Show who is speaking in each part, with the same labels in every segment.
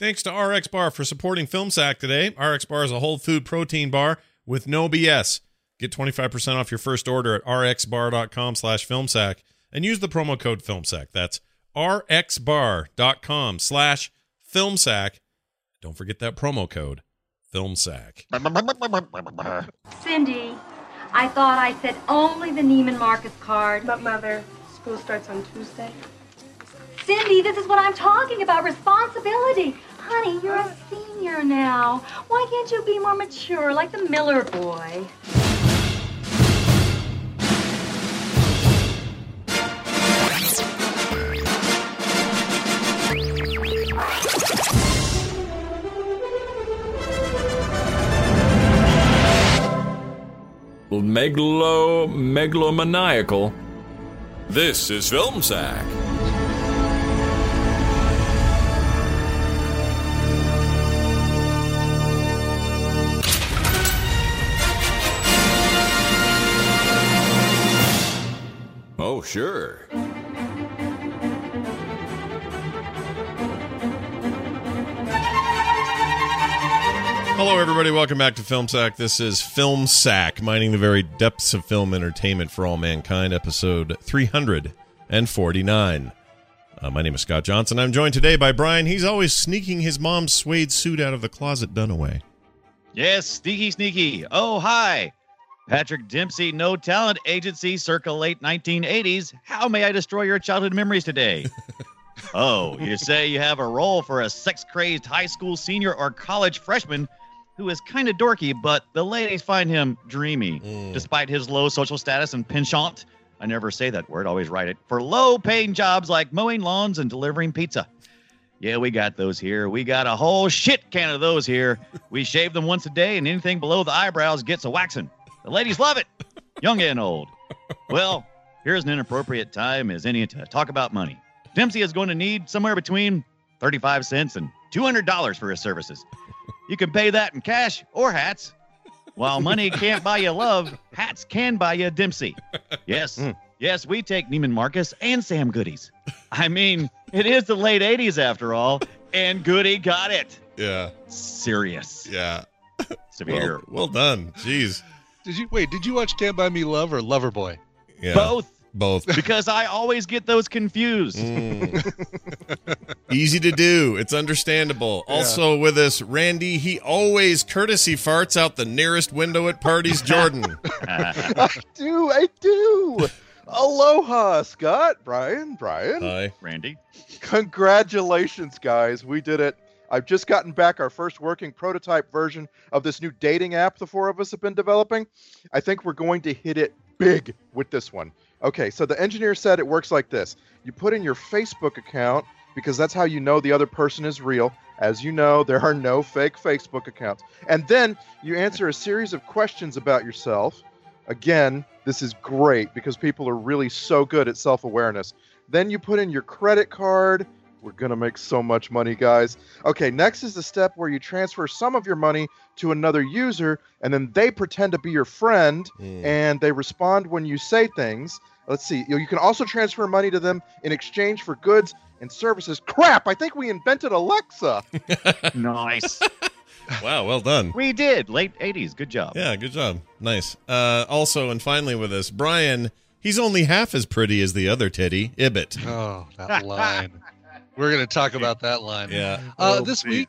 Speaker 1: Thanks to RX Bar for supporting FilmSack today. RX Bar is a whole food protein bar with no BS. Get 25% off your first order at rxbar.com slash filmsack and use the promo code filmsack. That's rxbar.com slash filmsack. Don't forget that promo code filmsack.
Speaker 2: Cindy, I thought I said only the Neiman Marcus card.
Speaker 3: But mother, school starts on Tuesday.
Speaker 2: Cindy, this is what I'm talking about responsibility. Honey, you're a senior now. Why can't you be more mature like the Miller boy?
Speaker 4: megalo megalomaniacal. This is Film Sack. Oh, sure.
Speaker 1: Hello, everybody. Welcome back to Film Sack. This is Film Sack, mining the very depths of film entertainment for all mankind, episode 349. Uh, my name is Scott Johnson. I'm joined today by Brian. He's always sneaking his mom's suede suit out of the closet, Dunaway.
Speaker 5: Yes, sneaky, sneaky. Oh, hi. Patrick Dempsey, No Talent Agency, circa late 1980s. How may I destroy your childhood memories today? oh, you say you have a role for a sex crazed high school senior or college freshman who is kind of dorky, but the ladies find him dreamy, despite his low social status and penchant. I never say that word, always write it. For low paying jobs like mowing lawns and delivering pizza. Yeah, we got those here. We got a whole shit can of those here. We shave them once a day, and anything below the eyebrows gets a waxing. The ladies love it, young and old. Well, here's an inappropriate time as any to talk about money. Dempsey is going to need somewhere between 35 cents and $200 for his services. You can pay that in cash or hats. While money can't buy you love, hats can buy you Dempsey. Yes, yes, we take Neiman Marcus and Sam Goody's. I mean, it is the late 80s after all, and Goody got it.
Speaker 1: Yeah,
Speaker 5: Serious.
Speaker 1: yeah.
Speaker 5: Severe.
Speaker 1: Well, well done. Jeez.
Speaker 6: Did you wait? Did you watch Stand by Me Love or Lover Boy?
Speaker 1: Yeah.
Speaker 5: Both,
Speaker 1: Both. Mm.
Speaker 5: because I always get those confused.
Speaker 1: Easy to do. It's understandable. Also with us, Randy. He always courtesy farts out the nearest window at parties, Jordan. Mm.
Speaker 6: I do. I do. Aloha, Scott, Brian, Brian.
Speaker 1: Hi.
Speaker 5: Randy?
Speaker 6: Congratulations, guys. We did it. I've just gotten back our first working prototype version of this new dating app the four of us have been developing. I think we're going to hit it big with this one. Okay, so the engineer said it works like this you put in your Facebook account because that's how you know the other person is real. As you know, there are no fake Facebook accounts. And then you answer a series of questions about yourself. Again, this is great because people are really so good at self awareness. Then you put in your credit card. We're going to make so much money, guys. Okay, next is the step where you transfer some of your money to another user and then they pretend to be your friend and they respond when you say things. Let's see. You you can also transfer money to them in exchange for goods and services. Crap, I think we invented Alexa.
Speaker 5: Nice.
Speaker 1: Wow. Well done.
Speaker 5: we did. Late 80s. Good job.
Speaker 1: Yeah, good job. Nice. Uh, also, and finally with us, Brian. He's only half as pretty as the other titty, Ibbit.
Speaker 7: Oh, that line. We're going to talk about that line.
Speaker 1: Yeah.
Speaker 7: Uh,
Speaker 5: Oh,
Speaker 7: this
Speaker 5: man.
Speaker 7: week,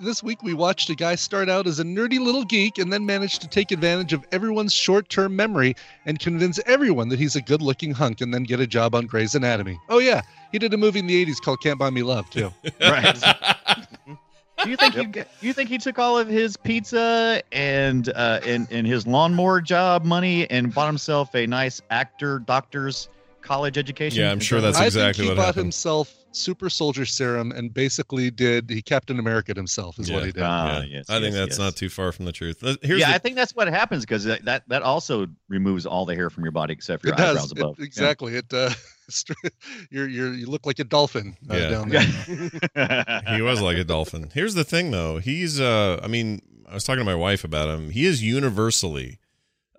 Speaker 7: this week we watched a guy start out as a nerdy little geek and then managed to take advantage of everyone's short-term memory and convince everyone that he's a good-looking hunk and then get a job on Grey's Anatomy. Oh yeah, he did a movie in the '80s called "Can't Buy Me Love" too.
Speaker 5: Right. Do you think he g- you think he took all of his pizza and uh, and and his lawnmower job money and bought himself a nice actor doctor's college education?
Speaker 1: Yeah, I'm sure that's
Speaker 7: I
Speaker 1: exactly
Speaker 7: think he
Speaker 1: what
Speaker 7: bought
Speaker 1: happened.
Speaker 7: himself super soldier serum and basically did he Captain America himself is
Speaker 1: Yeah.
Speaker 7: what he did.
Speaker 5: Ah,
Speaker 1: Yeah.
Speaker 5: yes,
Speaker 1: I think
Speaker 5: yes,
Speaker 1: that's
Speaker 5: yes.
Speaker 1: not too far from the truth. Uh, Here's
Speaker 5: yeah,
Speaker 1: the-
Speaker 5: I think that's what happens because that, that that also removes all the hair from your body except for your
Speaker 7: it
Speaker 5: eyebrows
Speaker 7: does It-
Speaker 5: above. Yeah.
Speaker 7: exactly. It uh, str- you're you're you look like a dolphin uh,
Speaker 1: Yeah.
Speaker 7: down there.
Speaker 5: Yeah.
Speaker 1: he was like a dolphin. Here's the thing though. He's uh I mean, I was talking to my wife about him. He is universally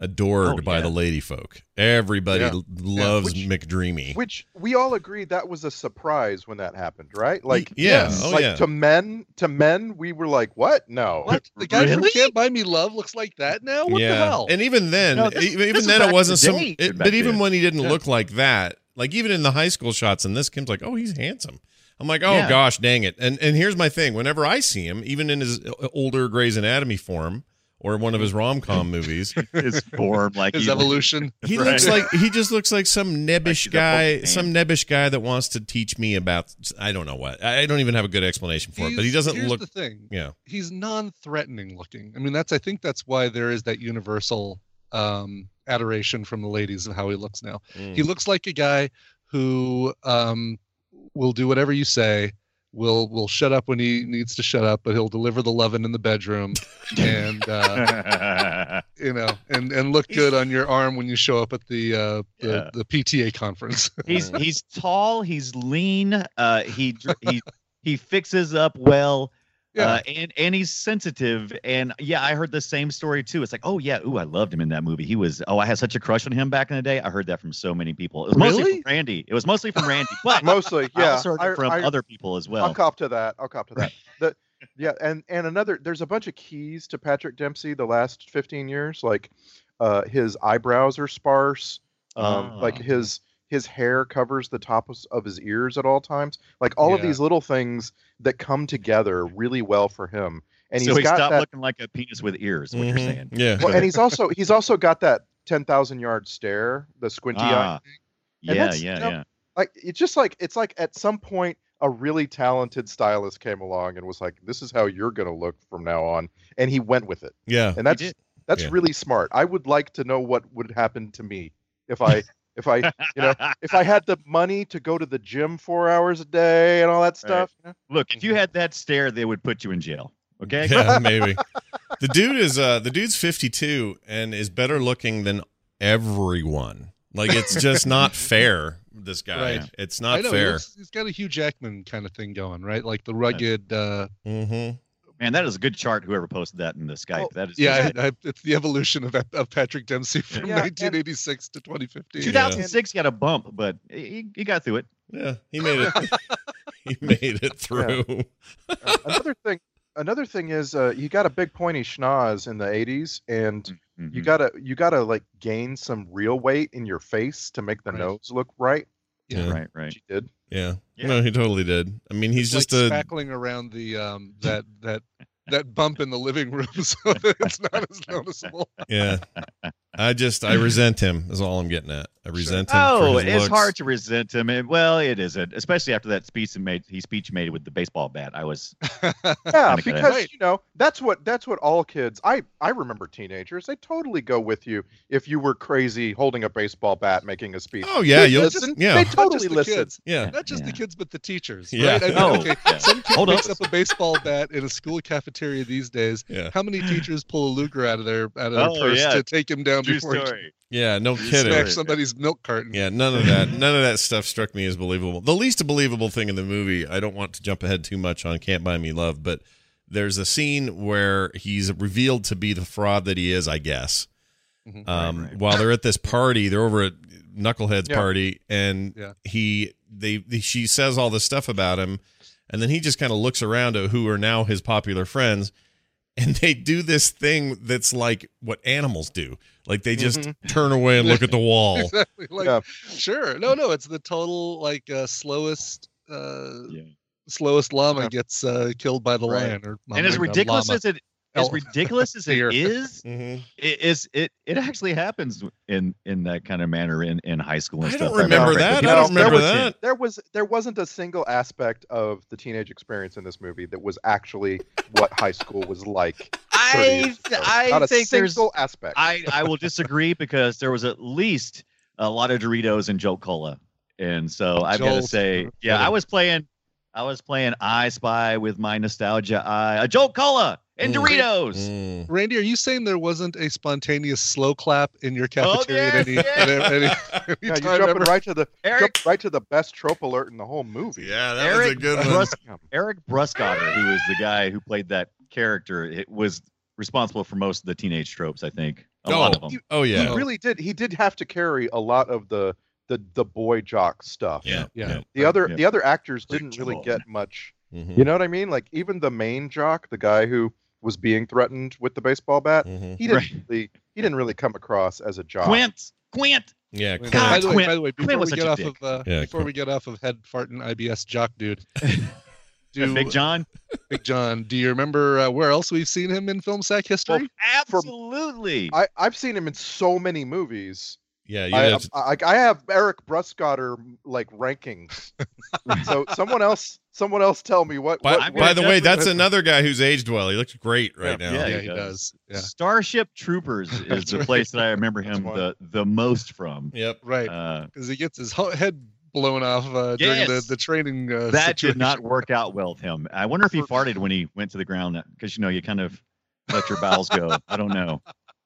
Speaker 1: adored
Speaker 5: Oh,
Speaker 1: by
Speaker 5: yeah.
Speaker 1: the lady folk. Everybody
Speaker 7: Yeah.
Speaker 1: l- loves
Speaker 6: Which-
Speaker 1: McDreamy.
Speaker 6: Which we all agree that was a surprise when that happened, right? Like
Speaker 1: yeah,
Speaker 7: yes,
Speaker 1: oh
Speaker 6: like
Speaker 1: yeah.
Speaker 6: to men to men we were like, What? No.
Speaker 7: What the guy who
Speaker 5: Really?
Speaker 7: can't buy me love looks like that now? What
Speaker 1: yeah.
Speaker 7: the hell?
Speaker 1: And even then,
Speaker 5: No, this-
Speaker 1: e- even,
Speaker 5: this is
Speaker 1: then
Speaker 5: back
Speaker 1: it wasn't
Speaker 5: in
Speaker 1: some
Speaker 5: the day,
Speaker 1: it-
Speaker 5: back
Speaker 1: but even
Speaker 5: then.
Speaker 1: when he didn't
Speaker 5: Yeah.
Speaker 1: look like that, like even in the high school shots in this Kim's like, "Oh, he's handsome." I'm like, "Oh
Speaker 5: Yeah.
Speaker 1: gosh, dang it." And and here's my thing, whenever I see him, even in his o- older Grey's Anatomy form or one of his rom-com movies,
Speaker 5: his form, like
Speaker 7: His
Speaker 5: he-
Speaker 7: evolution.
Speaker 1: He
Speaker 5: Right.
Speaker 1: looks like he just looks like some nebbish
Speaker 5: he's a
Speaker 1: guy,
Speaker 5: Pokemon.
Speaker 1: some nebbish guy that wants to teach me about I don't know what. I I don't even have a good explanation for it, but he
Speaker 7: He's-
Speaker 1: doesn't
Speaker 7: here's
Speaker 1: look.
Speaker 7: the thing.
Speaker 1: yeah,
Speaker 7: He's non-threatening looking. I mean, that's I think that's why there is that universal um, adoration from the ladies of how he looks now.
Speaker 8: Mm-hmm.
Speaker 5: Hmm.
Speaker 7: He looks like a guy who um, will do whatever you say. Will will shut up when he needs to shut up, but he'll deliver the lovin' in the bedroom, and uh, you know, and and look good on your arm when you show up at the uh,
Speaker 5: Yeah.
Speaker 7: the, the PTA conference.
Speaker 5: he's he's tall, he's lean, uh, he dr- he he fixes up well. Uh, and and he's sensitive and yeah I heard the same story too it's like oh yeah ooh I loved him in that movie he was oh I had such a crush on him back in the day I heard that from so many people it was mostly
Speaker 7: Really?
Speaker 5: from Randy it was mostly from Randy but
Speaker 6: Mostly,
Speaker 5: I
Speaker 6: yeah.
Speaker 5: also heard it from other people as well
Speaker 6: I'll cop to that. I'll cop to that. The, yeah, and and another there's a bunch of keys to Patrick Dempsey the last 15 years. Like uh, his eyebrows are sparse. Um, Like
Speaker 5: Ah.
Speaker 6: his his hair covers the tops of his ears at all times. Like all of
Speaker 7: Yeah.
Speaker 6: these little things that come together really well for him. And
Speaker 5: so
Speaker 6: he's
Speaker 5: he
Speaker 6: got
Speaker 5: stopped
Speaker 6: that.
Speaker 5: looking like a penis with ears. is What you're
Speaker 1: Mhm.
Speaker 5: saying?
Speaker 1: Yeah.
Speaker 6: well, and he's also he's also got that 10,000 yard stare, the squinty eye.
Speaker 5: Ah,
Speaker 6: And
Speaker 5: yeah,
Speaker 6: that's,
Speaker 5: yeah,
Speaker 6: you know,
Speaker 5: yeah.
Speaker 6: like it's just like it's like at some point a really talented stylist came along and was like this is how you're going to look from now on and he went with it
Speaker 1: yeah.
Speaker 6: and that's
Speaker 5: did.
Speaker 6: that's
Speaker 1: Yeah.
Speaker 6: really smart i would like to know what would happen to me if i if i you know if i had the money to go to the gym four hours a day and all that stuff you know?
Speaker 5: Look, if you had that stare, they would put you in jail. Okay.
Speaker 1: Yeah, maybe. The dude is uh the dude's 52 and is better looking than everyone. Like it's just not fair. This guy,
Speaker 7: Right.
Speaker 1: it's
Speaker 7: I
Speaker 1: not
Speaker 7: know, he
Speaker 1: fair.
Speaker 7: looks- he's got a Hugh Jackman kind of thing going, right? Like the rugged. Uh,
Speaker 1: Mm-hmm.
Speaker 5: Man, that is a good chart. Whoever posted that in the Skype.
Speaker 6: Oh,
Speaker 5: that is
Speaker 7: yeah, I, I, it's the evolution of, of Patrick Dempsey from
Speaker 6: Yeah, and-
Speaker 7: 1986 to 2015.
Speaker 5: 2006 got a bump, but he, he got through it.
Speaker 1: Yeah, he made it. he made it through.
Speaker 6: Uh, another thing another thing is uh, you got a big pointy schnoz in the 80s and you
Speaker 5: Mhm.
Speaker 6: gotta you gotta like gain some real weight in your face to make the
Speaker 7: Right.
Speaker 6: nose look right
Speaker 7: Yeah.
Speaker 5: right, right.
Speaker 6: she did
Speaker 1: Yeah.
Speaker 5: Yeah.
Speaker 1: No, he totally did. I mean, he's
Speaker 7: It's
Speaker 1: just
Speaker 7: like
Speaker 1: a
Speaker 7: spackling around the um that that that bump in the living room so that it's not as noticeable.
Speaker 1: yeah. I just I resent him. Is all I'm getting at. I resent him.
Speaker 5: Oh,
Speaker 1: for his
Speaker 5: it's
Speaker 1: looks.
Speaker 5: hard to resent him. and- well, it isn't, especially after that speech he made. He speech made with the baseball bat. I was kinda
Speaker 6: yeah
Speaker 5: get it.
Speaker 6: because
Speaker 7: Right.
Speaker 6: you know that's what that's what all kids i i remember teenagers they totally go with you if you were crazy holding a baseball bat making a speech
Speaker 1: Oh yeah,
Speaker 7: They
Speaker 1: you'll
Speaker 7: listen.
Speaker 1: yeah
Speaker 6: they
Speaker 7: Not
Speaker 6: totally
Speaker 7: just the
Speaker 6: listen
Speaker 7: kids,
Speaker 1: yeah.
Speaker 7: not just the
Speaker 5: Yeah.
Speaker 7: kids, but the teachers.
Speaker 1: Yeah.
Speaker 7: Right? I mean,
Speaker 5: Oh,
Speaker 7: okay,
Speaker 5: yeah.
Speaker 7: some kid
Speaker 5: Hold on.
Speaker 7: picks up a baseball bat in a school cafeteria these days.
Speaker 1: Yeah,
Speaker 7: How many teachers pull a luger out of their out of their
Speaker 5: Oh,
Speaker 7: purse
Speaker 5: yeah.
Speaker 7: to take him down
Speaker 5: true
Speaker 7: before
Speaker 5: story.
Speaker 1: yeah, no
Speaker 5: Just
Speaker 7: he
Speaker 1: kidding.
Speaker 7: smacks somebody's milk carton?
Speaker 1: Yeah, none of that, none of that stuff struck me as believable. The least believable thing in the movie, I don't want to jump ahead too much on "Can't Buy Me Love," but there's a scene where he's revealed to be the fraud that he is, I guess.
Speaker 7: Mhm.
Speaker 1: Um,
Speaker 5: Right, right.
Speaker 1: While they're at this party, they're over at Knucklehead's
Speaker 6: Yeah.
Speaker 1: party, and
Speaker 7: Yeah.
Speaker 1: he they she says all this stuff about him, and then he just kind of looks around at who are now his popular friends, and they do this thing that's like what animals do. Like they just turn away and look at the wall.
Speaker 7: exactly. Like,
Speaker 6: Yeah.
Speaker 7: sure. No, no, it's the total like uh, slowest. Uh,
Speaker 5: Yeah.
Speaker 7: Slowest llama
Speaker 6: Yeah.
Speaker 7: gets uh, killed by the
Speaker 6: Right.
Speaker 7: lion, or
Speaker 5: and as
Speaker 7: not llama,
Speaker 5: ridiculous as it as
Speaker 7: El-
Speaker 5: ridiculous as
Speaker 7: Deer.
Speaker 5: it is,
Speaker 1: Mhm.
Speaker 5: it is it it actually happens in in that kind of manner in in high school and
Speaker 1: I
Speaker 5: stuff.
Speaker 1: don't remember
Speaker 6: remember
Speaker 1: that.
Speaker 6: that.
Speaker 1: I don't
Speaker 6: No, there
Speaker 1: remember
Speaker 6: was-
Speaker 1: that.
Speaker 6: There was there wasn't a single aspect of the teenage experience in this movie that was actually what high school was like. 30
Speaker 5: I
Speaker 6: years ago. Not
Speaker 5: I
Speaker 6: a
Speaker 5: think there's
Speaker 6: single aspect.
Speaker 5: I I will disagree because there was at least a lot of Doritos and Jolt Cola, and so I've got to
Speaker 7: Jolt.
Speaker 5: say, yeah, I was playing I was playing I Spy with my nostalgia eye, a Jolt Cola and
Speaker 1: Mm.
Speaker 5: Doritos.
Speaker 1: Mm.
Speaker 7: Randy, are you saying there wasn't a spontaneous slow clap in
Speaker 5: Oh,
Speaker 7: your cafeteria
Speaker 5: yes,
Speaker 7: at any,
Speaker 5: yes.
Speaker 7: at any, any
Speaker 6: yeah, you're
Speaker 7: time
Speaker 6: jumping
Speaker 7: ever?
Speaker 6: right to the
Speaker 5: Eric-
Speaker 6: jumped right to the best trope alert in the whole movie.
Speaker 1: Yeah, that was a
Speaker 5: Eric
Speaker 1: good one.
Speaker 5: Brus- Eric Bruscotter, who was the guy who played that character, it was responsible for most of the teenage tropes. I think a lot of them.
Speaker 1: oh, oh yeah.
Speaker 6: He really did. He did have to carry a lot of the the the boy jock stuff.
Speaker 1: Yeah.
Speaker 7: Yeah.
Speaker 6: The other
Speaker 5: Yeah.
Speaker 6: the other actors
Speaker 5: Great
Speaker 6: didn't really
Speaker 5: job.
Speaker 6: get much.
Speaker 1: Mhm.
Speaker 6: You know what I mean? Like even the main jock, the guy who was being threatened with the baseball bat,
Speaker 1: Mhm.
Speaker 6: he didn't
Speaker 5: Right.
Speaker 6: really he didn't really come across as a jock.
Speaker 5: Quint, Quint.
Speaker 1: Yeah.
Speaker 7: Wait,
Speaker 5: God,
Speaker 7: by, the way,
Speaker 5: Quint-
Speaker 7: by the way, before
Speaker 5: Quint was
Speaker 7: we
Speaker 5: such
Speaker 7: get
Speaker 5: a
Speaker 7: off
Speaker 5: dick.
Speaker 7: of uh,
Speaker 1: Yeah,
Speaker 7: before we get off of head farting IBS jock dude, do
Speaker 5: Big John.
Speaker 7: Big John, do you remember uh, where else we've seen him in film sack history?
Speaker 5: Absolutely.
Speaker 6: I, I've seen him in so many movies.
Speaker 1: Yeah. You
Speaker 6: I, uh,
Speaker 1: have to-
Speaker 6: I, I have Eric Bruscotter like rankings. so someone else, someone else, tell me what.
Speaker 1: by,
Speaker 5: I'm
Speaker 6: what,
Speaker 5: gonna
Speaker 1: by the way,
Speaker 5: definitely-
Speaker 1: that's another guy who's aged well. He looks great right now.
Speaker 5: yeah,
Speaker 7: yeah,
Speaker 5: he
Speaker 7: he
Speaker 5: does.
Speaker 7: does. Yeah,
Speaker 5: Starship Troopers is
Speaker 7: That's
Speaker 5: the
Speaker 7: right.
Speaker 5: place that I remember him
Speaker 6: one.
Speaker 5: the, the most from.
Speaker 1: Yep.
Speaker 7: right.
Speaker 5: Uh,
Speaker 7: Because he gets his ho- head blown off uh, during the
Speaker 5: Yes.
Speaker 7: the training. Uh,
Speaker 5: that did
Speaker 7: situation.
Speaker 5: not work out well with him. I wonder if he farted when he went to the ground because you know you kind of let your bowels go. I don't know.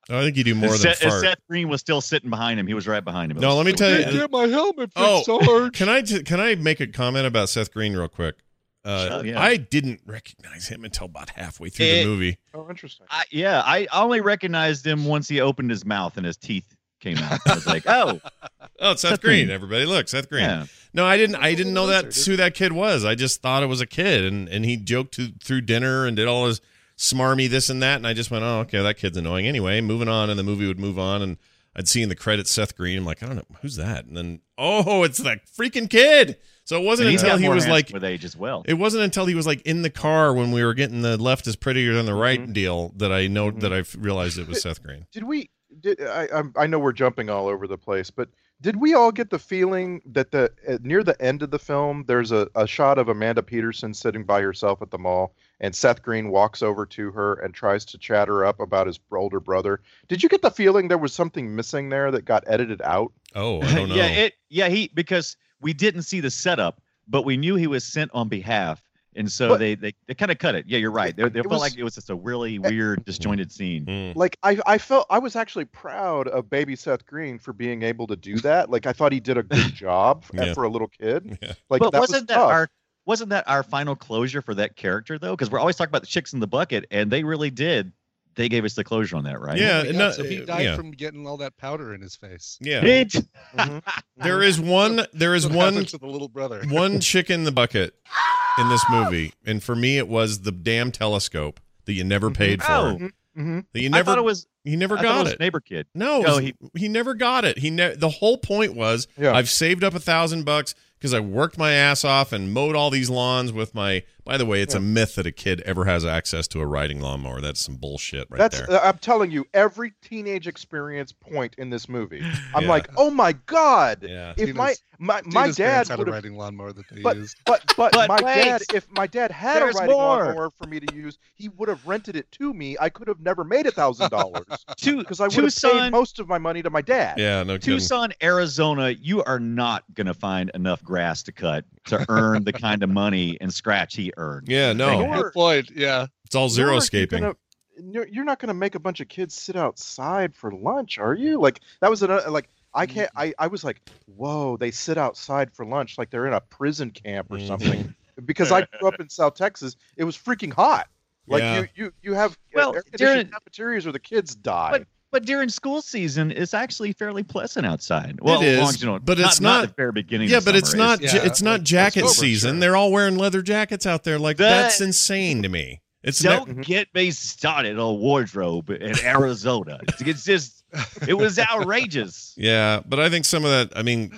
Speaker 1: Oh, I think you do more
Speaker 5: If
Speaker 1: than
Speaker 5: Seth, if
Speaker 1: fart.
Speaker 5: Seth Green was still sitting behind him. He was right behind him. It
Speaker 1: No,
Speaker 5: was-
Speaker 1: let me
Speaker 5: it was
Speaker 1: tell you-
Speaker 5: bad.
Speaker 7: Can't get my helmet fits
Speaker 1: Oh.
Speaker 7: so hard.
Speaker 1: Can I ju- can I make a comment about Seth Green real quick? Uh,
Speaker 5: Sure, yeah.
Speaker 1: I didn't recognize him until about halfway through
Speaker 5: It-
Speaker 1: the movie.
Speaker 6: oh, interesting.
Speaker 5: I, yeah, I only recognized him once he opened his mouth and his teeth came out. I was like, oh,
Speaker 1: Oh, it's Seth,
Speaker 5: Seth
Speaker 1: Green,
Speaker 5: Green.
Speaker 1: everybody, look, Seth Green.
Speaker 5: yeah.
Speaker 1: No, I didn't. I didn't know
Speaker 7: Lizard,
Speaker 1: that's
Speaker 7: isn't
Speaker 1: who that kid was. I just thought it was a kid, and and he joked to, through dinner and did all his smarmy this and that, and I just went, oh, okay, that kid's annoying. Anyway, moving on, and the movie would move on, and I'd see in the credits Seth Green. I'm like, I don't know who's that, and then oh, it's that freaking kid. So it wasn't
Speaker 5: And he's
Speaker 1: until
Speaker 5: got
Speaker 1: he
Speaker 5: more
Speaker 1: was
Speaker 5: handsome
Speaker 1: like
Speaker 5: with age as well.
Speaker 1: It wasn't until he was like in the car when we were getting the left is prettier
Speaker 5: Mm-hmm.
Speaker 1: than the right deal that I know that I f- realized it was Seth Green.
Speaker 6: did we? Did I? I'm- I know we're jumping all over the place, but did we all get the feeling that the uh, near the end of the film, there's a, a shot of Amanda Peterson sitting by herself at the mall, and Seth Green walks over to her and tries to chat her up about his older brother. Did you get the feeling there was something missing there that got edited out?
Speaker 1: Oh, I don't know.
Speaker 5: yeah, it yeah, he because we didn't see the setup, but we knew he was sent on behalf. And so
Speaker 6: But-
Speaker 5: they, they, they kind of cut it. Yeah, you're right. They, they
Speaker 6: It
Speaker 5: felt
Speaker 6: was-
Speaker 5: like it was just a really weird, disjointed scene.
Speaker 1: Mm.
Speaker 6: like I, I felt I was actually proud of baby Seth Green for being able to do that. Like I thought he did a good job
Speaker 1: Yeah.
Speaker 6: and for a little kid.
Speaker 1: Yeah.
Speaker 6: Like
Speaker 5: but
Speaker 6: that
Speaker 5: wasn't
Speaker 6: was
Speaker 5: that
Speaker 6: tough.
Speaker 5: our wasn't that our final closure for that character though? Because we're always talking about the chicks in the bucket, and they really did. They gave us the closure on that, right?
Speaker 1: Yeah,
Speaker 7: Oh my God,
Speaker 1: no,
Speaker 7: so he
Speaker 1: uh,
Speaker 7: died
Speaker 1: yeah.
Speaker 7: from getting all that powder in his face.
Speaker 1: Yeah.
Speaker 5: Bitch.
Speaker 6: Mm-hmm.
Speaker 1: There is one there is
Speaker 7: What
Speaker 1: one
Speaker 7: happened to the little brother?
Speaker 1: one chick in the bucket in this movie. And for me it was the damn telescope that you never paid for.
Speaker 5: Oh.
Speaker 6: hmm
Speaker 1: That you
Speaker 5: I
Speaker 1: never
Speaker 5: thought it was.
Speaker 1: you never
Speaker 5: I thought
Speaker 1: got
Speaker 5: it was
Speaker 1: it. Oh,
Speaker 5: neighbor kid.
Speaker 1: No,
Speaker 5: No,
Speaker 1: he, he never got it. He ne- the whole point was
Speaker 6: Yeah.
Speaker 1: I've saved up a thousand bucks because I worked my ass off and mowed all these lawns with my. By the way, it's a myth that a kid ever has access to a riding lawnmower. That's some bullshit right
Speaker 6: That's
Speaker 1: there.
Speaker 6: uh, I'm telling you, every teenage experience point in this movie. I'm
Speaker 1: Yeah.
Speaker 6: like, oh my god!
Speaker 1: yeah,
Speaker 6: If my
Speaker 7: Tina's-
Speaker 6: my my
Speaker 7: Tina's parents
Speaker 6: dad
Speaker 7: had a
Speaker 6: would have.
Speaker 7: riding lawnmower that they
Speaker 6: But,
Speaker 7: used.
Speaker 6: but but
Speaker 5: But
Speaker 6: my dad,
Speaker 5: wait,
Speaker 6: if my dad had a
Speaker 5: there's
Speaker 6: riding
Speaker 5: more.
Speaker 6: lawnmower for me to use, he would have rented it to me. I could have never made a thousand dollars
Speaker 5: Two,
Speaker 6: because I would have paid
Speaker 5: Tucson,
Speaker 6: most of my money to my dad.
Speaker 1: yeah, no kidding.
Speaker 5: Tucson, Arizona. You are not gonna find enough grass to cut to earn the kind of money and scratch he earned.
Speaker 1: Yeah, no,
Speaker 6: Nor-
Speaker 7: Good point. Yeah.
Speaker 1: it's all zero
Speaker 6: nor are you
Speaker 1: escaping.
Speaker 6: gonna- You're, you're not going to make a bunch of kids sit outside for lunch, are you? Like that was another like I
Speaker 5: Mm-hmm.
Speaker 6: can't. I I was like, whoa, they sit outside for lunch like they're in a prison camp
Speaker 1: Mm-hmm.
Speaker 6: or something. because I grew up in South Texas, it was freaking hot. Like
Speaker 1: Yeah.
Speaker 6: you you you have
Speaker 5: Well,
Speaker 6: well, during,
Speaker 5: during-
Speaker 6: cafeterias where the kids die.
Speaker 5: But during school season, it's actually fairly pleasant outside. Well,
Speaker 1: It
Speaker 5: as long
Speaker 1: is,
Speaker 5: as you don't-
Speaker 1: but it's
Speaker 5: not
Speaker 1: not-
Speaker 5: the fair beginning.
Speaker 1: Yeah,
Speaker 5: of
Speaker 1: but it's
Speaker 5: summer.
Speaker 1: not
Speaker 7: is-
Speaker 1: ja-
Speaker 7: yeah,
Speaker 1: it's not
Speaker 7: like,
Speaker 1: jacket
Speaker 7: it's over,
Speaker 1: season.
Speaker 7: sure.
Speaker 1: They're all wearing leather jackets out there. Like
Speaker 5: That-
Speaker 1: that's insane to me. It's
Speaker 5: Don't
Speaker 1: ne-
Speaker 5: get me started on wardrobe in Arizona. it's just, it was outrageous.
Speaker 1: yeah, but I think some of that. I mean,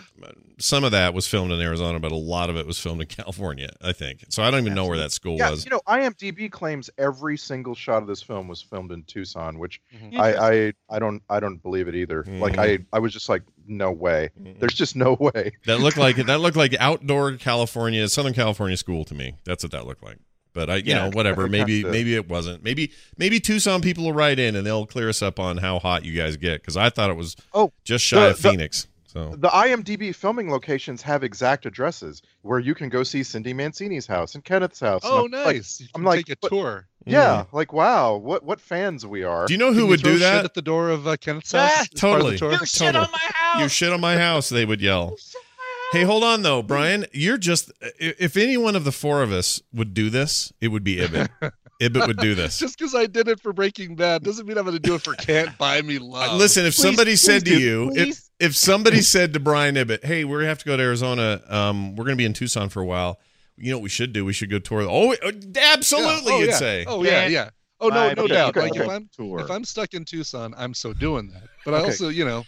Speaker 1: some of that was filmed in Arizona, but a lot of it was filmed in California. I think so. I don't even know where that school
Speaker 6: Yeah,
Speaker 1: was.
Speaker 6: you know, IMDb claims every single shot of this film was filmed in Tucson, which
Speaker 5: Mm-hmm.
Speaker 7: Mhm.
Speaker 6: I, I I don't I don't believe it either. Like
Speaker 1: Mm-hmm.
Speaker 6: I I was just like, no way. There's just no way.
Speaker 1: That looked like that looked like outdoor California, Southern California school to me. That's what that looked like. But I, you
Speaker 5: Yeah.
Speaker 1: know, whatever.
Speaker 6: Okay.
Speaker 1: Maybe maybe it wasn't. Maybe maybe Tucson people will write in and they'll clear us up on how hot you guys get because I thought it was
Speaker 6: Oh,
Speaker 1: just shy
Speaker 6: the-
Speaker 1: of
Speaker 6: the-
Speaker 1: Phoenix. So
Speaker 6: The IMDb filming locations have exact addresses where you can go see Cindy Mancini's house and Kenneth's house. And
Speaker 7: Oh,
Speaker 6: I'm like,
Speaker 7: nice. You
Speaker 6: I'm
Speaker 7: can
Speaker 6: like,
Speaker 7: take a
Speaker 6: but-
Speaker 7: tour.
Speaker 6: yeah, like wow, what what fans we are.
Speaker 1: do you know who
Speaker 7: Can you
Speaker 1: would
Speaker 7: throw
Speaker 1: do
Speaker 7: shit
Speaker 1: that?
Speaker 7: at the door of uh, Kenneth's
Speaker 5: Ah,
Speaker 7: house? It's part of the
Speaker 1: totally.
Speaker 7: tour?
Speaker 5: You shit
Speaker 1: total.
Speaker 5: on my house.
Speaker 1: You shit on my house, they would yell. Hey, hold on though, Brian. You're just i- if any one of the four of us would do this, it would be Ibbot. Ibbot would do this.
Speaker 7: Just because I did it for Breaking Bad doesn't mean I'm going to do it for Can't Buy Me Love.
Speaker 1: Uh, Listen, if
Speaker 5: please,
Speaker 1: somebody
Speaker 5: please
Speaker 1: said to
Speaker 5: do,
Speaker 1: you, if,
Speaker 5: please.
Speaker 1: if somebody said to Brian Ibbett, "Hey, we're gonna have to go to Arizona. Um, we're gonna be in Tucson for a while. You know what we should do? We should go tour." Oh, absolutely,
Speaker 7: Yeah. Oh,
Speaker 1: you'd
Speaker 7: yeah.
Speaker 1: say.
Speaker 7: Oh yeah,
Speaker 5: Can't
Speaker 7: yeah. Oh no,
Speaker 5: buy
Speaker 7: no
Speaker 5: me
Speaker 7: doubt.
Speaker 6: love.
Speaker 7: Like if I'm
Speaker 5: Tour.
Speaker 7: if I'm stuck in Tucson, I'm so doing that. But I
Speaker 6: Okay.
Speaker 7: also, you know,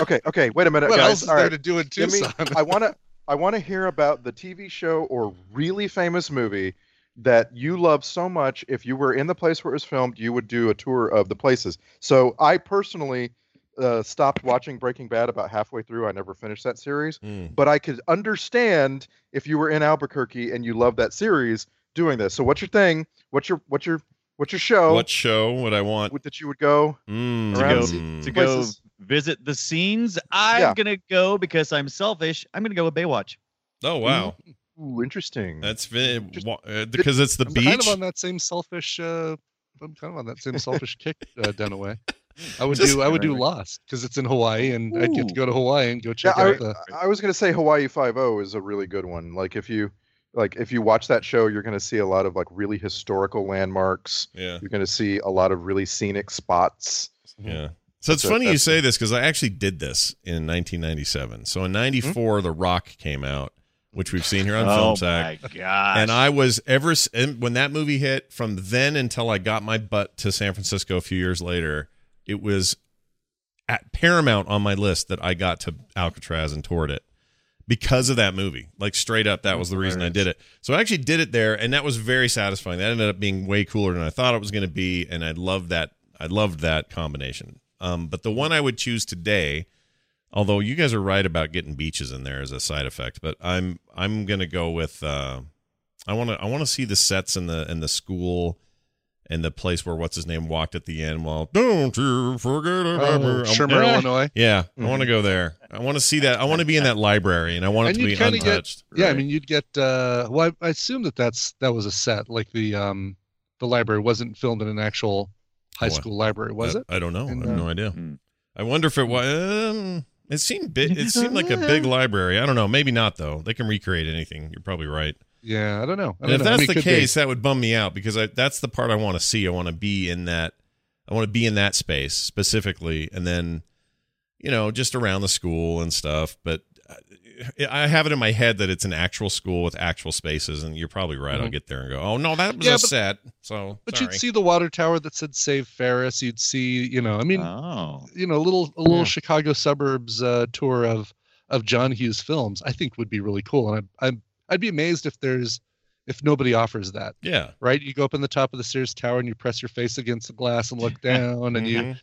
Speaker 6: Okay, okay, wait a minute,
Speaker 7: what
Speaker 6: guys.
Speaker 7: else is
Speaker 6: All
Speaker 7: there
Speaker 6: right.
Speaker 7: to do in
Speaker 6: Give me-
Speaker 7: Tucson?
Speaker 6: I want to I want to hear about the TV show or really famous movie that you love so much. If you were in the place where it was filmed, you would do a tour of the places. So I personally uh, stopped watching Breaking Bad about halfway through. I never finished that series,
Speaker 1: Mm.
Speaker 6: but I could understand if you were in Albuquerque and you loved that series doing this. So what's your thing? What's your what's your what's your show
Speaker 1: What show would I want?
Speaker 6: that you Oh. would go?
Speaker 1: Mm,
Speaker 6: To go-
Speaker 1: mm.
Speaker 5: to go
Speaker 6: Places.
Speaker 5: visit the scenes. I'm
Speaker 6: Yeah.
Speaker 5: gonna go because I'm selfish. I'm gonna go with Baywatch.
Speaker 1: Oh wow,
Speaker 6: Ooh, interesting.
Speaker 1: that's because
Speaker 6: Just-
Speaker 1: because it's the
Speaker 7: I'm
Speaker 1: beach.
Speaker 7: kind of on that same selfish. Uh, I'm kind of on that same selfish kick, uh, Dunaway. I would
Speaker 1: Just-
Speaker 7: do I would do
Speaker 5: Right.
Speaker 7: Lost because it's in Hawaii, and I'd get to
Speaker 5: Ooh.
Speaker 7: go to Hawaii and go
Speaker 6: Yeah,
Speaker 7: check
Speaker 6: I,
Speaker 7: out the.
Speaker 6: I was gonna say Hawaii Five O is a really good one. Like if you like if you watch that show, you're gonna see a lot of like really historical landmarks.
Speaker 1: yeah,
Speaker 6: You're gonna see a lot of really scenic spots.
Speaker 1: yeah. So it's
Speaker 6: That's a-
Speaker 1: funny you
Speaker 6: that's-
Speaker 1: say this because I actually did this in 1997. So in
Speaker 6: Mm-hmm.
Speaker 1: '94, The Rock came out, which we've seen here on
Speaker 5: oh
Speaker 1: Film Sack.
Speaker 5: my gosh!
Speaker 1: and I was ever s- and when that movie hit from then until I got my butt to San Francisco a few years later, it was at paramount on my list that I got to Alcatraz and toured it because of that movie. Like straight up, that was the reason I did it. So I actually did it there, and that was very satisfying. That ended up being way cooler than I thought it was going to be, and I loved that. I loved that combination. Um, but the one I would choose today, although you guys are right about getting beaches in there as a side effect, but I'm I'm gonna go with uh, I want to I want to see the sets and the and the school and the place where what's his name walked at the end while don't you forget about
Speaker 7: Oh, Mm-hmm.
Speaker 1: me. I-
Speaker 7: Shermer, Illinois.
Speaker 1: yeah, I want to go there. I want to see that. I want to be in that library, and I want it
Speaker 7: And
Speaker 1: to be
Speaker 7: you kinda get-
Speaker 1: untouched.
Speaker 7: Yeah, I mean, you'd get. Uh, well, I, I assume that that's that was a set. Like the um, the library wasn't filmed in an actual high
Speaker 1: Boy,
Speaker 7: school library, was
Speaker 1: I,
Speaker 7: it?
Speaker 1: I don't know.
Speaker 7: And,
Speaker 1: I have no
Speaker 7: uh,
Speaker 1: idea.
Speaker 5: Hmm.
Speaker 1: I wonder if it was. Um, it seemed big. It seemed like a big library. I don't know. Maybe not though. They can recreate anything. You're probably right.
Speaker 7: Yeah, I don't know. I
Speaker 1: And
Speaker 7: don't
Speaker 1: if
Speaker 7: know. I
Speaker 1: that's
Speaker 7: mean, it
Speaker 1: the
Speaker 7: could be.
Speaker 1: case, that would bum me out because I, that's the part I want to see. I want to be in that. I want to be in that space specifically, and then, you know, just around the school and stuff. But I I have it in my head that it's an actual school with actual spaces, and you're probably right. I'll
Speaker 7: Mhm.
Speaker 1: get there and go, oh no, that was
Speaker 7: Yeah,
Speaker 1: a
Speaker 7: but-
Speaker 1: set. So,
Speaker 7: But
Speaker 1: sorry.
Speaker 7: you'd see the water tower that said "Save Ferris." You'd see, you know, I mean,
Speaker 5: oh,
Speaker 7: you know, a little a little Chicago suburbs uh, tour of of John Hughes films. I think would be really cool, and I'm I'm I'd be amazed if there's if nobody offers that.
Speaker 1: yeah,
Speaker 7: Right? You go up in the top of the Sears Tower and you press your face against the glass and look down, and you
Speaker 1: Mhm.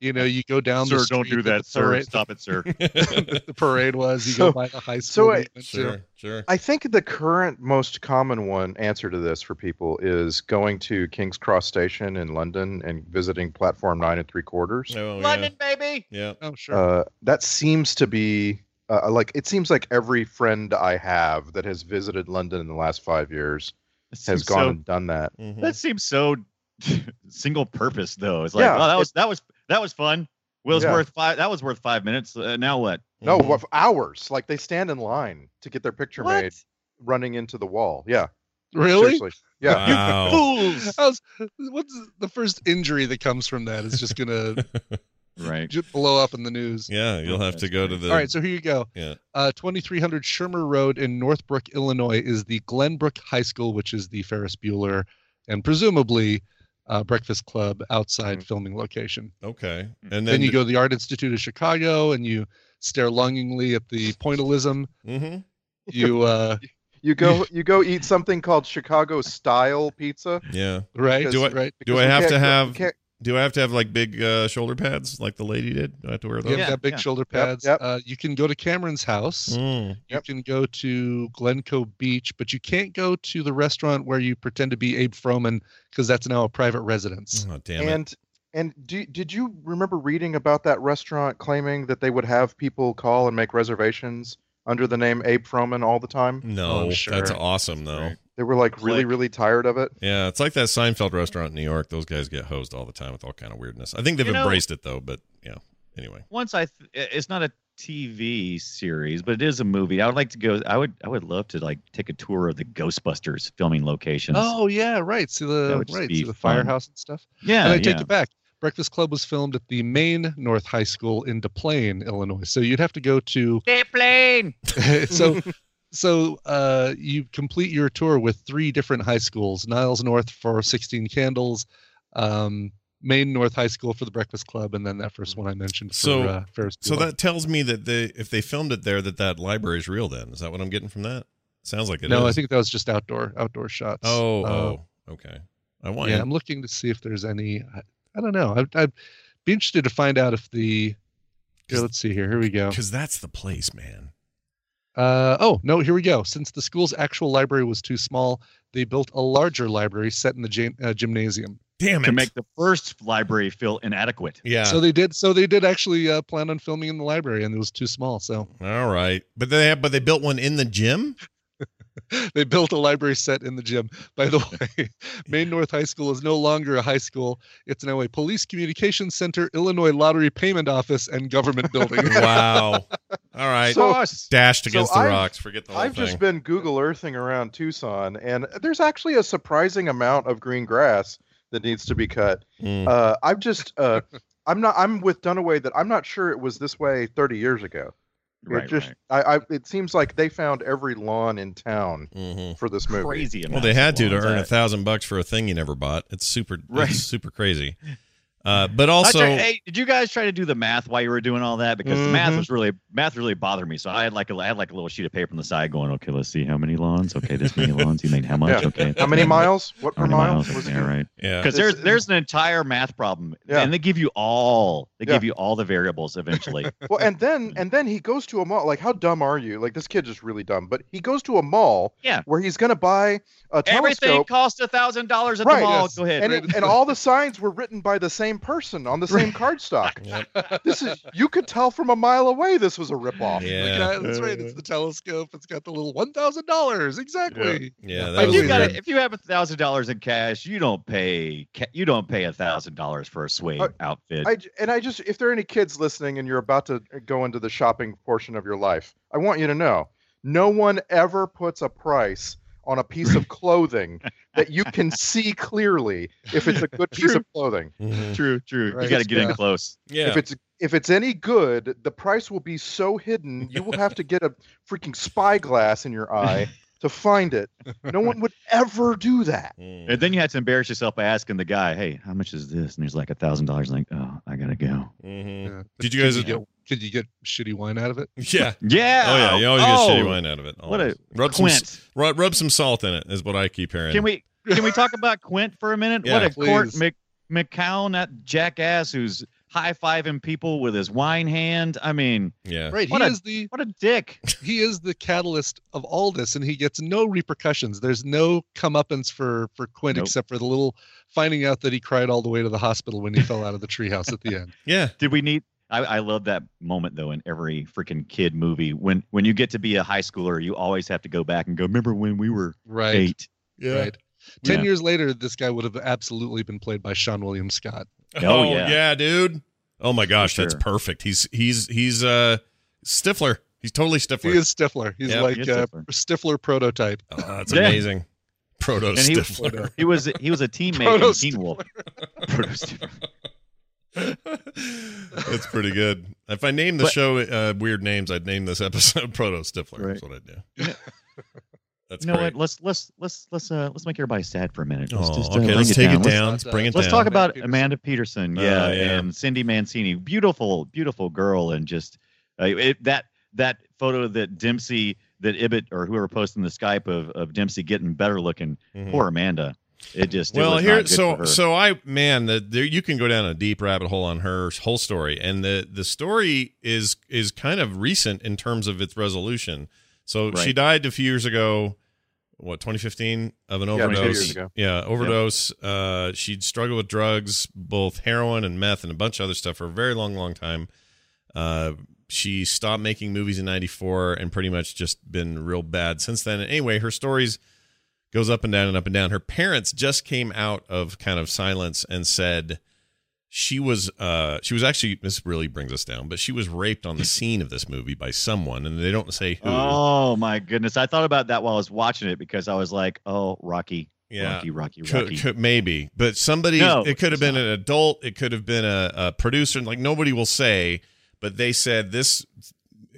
Speaker 7: you know you go down. the
Speaker 5: sir, don't
Speaker 7: street
Speaker 5: do that,
Speaker 7: that the
Speaker 5: sir.
Speaker 7: parade-
Speaker 5: Stop it, sir.
Speaker 7: the parade was. You
Speaker 6: So-
Speaker 7: go by the high school.
Speaker 6: so I-
Speaker 7: that you went to.
Speaker 1: sure, sure.
Speaker 6: I think the current most common one answer to this for people is going to King's Cross Station in London and visiting platform nine and three quarters.
Speaker 1: Oh, yeah.
Speaker 5: London, baby.
Speaker 1: Yeah.
Speaker 7: Oh sure.
Speaker 6: Uh, that seems to be uh, like it seems like every friend I have that has visited London in the last five years
Speaker 5: That
Speaker 6: has
Speaker 5: seems
Speaker 6: gone
Speaker 5: so-
Speaker 6: and done that.
Speaker 1: Mhm.
Speaker 5: that seems so single purpose, though. It's like,
Speaker 6: Yeah,
Speaker 5: oh, that was that was that was fun. Will's
Speaker 6: Yeah.
Speaker 5: worth five. That was worth five minutes. Uh, now what?
Speaker 6: No,
Speaker 9: Mm-hmm.
Speaker 1: Mhm.
Speaker 6: what- hours. Like they stand in line to get their picture made, running into the wall. Yeah,
Speaker 7: really?
Speaker 6: seriously. Yeah,
Speaker 1: Wow.
Speaker 5: Fools.
Speaker 7: How's, what's the first injury that comes from that is just gonna
Speaker 5: right.
Speaker 7: just blow up in the news.
Speaker 1: yeah, you'll have to go to the.
Speaker 7: All right, so here you go.
Speaker 1: Yeah.
Speaker 7: Uh, 2300 Shermer Road in Northbrook, Illinois is the Glenbrook High School, which is the Ferris Bueller and presumably uh, Breakfast Club outside filming location.
Speaker 1: Okay. And Mm-hmm. then,
Speaker 7: Mm. Then, you go to the Art Institute of Chicago and you stare longingly at the pointillism.
Speaker 1: hmm
Speaker 7: You uh,
Speaker 6: You go you go eat something called Chicago style pizza.
Speaker 1: Yeah.
Speaker 7: right?
Speaker 1: Do I-
Speaker 7: right?
Speaker 1: do
Speaker 6: because
Speaker 1: I
Speaker 6: we
Speaker 1: have
Speaker 6: can't
Speaker 1: to
Speaker 6: go-
Speaker 1: have?
Speaker 6: can't-
Speaker 1: Do I have to have like big uh, shoulder pads like the lady did? Do I have to wear
Speaker 7: You
Speaker 1: those?
Speaker 7: have
Speaker 5: Yeah,
Speaker 7: that big
Speaker 5: yeah.
Speaker 7: shoulder pads.
Speaker 6: yep.
Speaker 7: Uh, you can go to Cameron's house.
Speaker 1: Mm.
Speaker 7: You
Speaker 6: Yep.
Speaker 7: can go to Glencoe Beach, but you can't go to the restaurant where you pretend to be Abe Froman because that's now a private residence.
Speaker 1: Oh damn it!
Speaker 6: and and do, did you remember reading about that restaurant claiming that they would have people call and make reservations under the name Abe Froman all the time?
Speaker 7: Oh,
Speaker 1: No,
Speaker 7: I'm sure.
Speaker 1: that's awesome though.
Speaker 5: Right.
Speaker 6: They were like really
Speaker 5: Click.
Speaker 6: really tired of it.
Speaker 1: Yeah, it's like that Seinfeld restaurant in New York. Those guys get hosed all the time with all kind of weirdness. I think they've
Speaker 5: You know-
Speaker 1: embraced it though, but yeah. Anyway,
Speaker 5: Once I, th- it's not a TV series, but it is a movie. I would like to go. I would, I would love to like take a tour of the Ghostbusters filming locations.
Speaker 7: Oh yeah, right. See
Speaker 5: That
Speaker 7: the
Speaker 5: would just
Speaker 7: right.
Speaker 5: be
Speaker 7: See the
Speaker 5: fun.
Speaker 7: firehouse and stuff.
Speaker 5: yeah,
Speaker 7: and I
Speaker 5: yeah.
Speaker 7: take it back. Breakfast Club was filmed at the main North High School in De Plain, Illinois. So you'd have to go to
Speaker 5: Airplane.
Speaker 7: so so uh, you complete your tour with three different high schools: Niles North for Sixteen Candles, um, Maine North High School for the Breakfast Club, and then that first one I mentioned for
Speaker 1: Mm. So-
Speaker 7: uh, Ferris.
Speaker 1: so
Speaker 7: Bueller.
Speaker 1: that tells me that they if they filmed it there, that that library is real. Then is that what I'm getting from that? Sounds like it
Speaker 7: no, I
Speaker 1: is.
Speaker 7: think that was just outdoor outdoor shots.
Speaker 1: Oh,
Speaker 7: Uh,
Speaker 1: oh, okay. I want.
Speaker 7: yeah, I'm looking to see if there's any. I, I don't know. I, I'd be interested to find out if the. Here, let's see here. Here we go.
Speaker 1: because that's the place, man.
Speaker 7: Uh, oh, no, here we go. Since the school's actual library was too small, they built a larger library set in the gym, uh, gymnasium.
Speaker 1: Damn it!
Speaker 5: To make the first library feel inadequate.
Speaker 1: yeah.
Speaker 7: So they did. So they did actually uh, plan on filming in the library, and it was too small. So
Speaker 1: all right, but they have, but they built one in the gym.
Speaker 7: they built a library set in the gym. By the way, Maine North High School is no longer a high school. It's now a police communications center, Illinois lottery payment office, and government building.
Speaker 1: Wow. all right.
Speaker 6: So-
Speaker 1: Dashed
Speaker 6: so
Speaker 1: against the
Speaker 6: I've-
Speaker 1: rocks. Forget the whole
Speaker 6: I've
Speaker 1: thing.
Speaker 6: just been Google Earthing around Tucson, and there's actually a surprising amount of green grass that needs to be cut.
Speaker 1: Mm.
Speaker 5: Hmm.
Speaker 6: Uh, I'm just, uh, I'm not, I'm with Dunaway that I'm not sure it was this way 30 years ago. It
Speaker 5: Right,
Speaker 6: just,
Speaker 5: right.
Speaker 6: I, I, it seems like they found every lawn in town
Speaker 1: Mhm.
Speaker 6: for this movie.
Speaker 5: Crazy.
Speaker 1: Well, they had to to
Speaker 5: amounts of
Speaker 1: earn a
Speaker 5: lawns.
Speaker 1: thousand bucks for a thing you never bought. It's super,
Speaker 5: Right.
Speaker 1: it's super crazy. Uh, but
Speaker 5: Not
Speaker 1: also,
Speaker 5: sure- hey, did you guys try to do the math while you were doing all that? Because the math
Speaker 1: Mm-hmm.
Speaker 6: Mhm.
Speaker 5: was really math really bothered me. So I had like a, I had like a little sheet of paper on the side going, okay, let's see how many lawns. Okay, this many lawns. You made how much?
Speaker 6: Yeah.
Speaker 5: Okay,
Speaker 6: How many miles? What
Speaker 5: How
Speaker 6: per
Speaker 5: many
Speaker 6: mile?
Speaker 5: miles?
Speaker 6: Was it-
Speaker 5: Okay, all right.
Speaker 1: yeah,
Speaker 5: Because
Speaker 6: It's-
Speaker 5: there's there's an entire math problem,
Speaker 6: Yeah.
Speaker 5: and they give you all they
Speaker 6: Yeah.
Speaker 5: give you all the variables eventually.
Speaker 6: Well, and then and then he goes to a mall. Like, how dumb are you? Like, this kid is really dumb. But he goes to a mall
Speaker 5: Yeah.
Speaker 6: where he's gonna buy a
Speaker 5: Everything
Speaker 6: telescope.
Speaker 5: costs a thousand dollars at
Speaker 6: Right,
Speaker 5: the mall.
Speaker 7: yes.
Speaker 5: Go ahead.
Speaker 6: and, it, and all the signs were written by the same person on the same cardstock. This is you could tell from a mile away this was a ripoff.
Speaker 1: Yeah.
Speaker 7: The guy- that's right. It's the telescope. It's got the little one thousand dollars exactly.
Speaker 1: yeah. That
Speaker 7: But
Speaker 5: if
Speaker 1: was
Speaker 5: you,
Speaker 7: Totally
Speaker 5: got
Speaker 1: weird.
Speaker 5: a, if you have a thousand dollars in cash, you don't pay ca- you don't pay a thousand dollars for a suede
Speaker 6: Uh,
Speaker 5: outfit.
Speaker 6: I, j- and I just if there are any kids listening and you're about to go into the shopping portion of your life, I want you to know no one ever puts a price on a piece of clothing that you can see clearly if it's a good piece of clothing.
Speaker 1: Mhm.
Speaker 5: true, true.
Speaker 7: Right.
Speaker 5: You got to get
Speaker 7: Yeah.
Speaker 5: in close.
Speaker 1: Yeah.
Speaker 6: If it's if it's any good, the price will be so hidden you will have to get a freaking spyglass in your eye to find it. No one would ever do that.
Speaker 1: Mm.
Speaker 5: And then you had to embarrass yourself by asking the guy, "Hey, how much is this?" And he's like, "A thousand dollars." Like, oh, I gotta go.
Speaker 1: Mhm.
Speaker 7: Yeah.
Speaker 1: Did you guys?
Speaker 7: Could you, get, could you get shitty wine out of it?
Speaker 1: Yeah.
Speaker 5: Yeah.
Speaker 1: Oh yeah. You always get
Speaker 5: Oh,
Speaker 1: shitty wine out of it.
Speaker 5: What a
Speaker 1: Always. rub some, s-
Speaker 5: Quint.
Speaker 1: rub, rub some salt in it is what I keep hearing.
Speaker 5: Can we can we talk about Quint for a minute?
Speaker 1: Yeah,
Speaker 5: what a court
Speaker 7: please.
Speaker 5: Mc, McCown, that jackass who's high fiving people with his wine hand. I mean,
Speaker 1: Yeah.
Speaker 7: Right.
Speaker 5: What
Speaker 7: he
Speaker 5: a-
Speaker 7: is the
Speaker 5: what a dick.
Speaker 7: he is the catalyst of all this and he gets no repercussions there's no comeuppance for for quint
Speaker 5: Nope.
Speaker 7: except for the little finding out that he cried all the way to the hospital when he fell out of the treehouse at the end
Speaker 1: Yeah.
Speaker 5: Did we need? I, I love that moment though in every freaking kid movie when when you get to be a high schooler, you always have to go back and go. Remember when we were
Speaker 7: right
Speaker 5: eight?
Speaker 1: Yeah.
Speaker 7: right 10
Speaker 5: Yeah.
Speaker 7: years later this guy would have absolutely been played by sean william scott
Speaker 5: Oh, yeah.
Speaker 1: dude. Oh my gosh, that's
Speaker 5: sure.
Speaker 1: perfect. He's he's he's uh Stifler. He's totally Stifler.
Speaker 7: he is stifler he's
Speaker 1: Yeah,
Speaker 7: like
Speaker 5: he is
Speaker 7: uh,
Speaker 5: Stifler.
Speaker 7: stifler prototype
Speaker 1: Oh, that's
Speaker 5: Yeah.
Speaker 1: amazing. Proto
Speaker 5: And he-
Speaker 1: Stifler.
Speaker 5: He was he was a teammate in
Speaker 7: Proto
Speaker 5: Teen Wolf. Proto Stifler.
Speaker 1: That's pretty good. If I name the
Speaker 5: But-
Speaker 1: show uh, weird names, I'd name this episode Proto Stifler. That's what I'd do. That's That's
Speaker 5: you know
Speaker 1: great.
Speaker 5: what? Let's let's let's let's uh let's make everybody sad for a minute. Let's
Speaker 1: Oh,
Speaker 5: just, uh,
Speaker 1: okay,
Speaker 5: bring
Speaker 1: let's
Speaker 5: it
Speaker 1: take
Speaker 5: down.
Speaker 1: it
Speaker 5: Let's-
Speaker 1: down. Let's,
Speaker 7: uh,
Speaker 1: bring it
Speaker 5: Let's
Speaker 1: down.
Speaker 5: talk about
Speaker 7: Peterson.
Speaker 5: Amanda Peterson,
Speaker 1: Oh,
Speaker 5: yeah,
Speaker 1: yeah.
Speaker 5: and Cindy Mancini, beautiful, beautiful girl, and just uh, it, that that photo that Dempsey, that Ibbot or whoever posted in the Skype of of Dempsey getting better looking.
Speaker 1: Mhm.
Speaker 5: Poor Amanda. It just it
Speaker 1: well
Speaker 5: was not
Speaker 1: here
Speaker 5: good for
Speaker 1: so
Speaker 5: her.
Speaker 1: so i man the, there you can go down a deep rabbit hole on her whole story and the the story is is kind of recent in terms of its resolution so she
Speaker 5: Right.
Speaker 1: died a few years ago what 2015 of an
Speaker 6: Yeah,
Speaker 1: overdose
Speaker 6: two years ago.
Speaker 1: yeah overdose uh she'd struggled with drugs both heroin and meth and a bunch of other stuff for a very long long time uh she stopped making movies in 94 and pretty much just been real bad since then anyway her stories goes up and down and up and down. Her parents just came out of kind of silence and said she was uh she was actually this really brings us down, but she was raped on the scene of this movie by someone and they don't say who.
Speaker 5: Oh my goodness! I thought about that while I was watching it because I was like, "Oh, Rocky,
Speaker 1: yeah.
Speaker 5: Rocky, Rocky,
Speaker 1: Could-
Speaker 5: Rocky."
Speaker 1: could- maybe, but somebody.
Speaker 5: No,
Speaker 1: it could have
Speaker 5: it's
Speaker 1: been
Speaker 5: not.
Speaker 1: an adult. It could have been a, a producer. Like nobody will say, but they said this.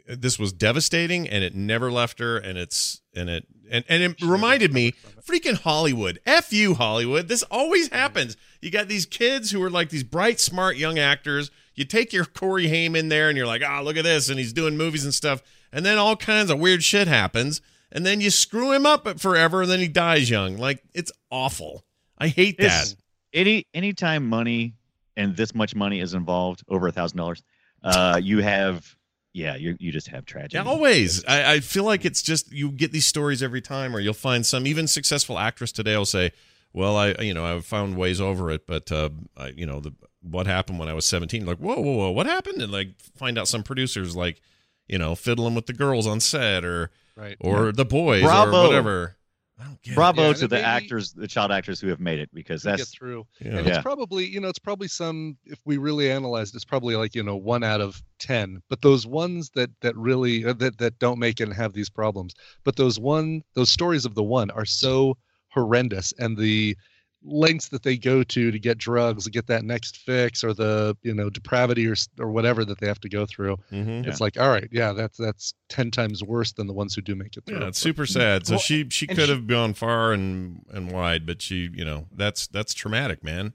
Speaker 1: This was devastating, and it never left her. And it's and it and and it reminded me, freaking Hollywood. F you, Hollywood. This always happens. You got these kids who are like these bright, smart young actors. You take your Corey Haim in there, and you're like, ah, look at this, and he's doing movies and stuff. And then all kinds of weird shit happens, and then you screw him up forever, and then he dies young. Like it's awful. I hate that.
Speaker 5: It's- any anytime money and this much money is involved over a thousand dollars, uh, you have yeah, you you just have tragedy.
Speaker 1: Yeah, always. I, I feel like it's just you get these stories every time, or you'll find some even successful actress today will say, "Well, I you know I've found ways over it, but uh, I, you know the what happened when I was 17? Like whoa, whoa, whoa, what happened?" And like find out some producers like you know fiddling with the girls on set or
Speaker 7: Right.
Speaker 1: or the boys or
Speaker 5: Bravo.
Speaker 1: whatever. I don't get
Speaker 5: Bravo
Speaker 7: Yeah, and
Speaker 5: to
Speaker 7: it
Speaker 5: the
Speaker 7: may be-
Speaker 5: actors, the child actors who have made it because
Speaker 7: to get
Speaker 5: that's
Speaker 7: through.
Speaker 1: it. Yeah.
Speaker 7: And
Speaker 5: Yeah.
Speaker 7: it's probably, you know, it's probably some. If we really analyzed, it's probably like you know one out of ten. But those ones that that really uh, that that don't make it and have these problems. But those one those stories of the one are so horrendous, and the lengths that they go to to get drugs, to get that next fix, or the you know depravity or s- or whatever that they have to go through.
Speaker 1: Mhm.
Speaker 7: It's like, all right, yeah, that's that's ten times worse than the ones who do make it through.
Speaker 1: Yeah, it's super sad. So
Speaker 5: mm-hmm. Well,
Speaker 1: she she
Speaker 5: and
Speaker 1: could
Speaker 5: she-
Speaker 1: have gone far and and wide, but she you know that's that's traumatic, man,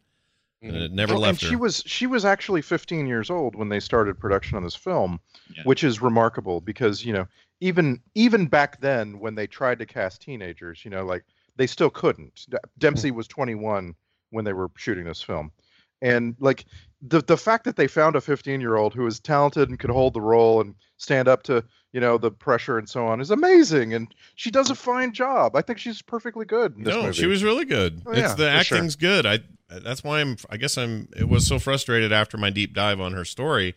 Speaker 7: Mm-hmm.
Speaker 1: and
Speaker 5: Mm-hmm.
Speaker 1: it never
Speaker 6: Well,
Speaker 1: left
Speaker 6: and
Speaker 1: her.
Speaker 6: she was she was actually 15 years old when they started production on this film,
Speaker 5: Yeah.
Speaker 6: which is remarkable because you know even even back then when they tried to cast teenagers, you know, like they still couldn't. D- Dempsey
Speaker 7: Mm.
Speaker 6: was 21 when they were shooting this film, and like the the fact that they found a 15 year old who was talented and could hold the role and stand up to you know the pressure and so on is amazing, and she does a fine job. I think she's perfectly good. In this
Speaker 1: no,
Speaker 6: movie.
Speaker 1: she was really good.
Speaker 7: Oh,
Speaker 1: it's
Speaker 7: yeah,
Speaker 1: the
Speaker 7: for sure.
Speaker 1: acting's good. I that's why I'm. I guess I'm. It was so frustrated after my deep dive on her story.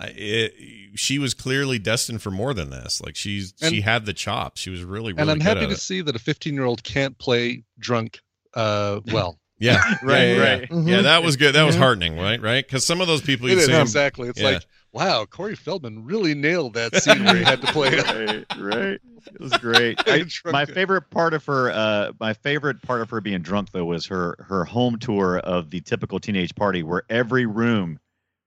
Speaker 1: I, it, she was clearly destined for more than this. Like she's she
Speaker 7: And-
Speaker 1: had the chops. She was really really
Speaker 7: and I'm
Speaker 1: good
Speaker 7: happy
Speaker 1: at
Speaker 7: to
Speaker 1: it.
Speaker 7: see that a 15 year old can't play drunk uh, well.
Speaker 1: Yeah, right, right.
Speaker 5: Yeah, right.
Speaker 1: Yeah,
Speaker 7: Mhm.
Speaker 1: that was good. That was
Speaker 7: Yeah.
Speaker 1: heartening, right? Right? Because some of those people
Speaker 7: It
Speaker 1: you
Speaker 7: is,
Speaker 1: say,
Speaker 7: exactly. It's
Speaker 1: Yeah.
Speaker 7: like, wow, Corey Feldman really nailed that scene where he had to play.
Speaker 5: right, right. It was great. I- my favorite part of her, uh, my favorite part of her being drunk though was her her home tour of the typical teenage party where every room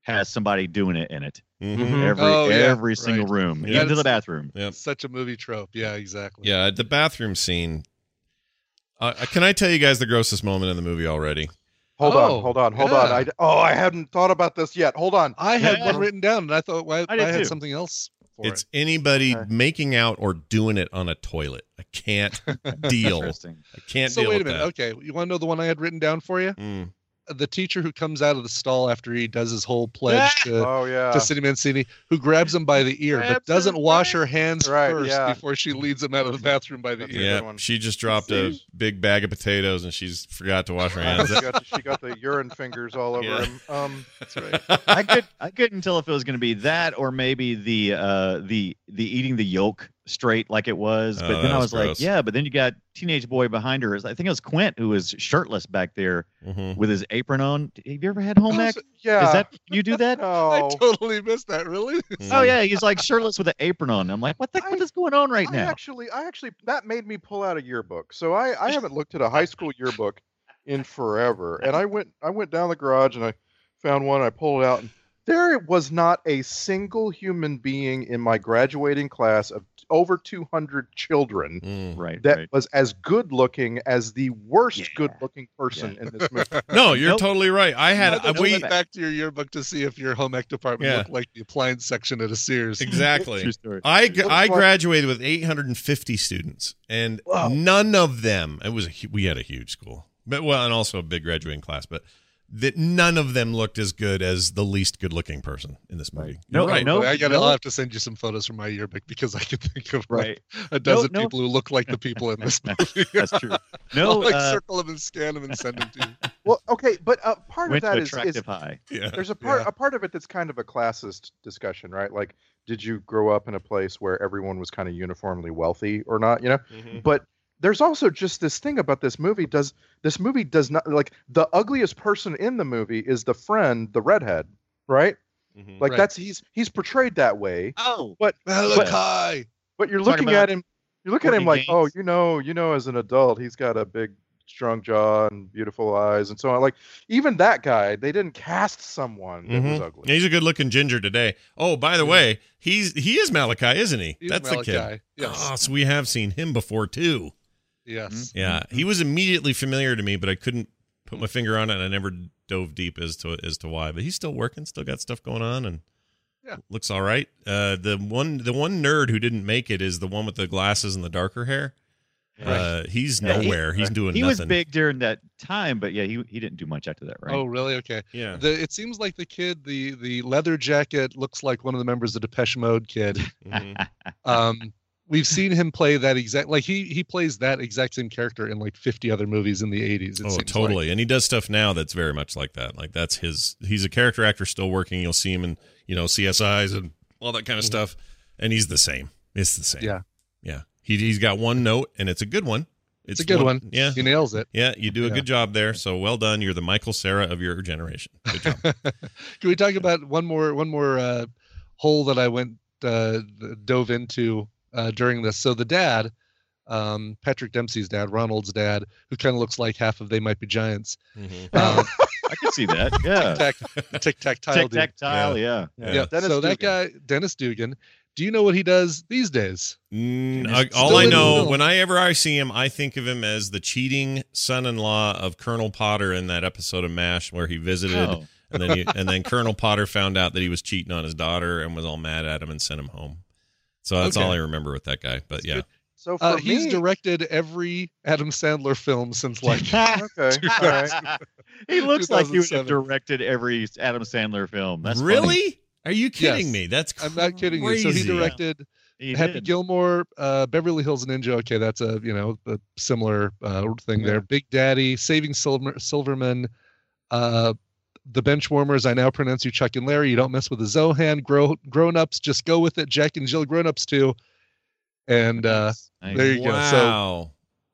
Speaker 5: has somebody doing it in it.
Speaker 1: Mhm.
Speaker 5: Every
Speaker 7: Oh, yeah,
Speaker 5: every single
Speaker 7: right.
Speaker 5: room,
Speaker 1: Yeah.
Speaker 5: into the bathroom.
Speaker 1: Yep.
Speaker 7: Such a movie trope. Yeah, exactly.
Speaker 1: Yeah, the bathroom scene. Uh, can I tell you guys the grossest moment in the movie already?
Speaker 6: Hold
Speaker 7: Oh,
Speaker 6: on, hold on, hold
Speaker 7: yeah.
Speaker 6: on. I, oh, I hadn't thought about this yet. Hold on.
Speaker 7: I had
Speaker 5: Yeah.
Speaker 7: one written down, and I thought why
Speaker 5: I
Speaker 7: I,
Speaker 5: did
Speaker 7: had
Speaker 5: too.
Speaker 7: something else for
Speaker 1: It's
Speaker 7: it.
Speaker 1: anybody
Speaker 6: Okay.
Speaker 1: making out or doing it on a toilet. I can't deal.
Speaker 5: Interesting.
Speaker 1: I can't
Speaker 7: so
Speaker 1: deal
Speaker 7: wait a
Speaker 1: with
Speaker 7: minute.
Speaker 1: that.
Speaker 7: Okay, you want to know the one I had written down for you?
Speaker 1: Mm.
Speaker 7: The teacher who comes out of the stall after he does his whole pledge to,
Speaker 6: Oh yeah.
Speaker 7: to Cindy Mancini, who grabs him by the ear but
Speaker 5: Grabs him
Speaker 7: doesn't
Speaker 5: by-
Speaker 7: wash her hands
Speaker 6: Right,
Speaker 7: first
Speaker 6: yeah.
Speaker 7: before she leads him out of the bathroom by the
Speaker 6: That's
Speaker 7: ear.
Speaker 6: a good
Speaker 1: Yeah,
Speaker 6: one.
Speaker 1: she just dropped a
Speaker 6: Seems-
Speaker 1: big bag of potatoes and she's forgot to wash her
Speaker 6: Uh,
Speaker 1: hands.
Speaker 6: she, got, she got the urine fingers all over
Speaker 1: Yeah.
Speaker 6: him. Um,
Speaker 7: That's right.
Speaker 5: I could I couldn't tell if it was going to be that or maybe the uh the the eating the yolk straight like it was,
Speaker 1: Oh,
Speaker 5: but
Speaker 1: that
Speaker 5: then I
Speaker 1: was
Speaker 5: was
Speaker 1: gross.
Speaker 5: like, yeah, but then you got teenage boy behind her. I think it was Quint who was shirtless back there
Speaker 1: Mhm.
Speaker 5: with his apron on. Have you ever had home ec?
Speaker 6: also- Oh, yeah.
Speaker 5: Is that you do that?
Speaker 7: I
Speaker 6: no?
Speaker 7: totally missed that. Really?
Speaker 1: mm-hmm,
Speaker 5: Oh yeah, he's like shirtless with an apron on. I'm like, what the what
Speaker 6: I-
Speaker 5: is going on right
Speaker 6: I
Speaker 5: now?
Speaker 6: actually, I actually, that made me pull out a yearbook. So I, I haven't looked at a high school yearbook in forever. And I went, I went down the garage and I found one. I pulled it out, and There was not a single human being in my graduating class of over 200 children
Speaker 1: mm. Mm-hmm.
Speaker 5: Right.
Speaker 6: that
Speaker 5: right.
Speaker 6: was as good looking as the worst
Speaker 5: Yeah.
Speaker 6: good looking person in this movie.
Speaker 1: No, you're
Speaker 5: Nope.
Speaker 1: totally right. I had
Speaker 7: I
Speaker 1: we
Speaker 7: went back to your yearbook to see if your home ec department
Speaker 1: Yeah.
Speaker 7: looked like the appliance section at a Sears.
Speaker 1: exactly.
Speaker 5: True story.
Speaker 1: I,
Speaker 6: Looks
Speaker 1: I
Speaker 6: like-
Speaker 1: graduated with 850 students, and
Speaker 6: Wow.
Speaker 1: none of them. It was a, hu- we had a huge school, but well, and also a big graduating class, but that none of them looked as good as the least good-looking person in this movie.
Speaker 5: No,
Speaker 1: You're right.
Speaker 5: no,
Speaker 7: I gotta.
Speaker 5: no.
Speaker 7: I'll have to send you some photos from my yearbook because I can think of like,
Speaker 5: Right.
Speaker 7: a dozen
Speaker 5: no.
Speaker 7: people who look like the people in this movie.
Speaker 5: That's true.
Speaker 7: I'll
Speaker 5: No,
Speaker 7: like
Speaker 5: uh,
Speaker 7: circle them and scan them and send them to you.
Speaker 6: well, okay, but uh, part of
Speaker 5: went to
Speaker 6: that is,
Speaker 5: attractive
Speaker 6: is
Speaker 5: high.
Speaker 1: Yeah.
Speaker 6: there's a part
Speaker 7: Yeah.
Speaker 6: a part of it that's kind of a classist discussion, right? Like, did you grow up in a place where everyone was kind of uniformly wealthy or not? You
Speaker 7: Mm-hmm.
Speaker 6: know, but there's also just this thing about this movie. Does this movie does not like the ugliest person in the movie is the friend, the redhead, right? Like
Speaker 7: Right.
Speaker 6: that's he's he's portrayed that way,
Speaker 5: Oh,
Speaker 7: Malachi.
Speaker 6: but you're
Speaker 5: Talking
Speaker 6: looking at
Speaker 5: about
Speaker 6: him. You look at him
Speaker 5: Courtney
Speaker 6: like, oh,
Speaker 5: Gaines?
Speaker 6: you know, you know, as an adult, he's got a big, strong jaw and beautiful eyes and so on. Like even that guy, they didn't cast someone that was
Speaker 5: Mm-hmm.
Speaker 1: Mhm.
Speaker 6: ugly.
Speaker 1: He's a good-looking ginger today. Oh, by the way, he's he is Malachi, isn't he?
Speaker 7: He's
Speaker 1: That's
Speaker 7: Malachi.
Speaker 1: the kid.
Speaker 7: Yes.
Speaker 1: Oh, so we have seen him before too.
Speaker 7: Yes.
Speaker 1: Yeah, he was immediately familiar to me, but I couldn't put my finger on it. and I never dove deep as to as to why. But he's still working, still got stuff going on, and
Speaker 7: Yeah.
Speaker 1: looks all right. Uh, the one the one nerd who didn't make it is the one with the glasses and the darker hair. Uh, he's
Speaker 5: Yeah, he-
Speaker 1: nowhere. he's doing
Speaker 5: he
Speaker 1: nothing.
Speaker 5: was big during that time, but yeah, he, he didn't do much after that, right?
Speaker 7: Oh, really? Okay.
Speaker 1: Yeah.
Speaker 7: The, it seems like the kid, the the leather jacket, looks like one of the members of Depeche Mode kid.
Speaker 1: Mhm.
Speaker 7: Um, we've seen him play that exact like he he plays that exact same character in like 50 other movies in the 80s. it
Speaker 1: Oh,
Speaker 7: seems like.
Speaker 1: totally. And he does stuff now that's very much like that. Like that's his. He's a character actor still working. You'll see him in you know CSIs and all that kind of stuff. And he's the same. It's the same.
Speaker 7: Mm-hmm. Yeah.
Speaker 1: Yeah. He he's got one note, and it's a good one.
Speaker 7: It's, a good one.
Speaker 1: Yeah.
Speaker 7: He nails it.
Speaker 1: Yeah, you do a
Speaker 7: Yeah.
Speaker 1: good job there. So well done. You're the Michael Sarah of your generation. Good job.
Speaker 7: Can we talk about one more one more uh, hole that I went uh, dove into uh, during this? So the dad, um, Patrick Dempsey's dad, Ronald's dad, who kind of looks like half of They Might Be Giants,
Speaker 1: Mm-hmm.
Speaker 7: um,
Speaker 5: I could see that. Yeah.
Speaker 7: tic tac tile
Speaker 5: Tic
Speaker 7: dude.
Speaker 5: tac tile. Yeah.
Speaker 1: Yeah.
Speaker 7: Yeah.
Speaker 6: Dennis
Speaker 7: so that guy,
Speaker 6: Dugan.
Speaker 7: Dennis Dugan. Do you know what he does these days?
Speaker 1: Mm,
Speaker 5: Dennis
Speaker 1: I-
Speaker 5: is
Speaker 1: all
Speaker 7: still
Speaker 1: I
Speaker 7: in
Speaker 1: know,
Speaker 7: the
Speaker 1: when I ever I see him, I think of him as the cheating son-in-law of Colonel Potter in that episode of MASH where he visited,
Speaker 5: Oh.
Speaker 1: and then he, and then Colonel Potter found out that he was cheating on his daughter and was all mad at him and sent him home. So that's
Speaker 7: Okay.
Speaker 1: all I remember with that guy. But yeah,
Speaker 6: So for
Speaker 7: Uh,
Speaker 6: me,
Speaker 7: he's directed every Adam Sandler film since like
Speaker 6: okay, all right.
Speaker 5: he looks like he would have
Speaker 7: 2007.
Speaker 5: directed every Adam Sandler film. That's funny.
Speaker 1: really, are you kidding
Speaker 7: Yes.
Speaker 1: me? That's crazy.
Speaker 7: I'm not kidding you. So he directed
Speaker 5: He
Speaker 7: Happy
Speaker 5: did.
Speaker 7: Gilmore, uh, Beverly Hills Ninja. Okay, that's a you know a similar uh, thing there. Big Daddy, Saving Silver, Silverman, uh, The Benchwarmers. I now pronounce you Chuck and Larry. You don't mess with the Zohan. Grow grown ups, just go with it. Jack and Jill, grown ups too. And uh,
Speaker 5: Nice, nice.
Speaker 7: there you go. So
Speaker 1: Wow.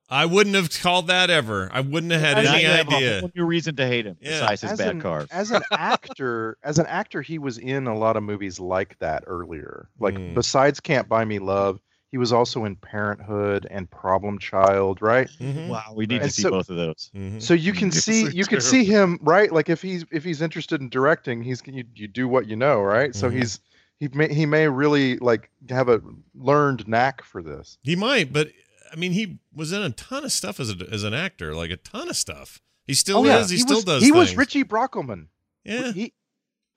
Speaker 1: I wouldn't have called that ever. I wouldn't have had
Speaker 5: Now
Speaker 1: any
Speaker 5: you have
Speaker 1: idea.
Speaker 5: A whole new reason to hate him
Speaker 1: Yeah.
Speaker 5: besides his
Speaker 6: As
Speaker 5: bad
Speaker 6: an-
Speaker 5: car.
Speaker 6: As an actor, as an actor, he was in a lot of movies like that earlier. Like
Speaker 5: Mm.
Speaker 1: Hmm.
Speaker 6: besides Can't Buy Me Love, he was also in Parenthood and Problem Child, Mm-hmm. right?
Speaker 1: Mhm.
Speaker 5: Wow, we need to
Speaker 6: And
Speaker 5: see
Speaker 6: so-
Speaker 5: both of those.
Speaker 1: Mhm.
Speaker 6: So you can
Speaker 7: It's
Speaker 6: see
Speaker 7: so
Speaker 6: you can see him, right? Like if he's if he's interested in directing, he's you, you do what you know, right? So
Speaker 1: Mhm.
Speaker 6: he's he may he may really like have a learned knack for this.
Speaker 1: He might, but I mean, he was in a ton of stuff as a, as an actor, like a ton of stuff. He
Speaker 7: Oh,
Speaker 1: still is. He,
Speaker 6: he
Speaker 1: still
Speaker 6: was,
Speaker 1: does.
Speaker 6: He was
Speaker 1: things.
Speaker 6: Richie Brockelman.
Speaker 1: Yeah,
Speaker 6: He,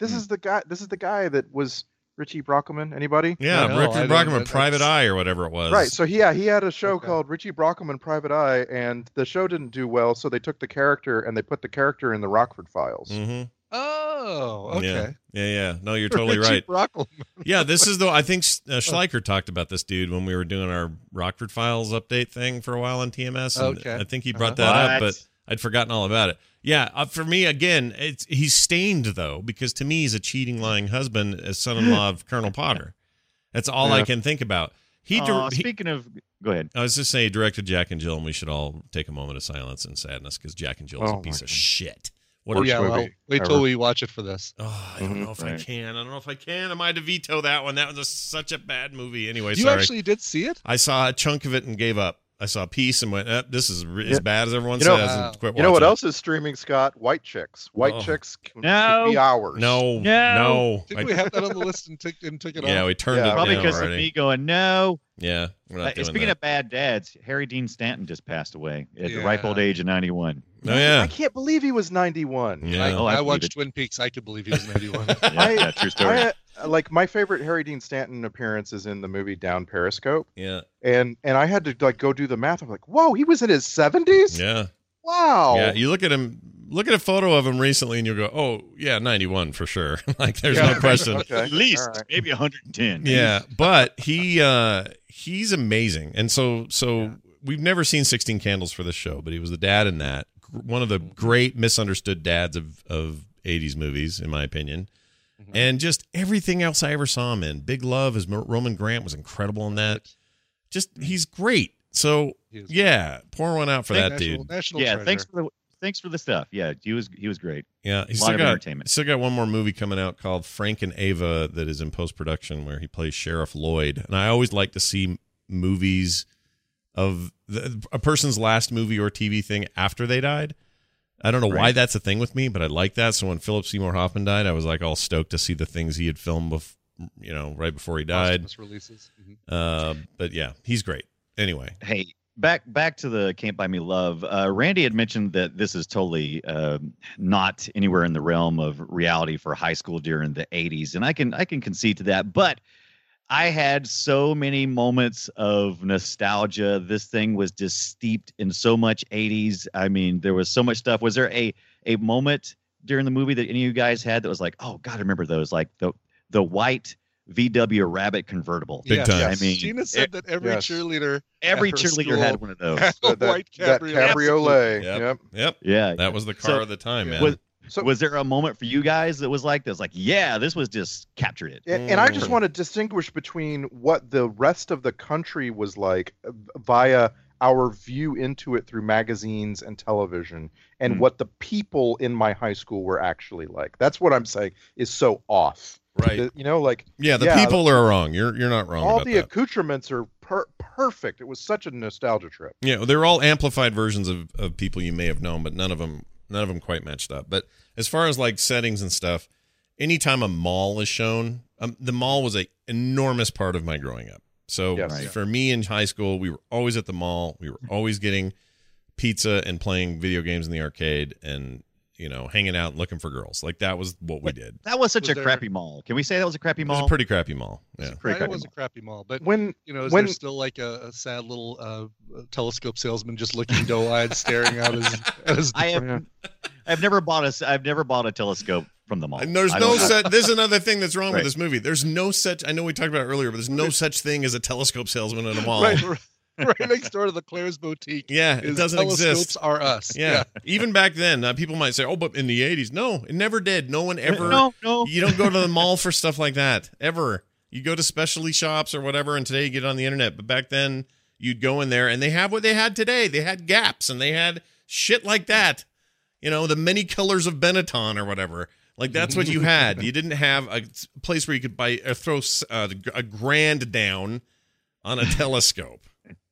Speaker 6: this
Speaker 5: Hmm.
Speaker 6: is the guy. This is the guy that was Richie Brockelman. Anybody?
Speaker 1: yeah.
Speaker 7: I know, I
Speaker 1: Richard
Speaker 7: don't-
Speaker 1: Brockerman,
Speaker 7: that-
Speaker 1: Private
Speaker 7: that's-
Speaker 1: Eye, or whatever it was.
Speaker 6: Right. So he, yeah, he had a show
Speaker 7: Okay.
Speaker 6: called Richie Brockelman Private Eye, and the show didn't do well, so they took the character and they put the character in the Rockford Files.
Speaker 1: hmm
Speaker 7: oh okay.
Speaker 1: Yeah. Yeah, yeah. No, you're totally
Speaker 7: Richie
Speaker 1: right.
Speaker 7: Brockle.
Speaker 1: Yeah, this is though. I think uh, Schleicher talked about this dude when we were doing our Rockford Files update thing for a while on TMS. And
Speaker 7: Okay.
Speaker 1: I think he brought
Speaker 7: Uh-huh.
Speaker 1: that up,
Speaker 5: What?
Speaker 1: but I'd forgotten all about it. Yeah, uh, for me again, it's he's stained though because to me he's a cheating, lying husband, as son-in-law of Colonel Potter. That's all I
Speaker 6: Yeah.
Speaker 1: can think about. He, dir-
Speaker 5: Aw,
Speaker 1: he
Speaker 5: speaking of, go ahead.
Speaker 1: I was just saying, he directed Jack and Jill, and we should all take a moment of silence and sadness because Jack and Jill is
Speaker 6: Oh,
Speaker 1: a
Speaker 6: my
Speaker 1: piece of
Speaker 6: God.
Speaker 1: shit. What
Speaker 7: Oh,
Speaker 1: a,
Speaker 6: Worst
Speaker 7: yeah, well,
Speaker 6: movie
Speaker 7: wait
Speaker 6: ever.
Speaker 7: till we watch it for this.
Speaker 1: oh, I don't
Speaker 6: Mhm.
Speaker 1: know if I
Speaker 5: Right.
Speaker 1: can. I don't know if I can. Am I to veto that one? That was a, such a bad movie. Anyway,
Speaker 7: you
Speaker 1: sorry.
Speaker 7: actually did see it?
Speaker 1: I saw a chunk of it and gave up. I saw Peace and went, eh, "This is r- as
Speaker 6: Yeah.
Speaker 1: bad as everyone
Speaker 6: You know- uh,
Speaker 1: says."
Speaker 7: Wow.
Speaker 1: And quit
Speaker 6: You know what
Speaker 1: watching.
Speaker 6: else is streaming, Scott? White chicks. White
Speaker 1: Oh.
Speaker 6: chicks can
Speaker 5: No.
Speaker 6: could be hours.
Speaker 1: No, no.
Speaker 5: No.
Speaker 7: Didn't we have that on the list and, took and took it
Speaker 1: Oh, yeah,
Speaker 7: off?
Speaker 1: we turned
Speaker 6: Yeah.
Speaker 1: it
Speaker 5: Probably
Speaker 1: down
Speaker 5: because of
Speaker 1: already.
Speaker 5: me going, no.
Speaker 1: Yeah, we're not
Speaker 5: Uh,
Speaker 1: doing
Speaker 5: speaking
Speaker 1: that.
Speaker 5: of bad dads, Harry Dean Stanton just passed away at the ripe
Speaker 7: Yeah.
Speaker 5: old age of 91.
Speaker 1: oh
Speaker 6: I
Speaker 1: yeah,
Speaker 6: can't believe he was 91.
Speaker 1: yeah.
Speaker 7: I,
Speaker 5: Oh, I
Speaker 7: I
Speaker 5: believe
Speaker 7: watched
Speaker 5: it.
Speaker 7: Twin Peaks. I could believe he was an 81.
Speaker 5: Yeah,
Speaker 6: I-
Speaker 5: yeah, true story.
Speaker 6: I, uh, like my favorite Harry Dean Stanton appearance is in the movie Down Periscope,
Speaker 1: yeah,
Speaker 6: and and I had to like go do the math. I'm like, whoa, he was in his 70s.
Speaker 1: yeah,
Speaker 6: Wow.
Speaker 1: yeah. You look at him, look at a photo of him recently, and you'll go, "Oh yeah, 91 for sure." like there's
Speaker 6: Yeah.
Speaker 1: no question.
Speaker 6: Okay.
Speaker 5: At least
Speaker 6: All right.
Speaker 5: maybe 110.
Speaker 1: Yeah, but he uh he's amazing. And so so we've never seen 16 Candles for this show, but he was the dad in that. Gr- One of the great misunderstood dads of of 80s movies in my opinion. And just everything else I ever saw him in. Big Love as Mer- Roman Grant was incredible in that. Just he's great. So
Speaker 7: He is-
Speaker 1: yeah, pour one out for that
Speaker 7: national,
Speaker 1: dude.
Speaker 7: National
Speaker 5: Yeah,
Speaker 7: treasure.
Speaker 5: thanks for the thanks for the stuff. Yeah, he was he was great.
Speaker 1: Yeah, he's
Speaker 5: lot
Speaker 1: still
Speaker 5: of
Speaker 1: got
Speaker 5: entertainment.
Speaker 1: still got one more movie coming out called Frank and Ava that is in post production where he plays Sheriff Lloyd. And I always like to see m- movies of the, a person's last movie or TV thing after they died. I don't know why
Speaker 5: Right.
Speaker 1: that's a thing with me, but I like that. So when Philip Seymour Hoffman died, I was like all stoked to see the things he had filmed, bef- you know, right before he died.
Speaker 7: Posthumous releases. Mhm.
Speaker 1: Uh, but yeah, he's great. Anyway,
Speaker 5: Hey, back back to the Can't Buy Me Love. Uh, Randy had mentioned that this is totally um not anywhere in the realm of reality for high school during the 80s, and I can I can concede to that. But I had so many moments of nostalgia. This thing was just steeped in so much 80s. I mean, there was so much stuff. Was there a a moment during the movie that any of you guys had that was like, oh God, I remember those? Like the the white VW Rabbit convertible.
Speaker 1: Big
Speaker 7: Yeah.
Speaker 1: time.
Speaker 6: Yes.
Speaker 5: I mean, eh,
Speaker 7: Gina said that every
Speaker 6: yes.
Speaker 7: cheerleader
Speaker 5: Every
Speaker 7: Her
Speaker 5: cheerleader
Speaker 7: school.
Speaker 5: had one of those.
Speaker 7: had a
Speaker 6: That, that,
Speaker 7: white
Speaker 6: that
Speaker 7: cabriolet.
Speaker 6: cabriolet.
Speaker 1: Yep.
Speaker 6: Yep.
Speaker 1: yep,
Speaker 5: Yeah.
Speaker 1: that was the car
Speaker 5: So-
Speaker 1: of the time, man.
Speaker 5: Was,
Speaker 6: So-
Speaker 5: was there a moment for you guys that was like this? Like, yeah, this was just captured it.
Speaker 6: And, and I
Speaker 1: Mm.
Speaker 6: just want to distinguish between what the rest of the country was like uh, via our view into it through magazines and television and
Speaker 5: Mm.
Speaker 1: Hmm.
Speaker 6: what the people in my high school were actually like. That's what I'm saying is so off.
Speaker 1: right?
Speaker 6: The- You know, like
Speaker 1: Yeah, the
Speaker 6: yeah,
Speaker 1: people are wrong. You're you're not wrong.
Speaker 6: all
Speaker 1: about
Speaker 6: the
Speaker 1: that.
Speaker 6: accoutrements are per- perfect. It was such a nostalgia trip.
Speaker 1: Yeah, they're all amplified versions of, of people you may have known, but none of them none of them quite matched up. But as far as like settings and stuff, anytime a mall is shown, um, the mall was a enormous part of my growing up. So
Speaker 6: Yes.
Speaker 5: Right.
Speaker 1: for me in high school, we were always at the mall. We were always getting pizza and playing video games in the arcade, and you know, hanging out and looking for girls. Like that was what we did.
Speaker 5: That was such
Speaker 7: Was
Speaker 5: a
Speaker 7: there-
Speaker 5: crappy mall. Can we say that was a crappy
Speaker 1: It was
Speaker 5: mall?
Speaker 1: a pretty crappy mall. Yeah.
Speaker 5: pretty
Speaker 7: It
Speaker 5: crappy
Speaker 7: was a
Speaker 5: mall.
Speaker 7: crappy mall, but
Speaker 6: When
Speaker 7: you know, is
Speaker 6: when
Speaker 7: there still like a, a sad little uh, uh, telescope salesman just looking doe-eyed, staring out his, at his?
Speaker 5: I have, I've never bought a, s- I've never bought a telescope from the mall.
Speaker 1: And there's
Speaker 5: I
Speaker 1: no
Speaker 5: don't-
Speaker 1: such. This is another thing that's wrong with
Speaker 5: Right.
Speaker 1: this movie. There's no such. I know we talked about it earlier, but there's no such thing as a telescope salesman in a mall.
Speaker 7: right, right next door to the Claire's boutique.
Speaker 1: Oh. Yeah, it
Speaker 7: is
Speaker 1: doesn't
Speaker 7: telescopes
Speaker 1: exist.
Speaker 7: Are us?
Speaker 1: Yeah. even back then, uh, people might say, "Oh, but in the '80s, no, it never did. No one ever.
Speaker 5: No, no.
Speaker 1: You don't go to the mall for stuff like that ever. You go to specialty shops or whatever, and today you get it on the internet. But back then, you'd go in there, and they have what they had today. They had Gaps, and they had shit like that. You know, the many colors of Benetton or whatever. Like that's what you had. You didn't have a s- place where you could buy or throw s- uh, a grand down on a telescope.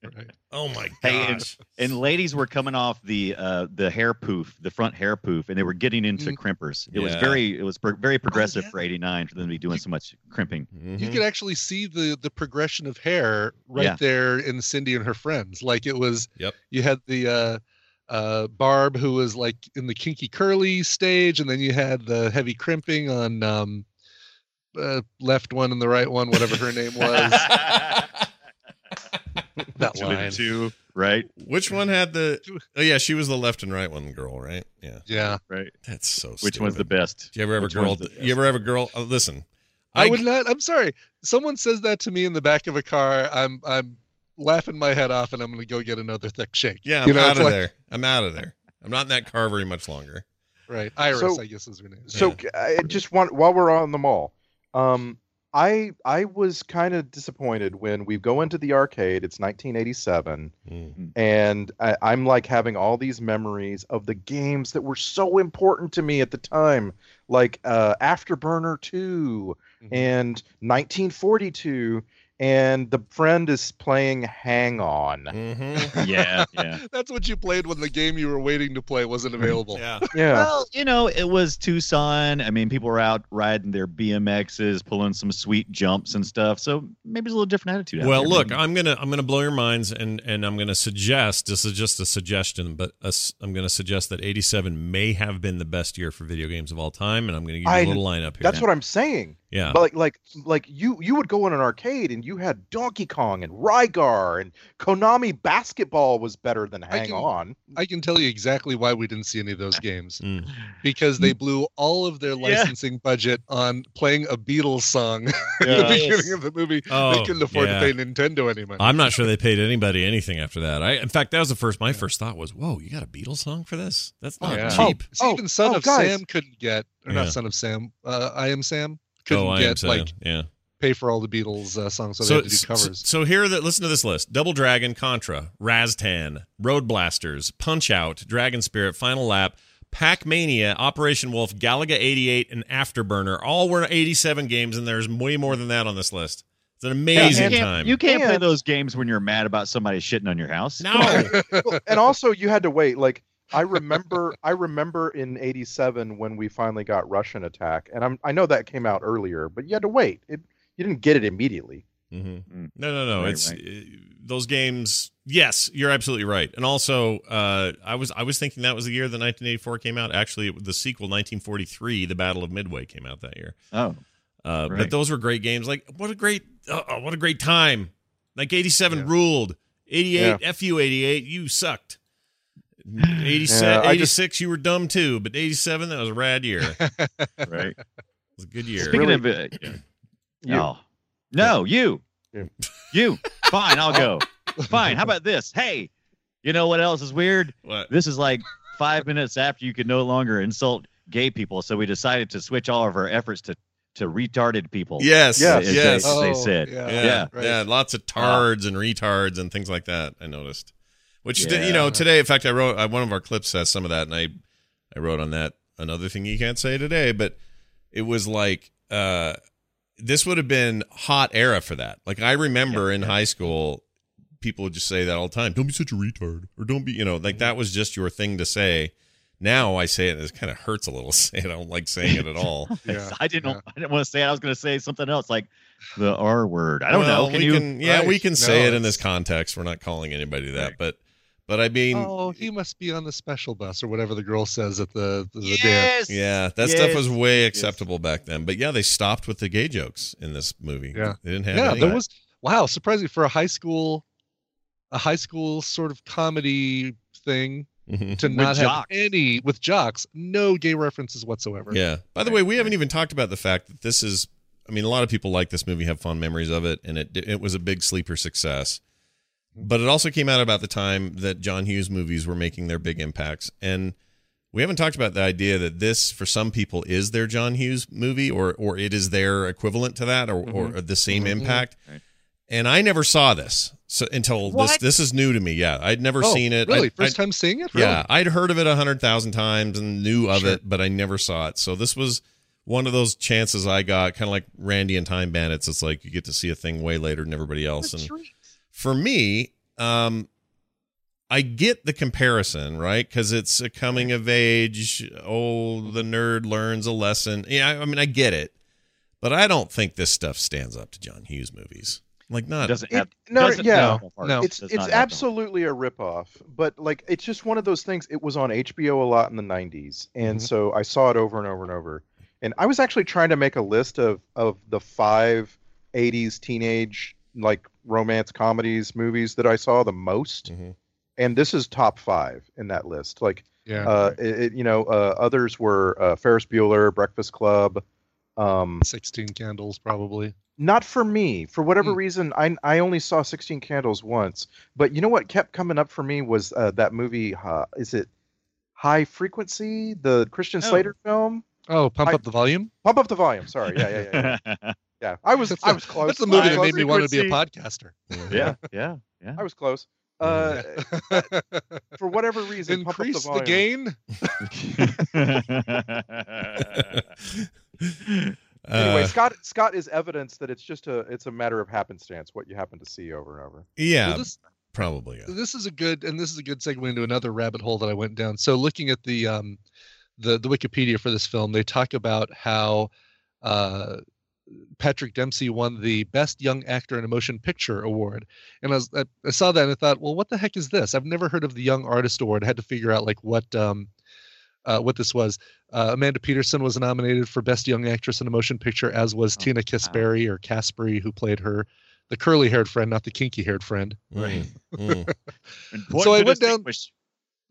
Speaker 7: Right.
Speaker 1: Oh my gosh.
Speaker 5: Hey, And ladies were coming off the uh, the hair poof, the front hair poof, and they were getting into
Speaker 7: Mm.
Speaker 5: crimpers. It was
Speaker 1: Yeah.
Speaker 5: very, it was pro- very progressive
Speaker 7: yeah.
Speaker 5: for '89 for them to be doing so much crimping.
Speaker 1: Mm-hmm.
Speaker 7: You could actually see the the progression of hair right
Speaker 5: Yeah.
Speaker 7: there in Cindy and her friends. Like it was.
Speaker 1: Yep.
Speaker 7: You had the uh, uh, Barb who was like in the kinky curly stage, and then you had the heavy crimping on um, uh, left one and the right one, whatever her name was. that line.
Speaker 5: Two, right?
Speaker 1: Which one had the? Oh yeah, she was the left and right one girl, right? Yeah,
Speaker 7: Yeah.
Speaker 5: Right.
Speaker 1: that's so.
Speaker 5: Which one's the
Speaker 1: stupid.
Speaker 5: best?
Speaker 1: Do you ever have a
Speaker 5: Which one's
Speaker 1: girl?
Speaker 5: the
Speaker 1: You ever have a girl? Oh, listen,
Speaker 7: I, would not. I'm sorry. Someone says that to me in the back of a car. I'm I'm laughing my head off, and I'm going to go get another thick shake.
Speaker 1: Yeah, I'm
Speaker 7: You know,
Speaker 1: out
Speaker 7: it's
Speaker 1: of
Speaker 7: like-
Speaker 1: there. I'm out of there. I'm not in that car very much longer.
Speaker 7: Right, Iris,
Speaker 6: So-
Speaker 7: I guess is her name.
Speaker 6: So I just want while we're on the mall, um, I I was kind of disappointed when we go into the arcade. It's 1987,
Speaker 5: Mm.
Speaker 6: and I, I'm like having all these memories of the games that were so important to me at the time, like uh, Afterburner 2
Speaker 7: Mhm.
Speaker 6: and 1942. and the friend is playing Hang On.
Speaker 1: Mm-hmm.
Speaker 5: Yeah, yeah.
Speaker 7: That's what you played when the game you were waiting to play wasn't available.
Speaker 1: Yeah.
Speaker 6: Yeah.
Speaker 5: Well, you know, it was Tucson. I mean, people were out riding their BMXs, pulling some sweet jumps and stuff. So maybe it's a little different attitude. out
Speaker 1: Well,
Speaker 5: there.
Speaker 1: look,
Speaker 5: Maybe-
Speaker 1: I'm gonna I'm gonna blow your minds, and and I'm gonna suggest this is just a suggestion, but i s I'm gonna suggest that '87 may have been the best year for video games of all time, and I'm gonna give you
Speaker 6: I-
Speaker 1: a little lineup here.
Speaker 6: That's what I'm saying.
Speaker 1: yeah.
Speaker 6: But like, like, like you, you would go in an arcade and you had Donkey Kong and Rygar and Konami basketball was better than Hang
Speaker 7: can-
Speaker 6: On.
Speaker 7: I can tell you exactly why we didn't see any of those games
Speaker 1: Mm.
Speaker 7: because they blew all of their
Speaker 5: Yeah.
Speaker 7: licensing budget on playing a Beatles song at the
Speaker 5: Yeah.
Speaker 7: beginning of the movie.
Speaker 1: Oh,
Speaker 7: they couldn't afford
Speaker 1: yeah.
Speaker 7: to pay Nintendo any money.
Speaker 1: I'm not sure they paid anybody anything after that. I, in fact, that was the first. My first thought was, "Whoa, you got a Beatles song for this? That's not
Speaker 7: Yeah.
Speaker 1: cheap."
Speaker 7: See,
Speaker 6: Oh,
Speaker 7: even Son
Speaker 6: oh,
Speaker 7: of
Speaker 6: guys.
Speaker 7: Sam couldn't get, or
Speaker 1: Yeah. Oh,
Speaker 7: not Son of Sam, uh, I Oh, Am Sam couldn't
Speaker 1: I am
Speaker 7: get
Speaker 1: saying,
Speaker 7: like
Speaker 1: yeah.
Speaker 7: pay for all the Beatles uh, songs, so, they had to do covers.
Speaker 1: So, here, that listen to this list: Double Dragon, Contra, Raztan, Road Blasters, Punch Out, Dragon Spirit, Final Lap, Pac Mania, Operation Wolf, Galaga '88, and Afterburner. All were '87 games, and there's way more than that on this list. It's an amazing
Speaker 5: you can't,
Speaker 1: time.
Speaker 5: You can't play
Speaker 6: And-
Speaker 5: those games when you're mad about somebody shitting on your house.
Speaker 1: no,
Speaker 6: Well, and also you had to wait. Like I remember, I remember in '87 when we finally got Russian Attack, and I'm, I know that came out earlier, but you had to wait. It, you didn't get it immediately.
Speaker 1: Mm-hmm.
Speaker 5: Mm.
Speaker 1: No, no, no.
Speaker 5: Right,
Speaker 1: it's
Speaker 5: right.
Speaker 1: uh, those games. Yes, you're absolutely right. And also, uh, I was I was thinking that was the year that 1984 came out. Actually, it- the sequel 1943, The Battle of Midway, came out that year.
Speaker 5: Oh,
Speaker 1: Uh, But
Speaker 5: Right.
Speaker 1: those were great games. Like what a great uh, what a great time. Like 87
Speaker 7: Yeah. Oh,
Speaker 1: uh, uh, Mm-hmm.
Speaker 7: Oh.
Speaker 1: um,
Speaker 7: Oh, Oh,
Speaker 6: uh, um, uh, Uh, Anyway,
Speaker 1: Uh,
Speaker 6: Scott Scott is evidence that it's just a it's a matter of happenstance what you happen to see over and over.
Speaker 1: yeah,
Speaker 7: Well, this,
Speaker 1: probably. yeah.
Speaker 7: this is a good and this is a good segue into another rabbit hole that I went down. So looking at the um the the Wikipedia for this film, they talk about how uh Patrick Dempsey won the Best Young Actor in a Motion Picture award, and I, was, I, I saw that and I thought, well, what the heck is this? I've never heard of the Young Artist Award. I had to figure out like what um, uh, what this was. Uh, Amanda Peterson was nominated for Best Young Actress in a Motion Picture, as was
Speaker 5: Oh,
Speaker 7: Tina Kasperi or Caspery, who played her, the curly-haired friend, not the kinky-haired friend.
Speaker 1: Right. Mm.
Speaker 5: Important
Speaker 7: So I
Speaker 5: to
Speaker 7: went down-
Speaker 5: distinguish.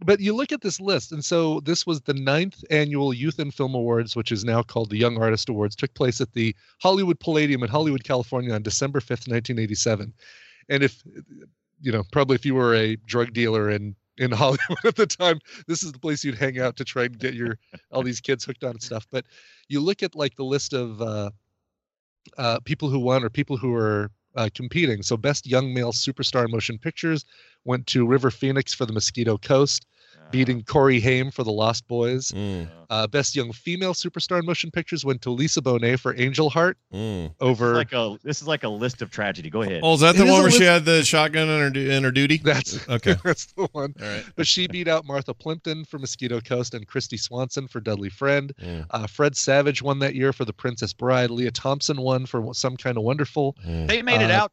Speaker 7: but you look at this list and so this was the ninth annual youth and film awards which is now called the young artist awards took place at the hollywood palladium in hollywood california on december 5th 1987 and if you know probably if you were a drug dealer in in hollywood at the time this is the place you'd hang out to try and get your all these kids hooked on stuff but you look at like the list of uh uh people who won or people who were uh, competing so best young male superstar in motion pictures went to river phoenix for the mosquito coast beating Corey Haim for The Lost Boys.
Speaker 1: Mm.
Speaker 7: Uh, best young female superstar in motion pictures went to Lisa Bonet for Angel Heart
Speaker 1: Mm.
Speaker 7: over.
Speaker 5: This is like a this is like a list of tragedy. Go ahead.
Speaker 1: Oh, is that
Speaker 7: It
Speaker 1: the
Speaker 7: is
Speaker 1: one
Speaker 7: a
Speaker 1: where she
Speaker 7: list-
Speaker 1: had the shotgun in her, du- in her duty?
Speaker 7: that's
Speaker 1: Okay.
Speaker 7: that's the one.
Speaker 1: All right.
Speaker 7: But she beat out Martha Plimpton for Mosquito Coast and Christy Swanson for Dudley Friend.
Speaker 1: Mm.
Speaker 7: Uh, Fred Savage won that year for The Princess Bride. Leah Thompson won for Some Kind of Wonderful.
Speaker 1: Mm.
Speaker 5: They made it
Speaker 7: Uh,
Speaker 5: out.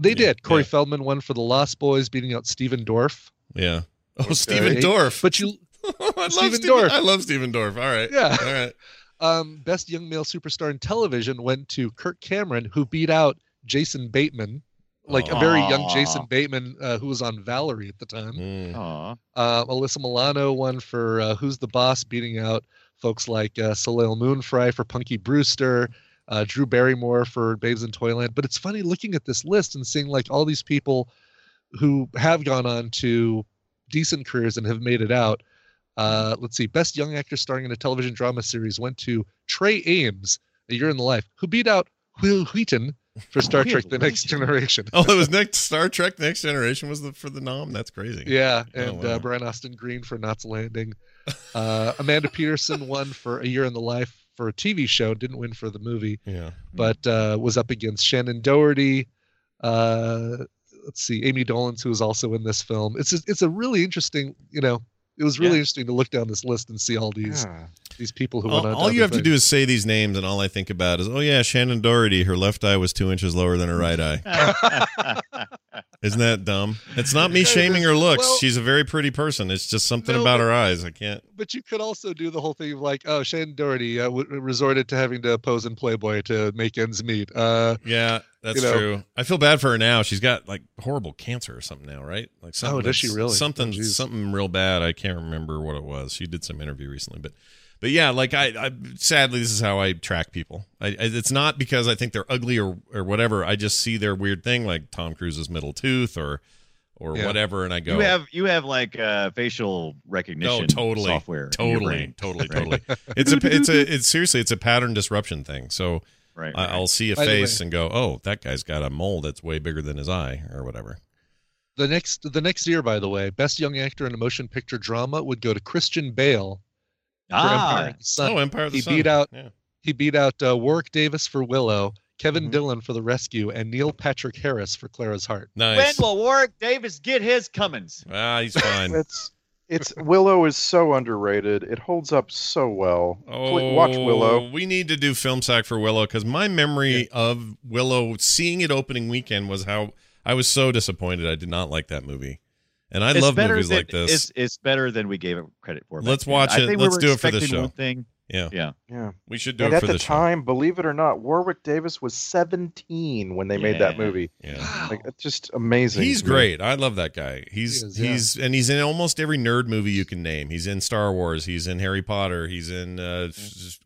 Speaker 7: They
Speaker 1: Yeah,
Speaker 7: did. Corey
Speaker 1: yeah.
Speaker 7: Feldman won for The Lost Boys, beating out Stephen Dorff.
Speaker 1: Yeah. Oh,
Speaker 7: Okay.
Speaker 1: Steven Dorff.
Speaker 7: But you,
Speaker 1: I love
Speaker 7: Stephen
Speaker 1: Steven
Speaker 7: Dorff.
Speaker 1: I love Steven Dorff. All right.
Speaker 7: yeah.
Speaker 1: All right.
Speaker 7: um, best young male superstar in television went to Kirk Cameron, who beat out Jason Bateman, like a very young
Speaker 5: Aw.
Speaker 7: Jason Bateman uh, who was on Valerie at the time.
Speaker 1: Mm.
Speaker 5: Aw.
Speaker 7: Uh, Alyssa Milano won for uh, Who's the Boss, beating out folks like uh, Soleil Moon Frye for Punky Brewster, uh, Drew Barrymore for Babes in Toyland. But it's funny looking at this list and seeing like all these people who have gone on to decent careers and have made it out. Uh, let's see, Best Young Actor starring in a television drama series went to Trey Ames, A Year in the Life, who beat out Will Wheaton for Star
Speaker 5: Will
Speaker 7: Trek The Next
Speaker 5: Wheaton.
Speaker 7: Generation.
Speaker 1: Oh, it was next Star Trek Next Generation was the for the nom. That's crazy.
Speaker 7: Yeah,
Speaker 1: Oh,
Speaker 7: and
Speaker 1: wow.
Speaker 7: uh, Brian Austin Green for Knots Landing. Uh, Amanda Peterson won for A Year in the Life for a TV show, didn't win for the movie,
Speaker 1: Yeah.
Speaker 7: but uh, was up against Shannon Doherty. Uh, let's see, Amy Dolans, who was also in this film. It's a, it's a really interesting, you know, it was really
Speaker 5: Yeah.
Speaker 7: interesting to look down this list and see all these
Speaker 6: Yeah.
Speaker 7: these people who
Speaker 1: All,
Speaker 7: went on.
Speaker 1: all you have to do is say these names, and all I think about is, oh yeah, Shannon Doherty. Her left eye was two inches lower than her right eye. Isn't that dumb? It's not me
Speaker 7: That
Speaker 1: shaming
Speaker 7: is-
Speaker 1: her looks.
Speaker 7: well-
Speaker 1: She's a very pretty person. It's just something
Speaker 7: No,
Speaker 1: about
Speaker 7: but-
Speaker 1: her eyes. I can't.
Speaker 7: But you could also do the whole thing of like, oh, Shannon Doherty uh, w- resorted to having to pose in Playboy to make ends meet. Uh,
Speaker 1: Yeah, that's
Speaker 7: You know.
Speaker 1: true. I feel bad for her now. She's got like horrible cancer or something now, right? Like something
Speaker 7: Oh, does she
Speaker 1: that's-
Speaker 7: really?
Speaker 1: Something
Speaker 7: Oh, geez.
Speaker 1: something real bad. I can't remember what it was. She did some interview recently, but but yeah, like I, I sadly this is how I track people. I, I it's not because I think they're ugly or or whatever. I just see their weird thing like Tom Cruise's middle tooth or or
Speaker 7: Yeah.
Speaker 1: whatever and I go
Speaker 5: You have you have like uh, facial recognition
Speaker 1: no, totally,
Speaker 5: software. in your
Speaker 1: totally,
Speaker 5: brain.
Speaker 1: totally,
Speaker 5: right?
Speaker 1: totally. It's a, it's a, it's seriously, it's a pattern disruption thing. So
Speaker 5: Right.
Speaker 1: I, I'll see a
Speaker 7: By the
Speaker 1: face
Speaker 7: way-
Speaker 1: and go, oh, that guy's got a mole that's way bigger than his eye or whatever.
Speaker 7: The next the next year, by the way, best young actor in a motion picture drama would go to Christian Bale for Empire
Speaker 5: ah,
Speaker 7: of the Sun.
Speaker 1: oh, Empire of the
Speaker 7: he
Speaker 1: Sun.
Speaker 7: beat out-
Speaker 1: Yeah.
Speaker 7: He beat out uh, Warwick Davis for Willow, Kevin
Speaker 5: Mhm.
Speaker 7: Dillon for The Rescue, and Neil Patrick Harris for Clara's Heart.
Speaker 5: when
Speaker 1: Nice.
Speaker 5: will Warwick Davis get his Cummins?
Speaker 1: Ah, he's fine.
Speaker 6: It's it's Willow is so underrated. It holds up so well. Qu- watch Willow.
Speaker 1: Oh, We need to do film sack for Willow because my memory of Willow, seeing it opening weekend, was how I was so disappointed. I did not like that movie, and I
Speaker 5: It's
Speaker 1: love
Speaker 5: better
Speaker 1: movies
Speaker 5: than-
Speaker 1: like this.
Speaker 5: It's, it's better than we gave it credit for. back
Speaker 1: Let's
Speaker 5: then.
Speaker 1: watch
Speaker 5: I
Speaker 1: it.
Speaker 5: think we
Speaker 1: Let's
Speaker 5: were
Speaker 1: do it for the
Speaker 5: expecting
Speaker 1: show.
Speaker 5: One thing.
Speaker 1: yeah,
Speaker 5: Yeah.
Speaker 6: Yeah.
Speaker 1: we should do
Speaker 6: And
Speaker 1: it
Speaker 6: at
Speaker 1: for
Speaker 6: the
Speaker 1: the show.
Speaker 6: time, believe it or not, Warwick Davis was 17 when they made that
Speaker 5: Yeah.
Speaker 6: movie.
Speaker 1: Yeah.
Speaker 6: Like it's just amazing.
Speaker 1: He's great. I love that guy. He's
Speaker 7: He is,
Speaker 1: he's and he's in almost every nerd movie you can name. He's in Star Wars. He's in Harry Potter. He's in uh,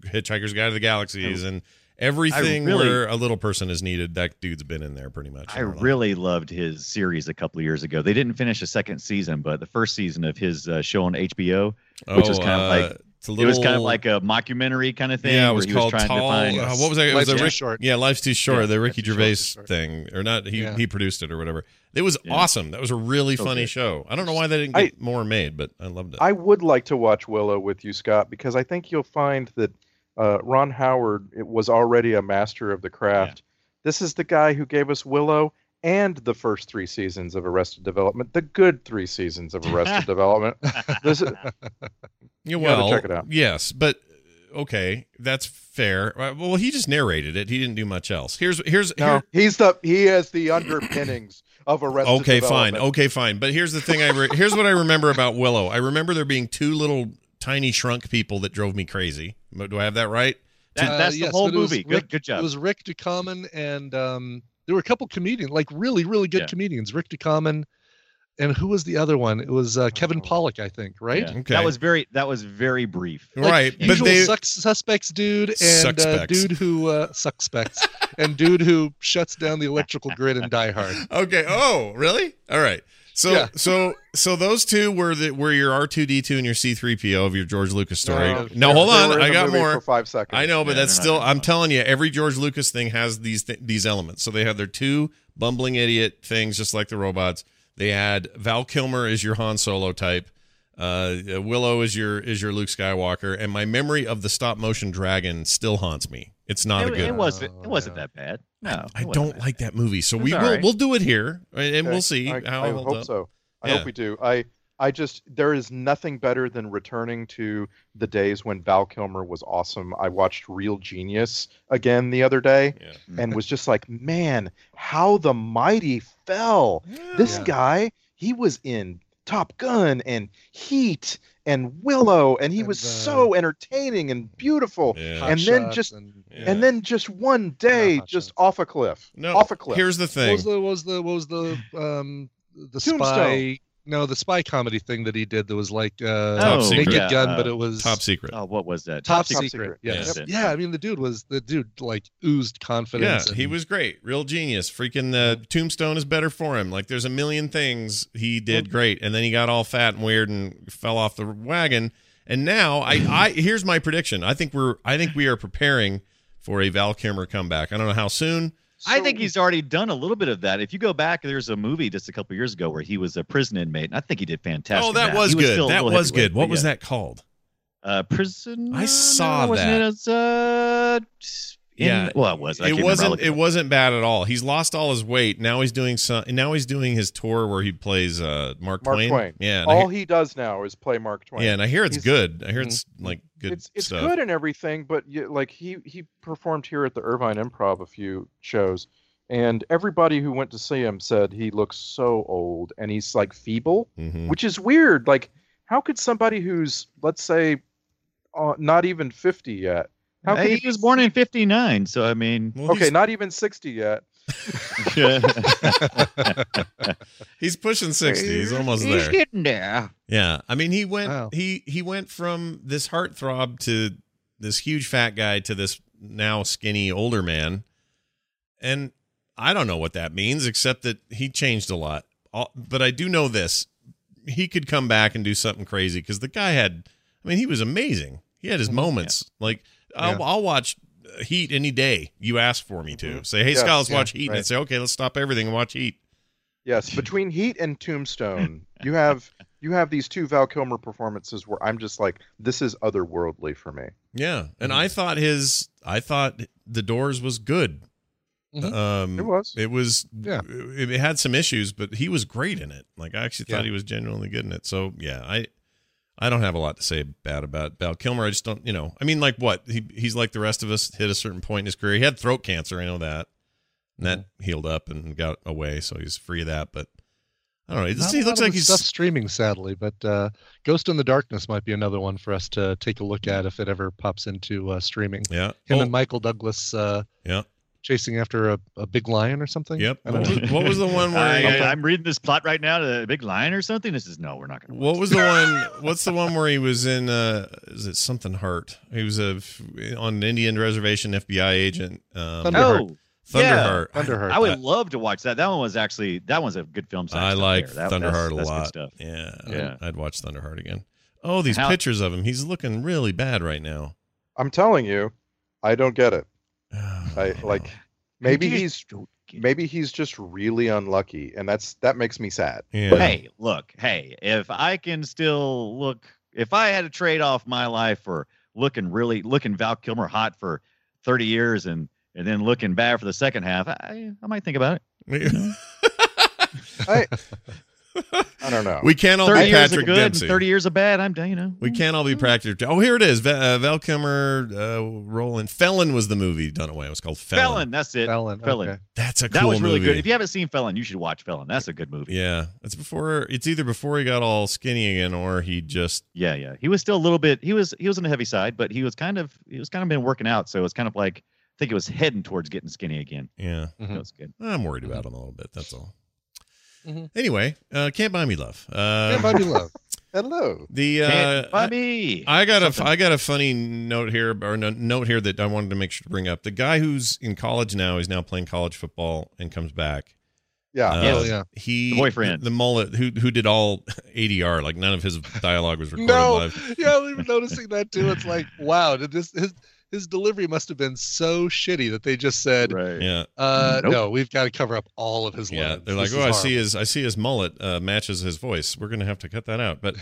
Speaker 1: Hitchhiker's Guide to the Galaxy. He's in everything
Speaker 5: really-
Speaker 1: where a little person is needed. That dude's been in there pretty much.
Speaker 5: I really loved his series a couple of years ago. They didn't finish a second season, but the first season of his uh, show on HBO, which was kind of like-
Speaker 1: Oh, uh, it's a
Speaker 5: it was kind of like a mockumentary kind of thing.
Speaker 1: yeah, it
Speaker 5: where
Speaker 1: was
Speaker 5: he
Speaker 1: called
Speaker 5: trying
Speaker 1: Tall.
Speaker 5: To find,
Speaker 1: uh, what was that? It was
Speaker 7: Life's
Speaker 1: the
Speaker 7: Too
Speaker 1: Rick-
Speaker 7: Short.
Speaker 1: Yeah, Life's Too Short,
Speaker 7: Yeah,
Speaker 1: the
Speaker 7: Life's
Speaker 1: Ricky
Speaker 7: Too Short,
Speaker 1: Gervais
Speaker 7: Too Short.
Speaker 1: thing, or not? He
Speaker 7: Yeah.
Speaker 1: he produced it or whatever. It was
Speaker 5: Yeah.
Speaker 1: awesome. That was a really
Speaker 5: So
Speaker 1: funny
Speaker 5: good.
Speaker 1: show. I don't know why they didn't
Speaker 6: I-
Speaker 1: get more made, but I loved it.
Speaker 6: I would like to watch Willow with you, Scott, because I think you'll find that Uh, Ron Howard it was already a master of the craft. This is the guy who gave us Willow and the first three seasons of Arrested Development, the good three seasons of Arrested Development. This is,
Speaker 1: Yeah,
Speaker 6: You gotta
Speaker 1: well,
Speaker 6: check it out.
Speaker 1: Yes, but uh, okay, that's fair. Uh, Well, he just narrated it. He didn't do much else. Here's here's
Speaker 6: no,
Speaker 1: here,
Speaker 6: he's the he has the underpinnings of Arrested.
Speaker 1: okay, fine,
Speaker 6: Development.
Speaker 1: okay, fine. But here's the thing. I re- here's what I remember about Willow. I remember there being two little tiny shrunk people that drove me crazy. But Do I have that right?
Speaker 5: That,
Speaker 7: Uh,
Speaker 5: that's the
Speaker 7: yes,
Speaker 5: whole
Speaker 7: but it was
Speaker 5: movie.
Speaker 7: Rick-
Speaker 5: Good, good job.
Speaker 7: It was Rick DeCommon and um, there were a couple comedians, like really, really good
Speaker 5: Yeah.
Speaker 7: comedians. Rick DeCommon and who was the other one? It was uh, Kevin Pollock, I think, right?
Speaker 5: Yeah.
Speaker 1: Okay.
Speaker 5: That was very that was very brief.
Speaker 7: Like,
Speaker 1: right, but
Speaker 7: usual
Speaker 1: they
Speaker 7: suc- suspects dude and uh,
Speaker 1: Suspects.
Speaker 7: dude who uh, suspects and dude who shuts down the electrical grid in Die Hard.
Speaker 1: okay. Oh, really? All right. So
Speaker 7: Yeah.
Speaker 1: so so those two were the were your R two D two and your C three PO of your George Lucas story.
Speaker 7: No,
Speaker 1: No,
Speaker 6: They-
Speaker 1: hold
Speaker 6: they were
Speaker 1: on,
Speaker 6: in
Speaker 1: I
Speaker 6: the
Speaker 1: got
Speaker 6: movie
Speaker 1: more.
Speaker 6: for five seconds.
Speaker 1: I know, but
Speaker 5: Yeah,
Speaker 1: that's
Speaker 5: they're not
Speaker 1: still.
Speaker 5: gonna
Speaker 1: I'm
Speaker 5: follow.
Speaker 1: telling you, every George Lucas thing has these th- these elements. So they have their two bumbling idiot things, just like the robots. They had Val Kilmer as your Han Solo type, uh, Willow is your is your Luke Skywalker, and my memory of the stop motion dragon still haunts me. It's not
Speaker 5: it,
Speaker 1: a good.
Speaker 5: it wasn't it
Speaker 7: Oh,
Speaker 5: wasn't
Speaker 7: yeah.
Speaker 5: that bad. No,
Speaker 1: I
Speaker 5: it wasn't
Speaker 1: don't
Speaker 5: that
Speaker 1: like that movie, so
Speaker 5: It's
Speaker 1: we
Speaker 5: all
Speaker 1: will
Speaker 5: right.
Speaker 1: we'll do it here, and and
Speaker 6: Okay.
Speaker 1: we'll see
Speaker 6: I,
Speaker 1: how
Speaker 6: I
Speaker 1: it holds
Speaker 6: hope
Speaker 1: up.
Speaker 6: so. I
Speaker 1: Yeah.
Speaker 6: hope we do. I I just there is nothing better than returning to the days when Val Kilmer was awesome. I watched Real Genius again the other day
Speaker 1: Yeah.
Speaker 6: and was just like, man, how the mighty fell. This
Speaker 7: Yeah.
Speaker 6: guy, he was in Top Gun and Heat and Willow, and he
Speaker 7: And,
Speaker 6: was
Speaker 7: uh,
Speaker 6: so entertaining and beautiful.
Speaker 1: Yeah.
Speaker 7: Hot
Speaker 6: And then
Speaker 7: Shots
Speaker 6: just-
Speaker 7: and-
Speaker 1: Yeah.
Speaker 6: And then just one day,
Speaker 5: Uh-huh,
Speaker 7: Hot
Speaker 6: just
Speaker 7: Shots.
Speaker 6: off a cliff.
Speaker 1: no,
Speaker 6: off a cliff.
Speaker 1: Here's the
Speaker 7: what
Speaker 1: thing.
Speaker 7: was the what was the what was the um the
Speaker 6: Tombstone.
Speaker 7: spy? No, the spy comedy thing that he did that was like uh,
Speaker 5: Top
Speaker 1: Secret.
Speaker 7: Naked
Speaker 5: Yeah,
Speaker 7: Gun,
Speaker 5: uh,
Speaker 7: but it was
Speaker 1: Top secret.
Speaker 5: Oh, what was that?
Speaker 7: Top
Speaker 6: Secret.
Speaker 7: secret.
Speaker 1: Yeah.
Speaker 7: Yes.
Speaker 5: That's it.
Speaker 7: Yeah, I mean the dude was the dude like oozed
Speaker 1: Yeah,
Speaker 7: confidence.
Speaker 1: he
Speaker 7: and-
Speaker 1: was great. Real genius. Freaking the tombstone is better for him. Like there's a million things he did great, and then he got all fat and weird and fell off the wagon. And now I, I here's my prediction. I think we're I think we are preparing for a Val Kilmer comeback. I don't know how soon.
Speaker 5: I
Speaker 6: So-
Speaker 5: think he's already done a little bit of that. If you go back, there's a movie just a couple years ago where he was a prison inmate, and I think he did fantastic.
Speaker 1: oh,
Speaker 5: in
Speaker 1: that was
Speaker 5: He
Speaker 1: good.
Speaker 5: still a
Speaker 1: that
Speaker 5: little
Speaker 1: was good.
Speaker 5: heavyweight,
Speaker 1: What
Speaker 5: but
Speaker 1: was
Speaker 5: yeah.
Speaker 1: that called?
Speaker 5: Uh, prison.
Speaker 1: I saw
Speaker 5: no, wasn't
Speaker 1: that.
Speaker 5: It, It's, uh, in-
Speaker 1: Yeah.
Speaker 5: Well, it was. I can't
Speaker 1: it
Speaker 5: remember. I'll
Speaker 1: wasn't.
Speaker 5: look
Speaker 1: It
Speaker 5: up.
Speaker 1: wasn't bad at all. He's lost all his weight. Now he's doing some. Now he's doing his tour where he plays uh, Mark,
Speaker 6: Mark Twain.
Speaker 1: Yeah. and I
Speaker 6: All
Speaker 1: hear-
Speaker 6: he does now is play Mark Twain.
Speaker 1: yeah, and I hear it's
Speaker 6: He's- Mhm.
Speaker 1: good. I hear it's like good
Speaker 6: it's it's
Speaker 1: stuff.
Speaker 6: good and everything, but you, like he he performed here at the Irvine Improv a few shows, and everybody who went to see him said he looks so old and he's like feeble,
Speaker 1: Mhm.
Speaker 6: which is weird. Like, how could somebody who's let's say uh, not even fifty yet, how
Speaker 5: Hey,
Speaker 6: could
Speaker 5: Uh, he was born in '59, so I mean,
Speaker 1: Well,
Speaker 6: okay,
Speaker 1: he's-
Speaker 6: not even sixty yet,
Speaker 1: He's pushing sixty. He's almost there.
Speaker 5: getting there.
Speaker 1: Yeah, I mean, he went
Speaker 7: Wow.
Speaker 1: he he went from this heartthrob to this huge fat guy to this now skinny older man, and I don't know what that means except that he changed a lot. All- But I do know this: he could come back and do something crazy because the guy had. I mean, he was amazing. He had his moments. Like I'll,
Speaker 7: Mm-hmm. Yeah. Mm-hmm.
Speaker 1: I'll watch uh, Heat any day you ask for me to. Say, hey,
Speaker 6: Yes,
Speaker 1: Scott, let's
Speaker 7: yeah,
Speaker 1: watch Heat, and
Speaker 6: right.
Speaker 1: I'd say, okay, let's stop everything and watch Heat.
Speaker 6: yes, between Heat and Tombstone, you have. You have these two Val Kilmer performances where I'm just like, this is otherworldly for me.
Speaker 1: Yeah, and
Speaker 5: Mm-hmm.
Speaker 1: I thought his, I thought the Doors was good.
Speaker 5: Mm-hmm.
Speaker 7: Mhm.
Speaker 1: Um,
Speaker 6: It was.
Speaker 1: It was.
Speaker 7: Yeah.
Speaker 1: It, it had some issues, but he was great in it. Like I actually thought
Speaker 7: Yeah.
Speaker 1: he was genuinely good in it. So yeah, I, I don't have a lot to say bad about Val Kilmer. I just don't, you know, I mean, like what he he's like the rest of us. Hit a certain point in his career. He had throat cancer. I know that, and that
Speaker 5: Mm-hmm.
Speaker 1: healed up and got away, so he's free of that. But I don't know. He,
Speaker 7: Not
Speaker 1: just-
Speaker 7: a
Speaker 1: he
Speaker 7: lot
Speaker 1: looks
Speaker 7: of
Speaker 1: like
Speaker 7: the
Speaker 1: he's
Speaker 7: stuff streaming, sadly, but uh, Ghost in the Darkness might be another one for us to take a look at if it ever pops into uh, streaming.
Speaker 1: yeah.
Speaker 7: Him
Speaker 1: Oh,
Speaker 7: and Michael Douglas uh,
Speaker 1: yeah.
Speaker 7: chasing after a, a big lion or something.
Speaker 1: Yep.
Speaker 7: I don't
Speaker 1: What
Speaker 7: know.
Speaker 1: was, what was the one where?
Speaker 5: I,
Speaker 1: he-
Speaker 5: am reading this plot right now. The big lion or something. This is no, we're not going to.
Speaker 1: What was the one? What's the one where he was in? Uh, is it something Heart? He was a f- on an Indian reservation FBI agent. Um,
Speaker 7: Thunderheart.
Speaker 5: Oh,
Speaker 1: Thunderheart.
Speaker 7: yeah, Thunderheart.
Speaker 5: I would love to watch that. That one was actually that one's a good film.
Speaker 1: I, I
Speaker 5: science stuff
Speaker 1: like
Speaker 5: there. That- that's-
Speaker 1: Thunderheart
Speaker 5: that's
Speaker 1: a
Speaker 5: good
Speaker 1: lot.
Speaker 5: stuff.
Speaker 1: Yeah,
Speaker 5: Yeah.
Speaker 1: I'd, I'd watch Thunderheart again. Oh, these
Speaker 5: How-
Speaker 1: pictures of him. He's looking really bad right now.
Speaker 6: I'm telling you, I don't get it.
Speaker 1: Oh,
Speaker 6: I
Speaker 1: no.
Speaker 6: like maybe
Speaker 5: You
Speaker 6: he's
Speaker 5: don't get it.
Speaker 6: maybe he's just really unlucky and that's that makes me sad
Speaker 1: Yeah.
Speaker 5: Hey, look, hey, if I can still look, if I had to trade off my life for looking really looking Val Kilmer hot for 30 years and and then looking bad for the second half, I, I might think about it.
Speaker 6: I, I don't know.
Speaker 1: We can't all
Speaker 5: 30
Speaker 1: be
Speaker 5: years
Speaker 1: Patrick
Speaker 5: of good, and
Speaker 1: Dempsey.
Speaker 5: 30 years of bad. I'm done, you know.
Speaker 1: we can't all be Patrick. Oh, here it is. Va- uh, Val Kilmer, uh, Roland. Felon was the movie done away. It was called Felon.
Speaker 5: Felon. that's it.
Speaker 7: Felon.
Speaker 5: Felon.
Speaker 7: Okay.
Speaker 1: That's a
Speaker 5: That
Speaker 1: cool
Speaker 5: was really
Speaker 1: movie.
Speaker 5: good. If you haven't seen Felon, you should watch Felon. That's a good movie.
Speaker 1: yeah, it's before. It's either before he got all skinny again, or he just
Speaker 5: Yeah, yeah. He was still a little bit. He was he was on the heavy side, but he was kind of he was kind of been working out, so it's kind of like I think it was heading towards getting skinny again.
Speaker 1: yeah.
Speaker 7: Mhm.
Speaker 5: That was good.
Speaker 1: I'm worried about him a little bit. That's all.
Speaker 7: Mhm.
Speaker 1: Anyway, uh, can't buy me love. Uh,
Speaker 7: Yeah, Bobby Love.
Speaker 6: Hello.
Speaker 1: the
Speaker 5: Can't
Speaker 1: uh,
Speaker 5: buy me.
Speaker 1: I got a I got a funny note here or no, note here that I wanted to make sure to bring up. The guy who's in college now is now playing college football and comes back.
Speaker 6: Yeah.
Speaker 1: Uh,
Speaker 7: Oh yeah.
Speaker 1: He
Speaker 5: The boyfriend.
Speaker 1: the, mullet who who did all ADR like none of his dialogue was recorded
Speaker 7: No.
Speaker 1: live.
Speaker 7: Yeah, I'm noticing that too. It's like, wow, did this his his delivery must have been so shitty that they just said,
Speaker 5: right.
Speaker 1: Yeah,
Speaker 7: uh,
Speaker 5: Nope.
Speaker 7: no, we've got to cover up all of his
Speaker 1: yeah.
Speaker 7: lines.
Speaker 1: They're
Speaker 7: This
Speaker 1: like,
Speaker 7: is
Speaker 1: oh, I see
Speaker 7: horrible."
Speaker 1: his I see his mullet uh, matches his voice. We're gonna have to cut that out. But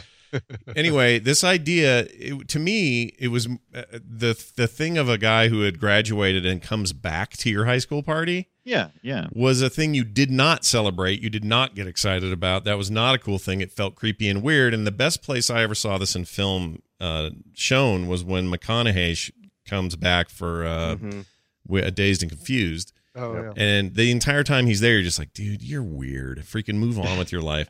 Speaker 1: anyway, this idea it, to me, it was uh, the the thing of a guy who had graduated and comes back to your high school party.
Speaker 5: Yeah, yeah.
Speaker 1: was a thing you did not celebrate. You did not get excited about. That was not a cool thing. It felt creepy and weird. And the best place I ever saw this in film uh, shown was when McConaughey sh- comes back for uh,
Speaker 7: Mm-hmm.
Speaker 6: Mhm.
Speaker 1: wi- Dazed and Confused.
Speaker 7: Oh yeah.
Speaker 1: And the entire time he's there, you're just like, dude, you're weird. Freaking move on with your life.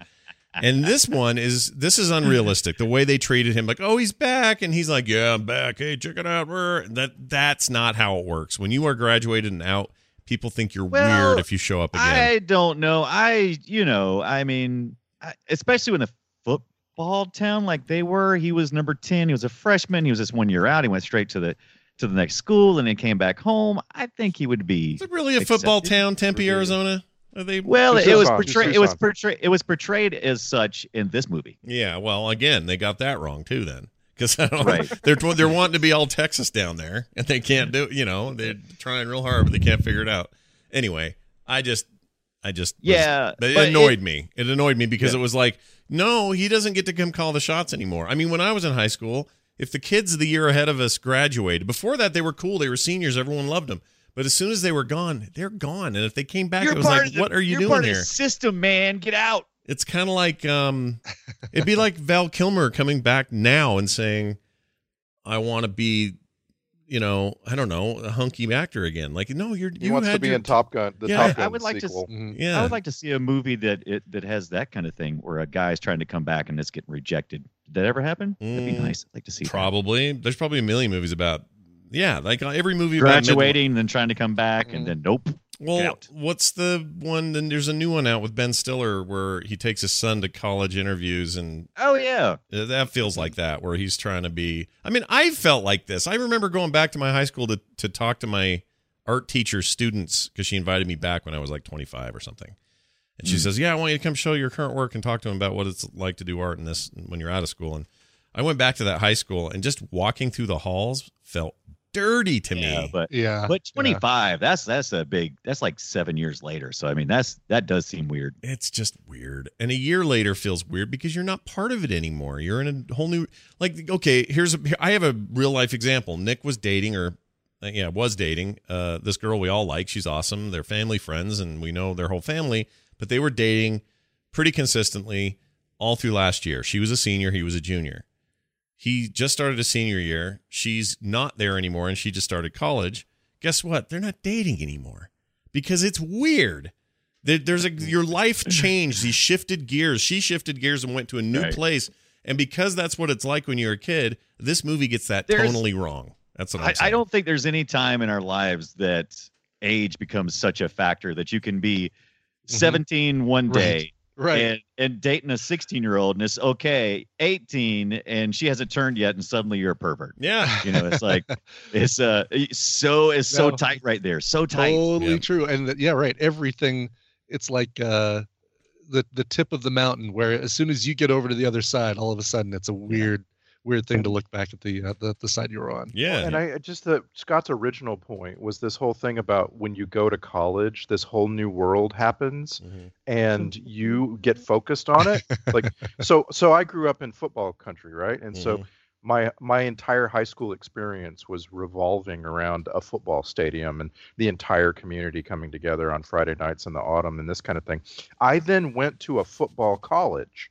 Speaker 1: And this one is this is unrealistic. The way they treated him, like, oh, he's back, and he's like, yeah, I'm back. Hey, check it out. Brr. That that's not how it works. When you are graduated and out, people think you're
Speaker 5: Well,
Speaker 1: weird if you show up again.
Speaker 5: I don't know. I, you know, I mean, I, especially when the football town like they were, he was number 10. He was a freshman. He was just one year out. He went straight to the to the next school and then came back home. I think he would be
Speaker 1: is it really a football
Speaker 5: accepted?
Speaker 1: town, Tempe, Arizona? Are they?
Speaker 5: well,
Speaker 6: It's
Speaker 5: it was
Speaker 6: Tucson. It's
Speaker 5: portrayed it was
Speaker 6: Tucson.
Speaker 5: portrayed it was portrayed as such in this movie.
Speaker 1: Yeah. Well, again, they got that wrong too. Then because
Speaker 5: Right.
Speaker 1: they're they're wanting to be all Texas down there, and they can't do. You know, they're trying real hard, but they can't figure it out. Anyway, I just, I just, was-
Speaker 5: Yeah,
Speaker 1: but it
Speaker 5: but
Speaker 1: annoyed
Speaker 5: it-
Speaker 1: me. It annoyed me because it was like, no, he doesn't get to come call the shots anymore. I mean, when I was in high school, if the kids the year ahead of us graduated, before that they were cool. They were seniors. Everyone loved them. But as soon as they were gone, they're gone. And if they came back, it was like, what are you
Speaker 5: you're
Speaker 1: doing
Speaker 5: part
Speaker 1: here?
Speaker 5: Of the system, man. Get out.
Speaker 1: It's kind of like um, it'd be like Val Kilmer coming back now and saying, "I want to be, you know, I don't know, a hunky actor again." Like, no, you're
Speaker 6: He
Speaker 1: you
Speaker 6: wants
Speaker 1: had
Speaker 6: to be
Speaker 1: your-
Speaker 6: in Oh, Top Gun. The
Speaker 1: Yeah,
Speaker 6: Top
Speaker 5: I- I
Speaker 6: Gun
Speaker 5: would like to
Speaker 6: sequel.
Speaker 7: Mhm.
Speaker 1: Yeah,
Speaker 5: I would like to see a movie that it that has that kind of thing where a guy's trying to come back and it's getting rejected. Did that ever happen? That'd be
Speaker 1: Mm,
Speaker 5: nice. I'd like to see. that.
Speaker 1: probably. There's probably a million movies about. Yeah, like uh, every movie about midlife.
Speaker 5: graduating, then trying to come back, and then nope.
Speaker 1: Well,
Speaker 5: out.
Speaker 1: what's the one? Then there's a new one out with Ben Stiller where he takes his son to college interviews and
Speaker 5: Oh yeah,
Speaker 1: Uh, That feels like that, where he's trying to be. I mean, I felt like this. I remember going back to my high school to, to talk to my art teacher students because she invited me back when I was like 25 or something. And she
Speaker 5: Mm.
Speaker 1: says, Yeah, I want you to come show your current work and talk to them about what it's like to do art in this when you're out of school. And I went back to that high school and just walking through the halls felt dirty to
Speaker 5: yeah,
Speaker 1: me.
Speaker 5: but
Speaker 7: Yeah.
Speaker 5: but twenty five. That's that's a big. That's like seven years later. So I mean, that's that does seem weird.
Speaker 1: it's just weird. And a year later feels weird because you're not part of it anymore. You're in a whole new like okay, here's a here- I have a real life example. Nick was dating or uh, yeah, was dating uh this girl we all like. She's awesome. They're family friends and we know their whole family, but they were dating pretty consistently all through last year. She was a senior, he was a junior. He just started a senior year. She's not there anymore and she just started college. Guess what? They're not dating anymore because it's weird. There, there's a your life changed. He shifted gears. She shifted gears and went to a new
Speaker 5: Right.
Speaker 1: place. And because that's what it's like when you're a kid, this movie gets that
Speaker 5: There's-
Speaker 1: tonally wrong. That's what I'm
Speaker 5: I,
Speaker 1: saying.
Speaker 5: I don't think there's any time in our lives that age becomes such a factor that you can be
Speaker 1: Mm-hmm.
Speaker 5: seventeen one
Speaker 7: Right.
Speaker 5: day.
Speaker 7: Right.
Speaker 5: and, and dating a 16 year old and it's okay 18 and she hasn't turned yet and suddenly you're a pervert
Speaker 1: Yeah.
Speaker 5: you know it's like it's uh it's so it's so
Speaker 7: No.
Speaker 5: tight right there so tight
Speaker 7: totally
Speaker 1: Yeah.
Speaker 7: true and that yeah right everything it's like uh the the tip of the mountain where as soon as you get over to the other side all of a sudden it's a weird weird thing to look back at the uh, the, the side you're on
Speaker 1: Yeah.
Speaker 6: And I just the Scott's original point was this whole thing about when you go to college, this whole new world happens.
Speaker 1: Mhm.
Speaker 8: Mm-hmm.
Speaker 6: and you get focused on it like so so i grew up in football country right and so my my entire high school experience was revolving around a football stadium and the entire community coming together on Friday nights in the autumn and this kind of thing. I then went to a football college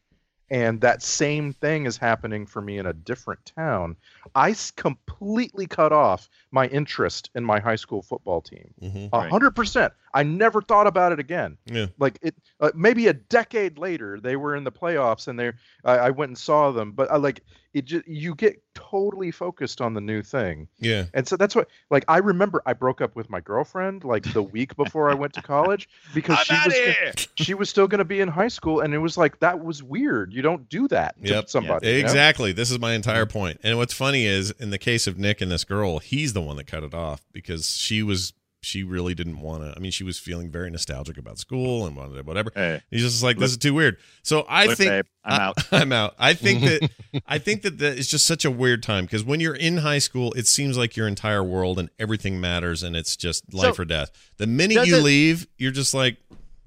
Speaker 6: and that same thing is happening for me in a different town. I s- completely cut off my interest in my high school football team.
Speaker 5: Oh,
Speaker 1: Mhm.
Speaker 6: A hundred percent. I never thought about it again.
Speaker 1: Yeah.
Speaker 6: Like it, uh, maybe a decade later, they were in the playoffs, and they, I, I went and saw them. But I like it. Just, you get totally focused on the new thing,
Speaker 1: Yeah.
Speaker 6: and so that's what. Like I remember, I broke up with my girlfriend like the week before I went to college because
Speaker 5: I'm
Speaker 6: she
Speaker 5: out
Speaker 6: was
Speaker 5: here.
Speaker 6: she was still going to be in high school, and it was like that was weird. You don't do that to
Speaker 1: Yep.
Speaker 6: somebody. you know?
Speaker 1: Exactly. This is my entire
Speaker 5: Mm-hmm.
Speaker 1: point. And what's funny is in the case of Nick and this girl, he's the one that cut it off because she was she really didn't want to. I mean, she was feeling very nostalgic about school and wanted to- whatever.
Speaker 5: Hey,
Speaker 1: He's just like, this is too weird. So I
Speaker 5: look,
Speaker 1: think
Speaker 5: babe, I'm out.
Speaker 1: I, am out. I think that I think that, that it's just such a weird time because when you're in high school, it seems like your entire world and everything matters, and it's just life
Speaker 5: So,
Speaker 1: or death. The minute
Speaker 5: does
Speaker 1: you
Speaker 5: it-
Speaker 1: leave, you're just like,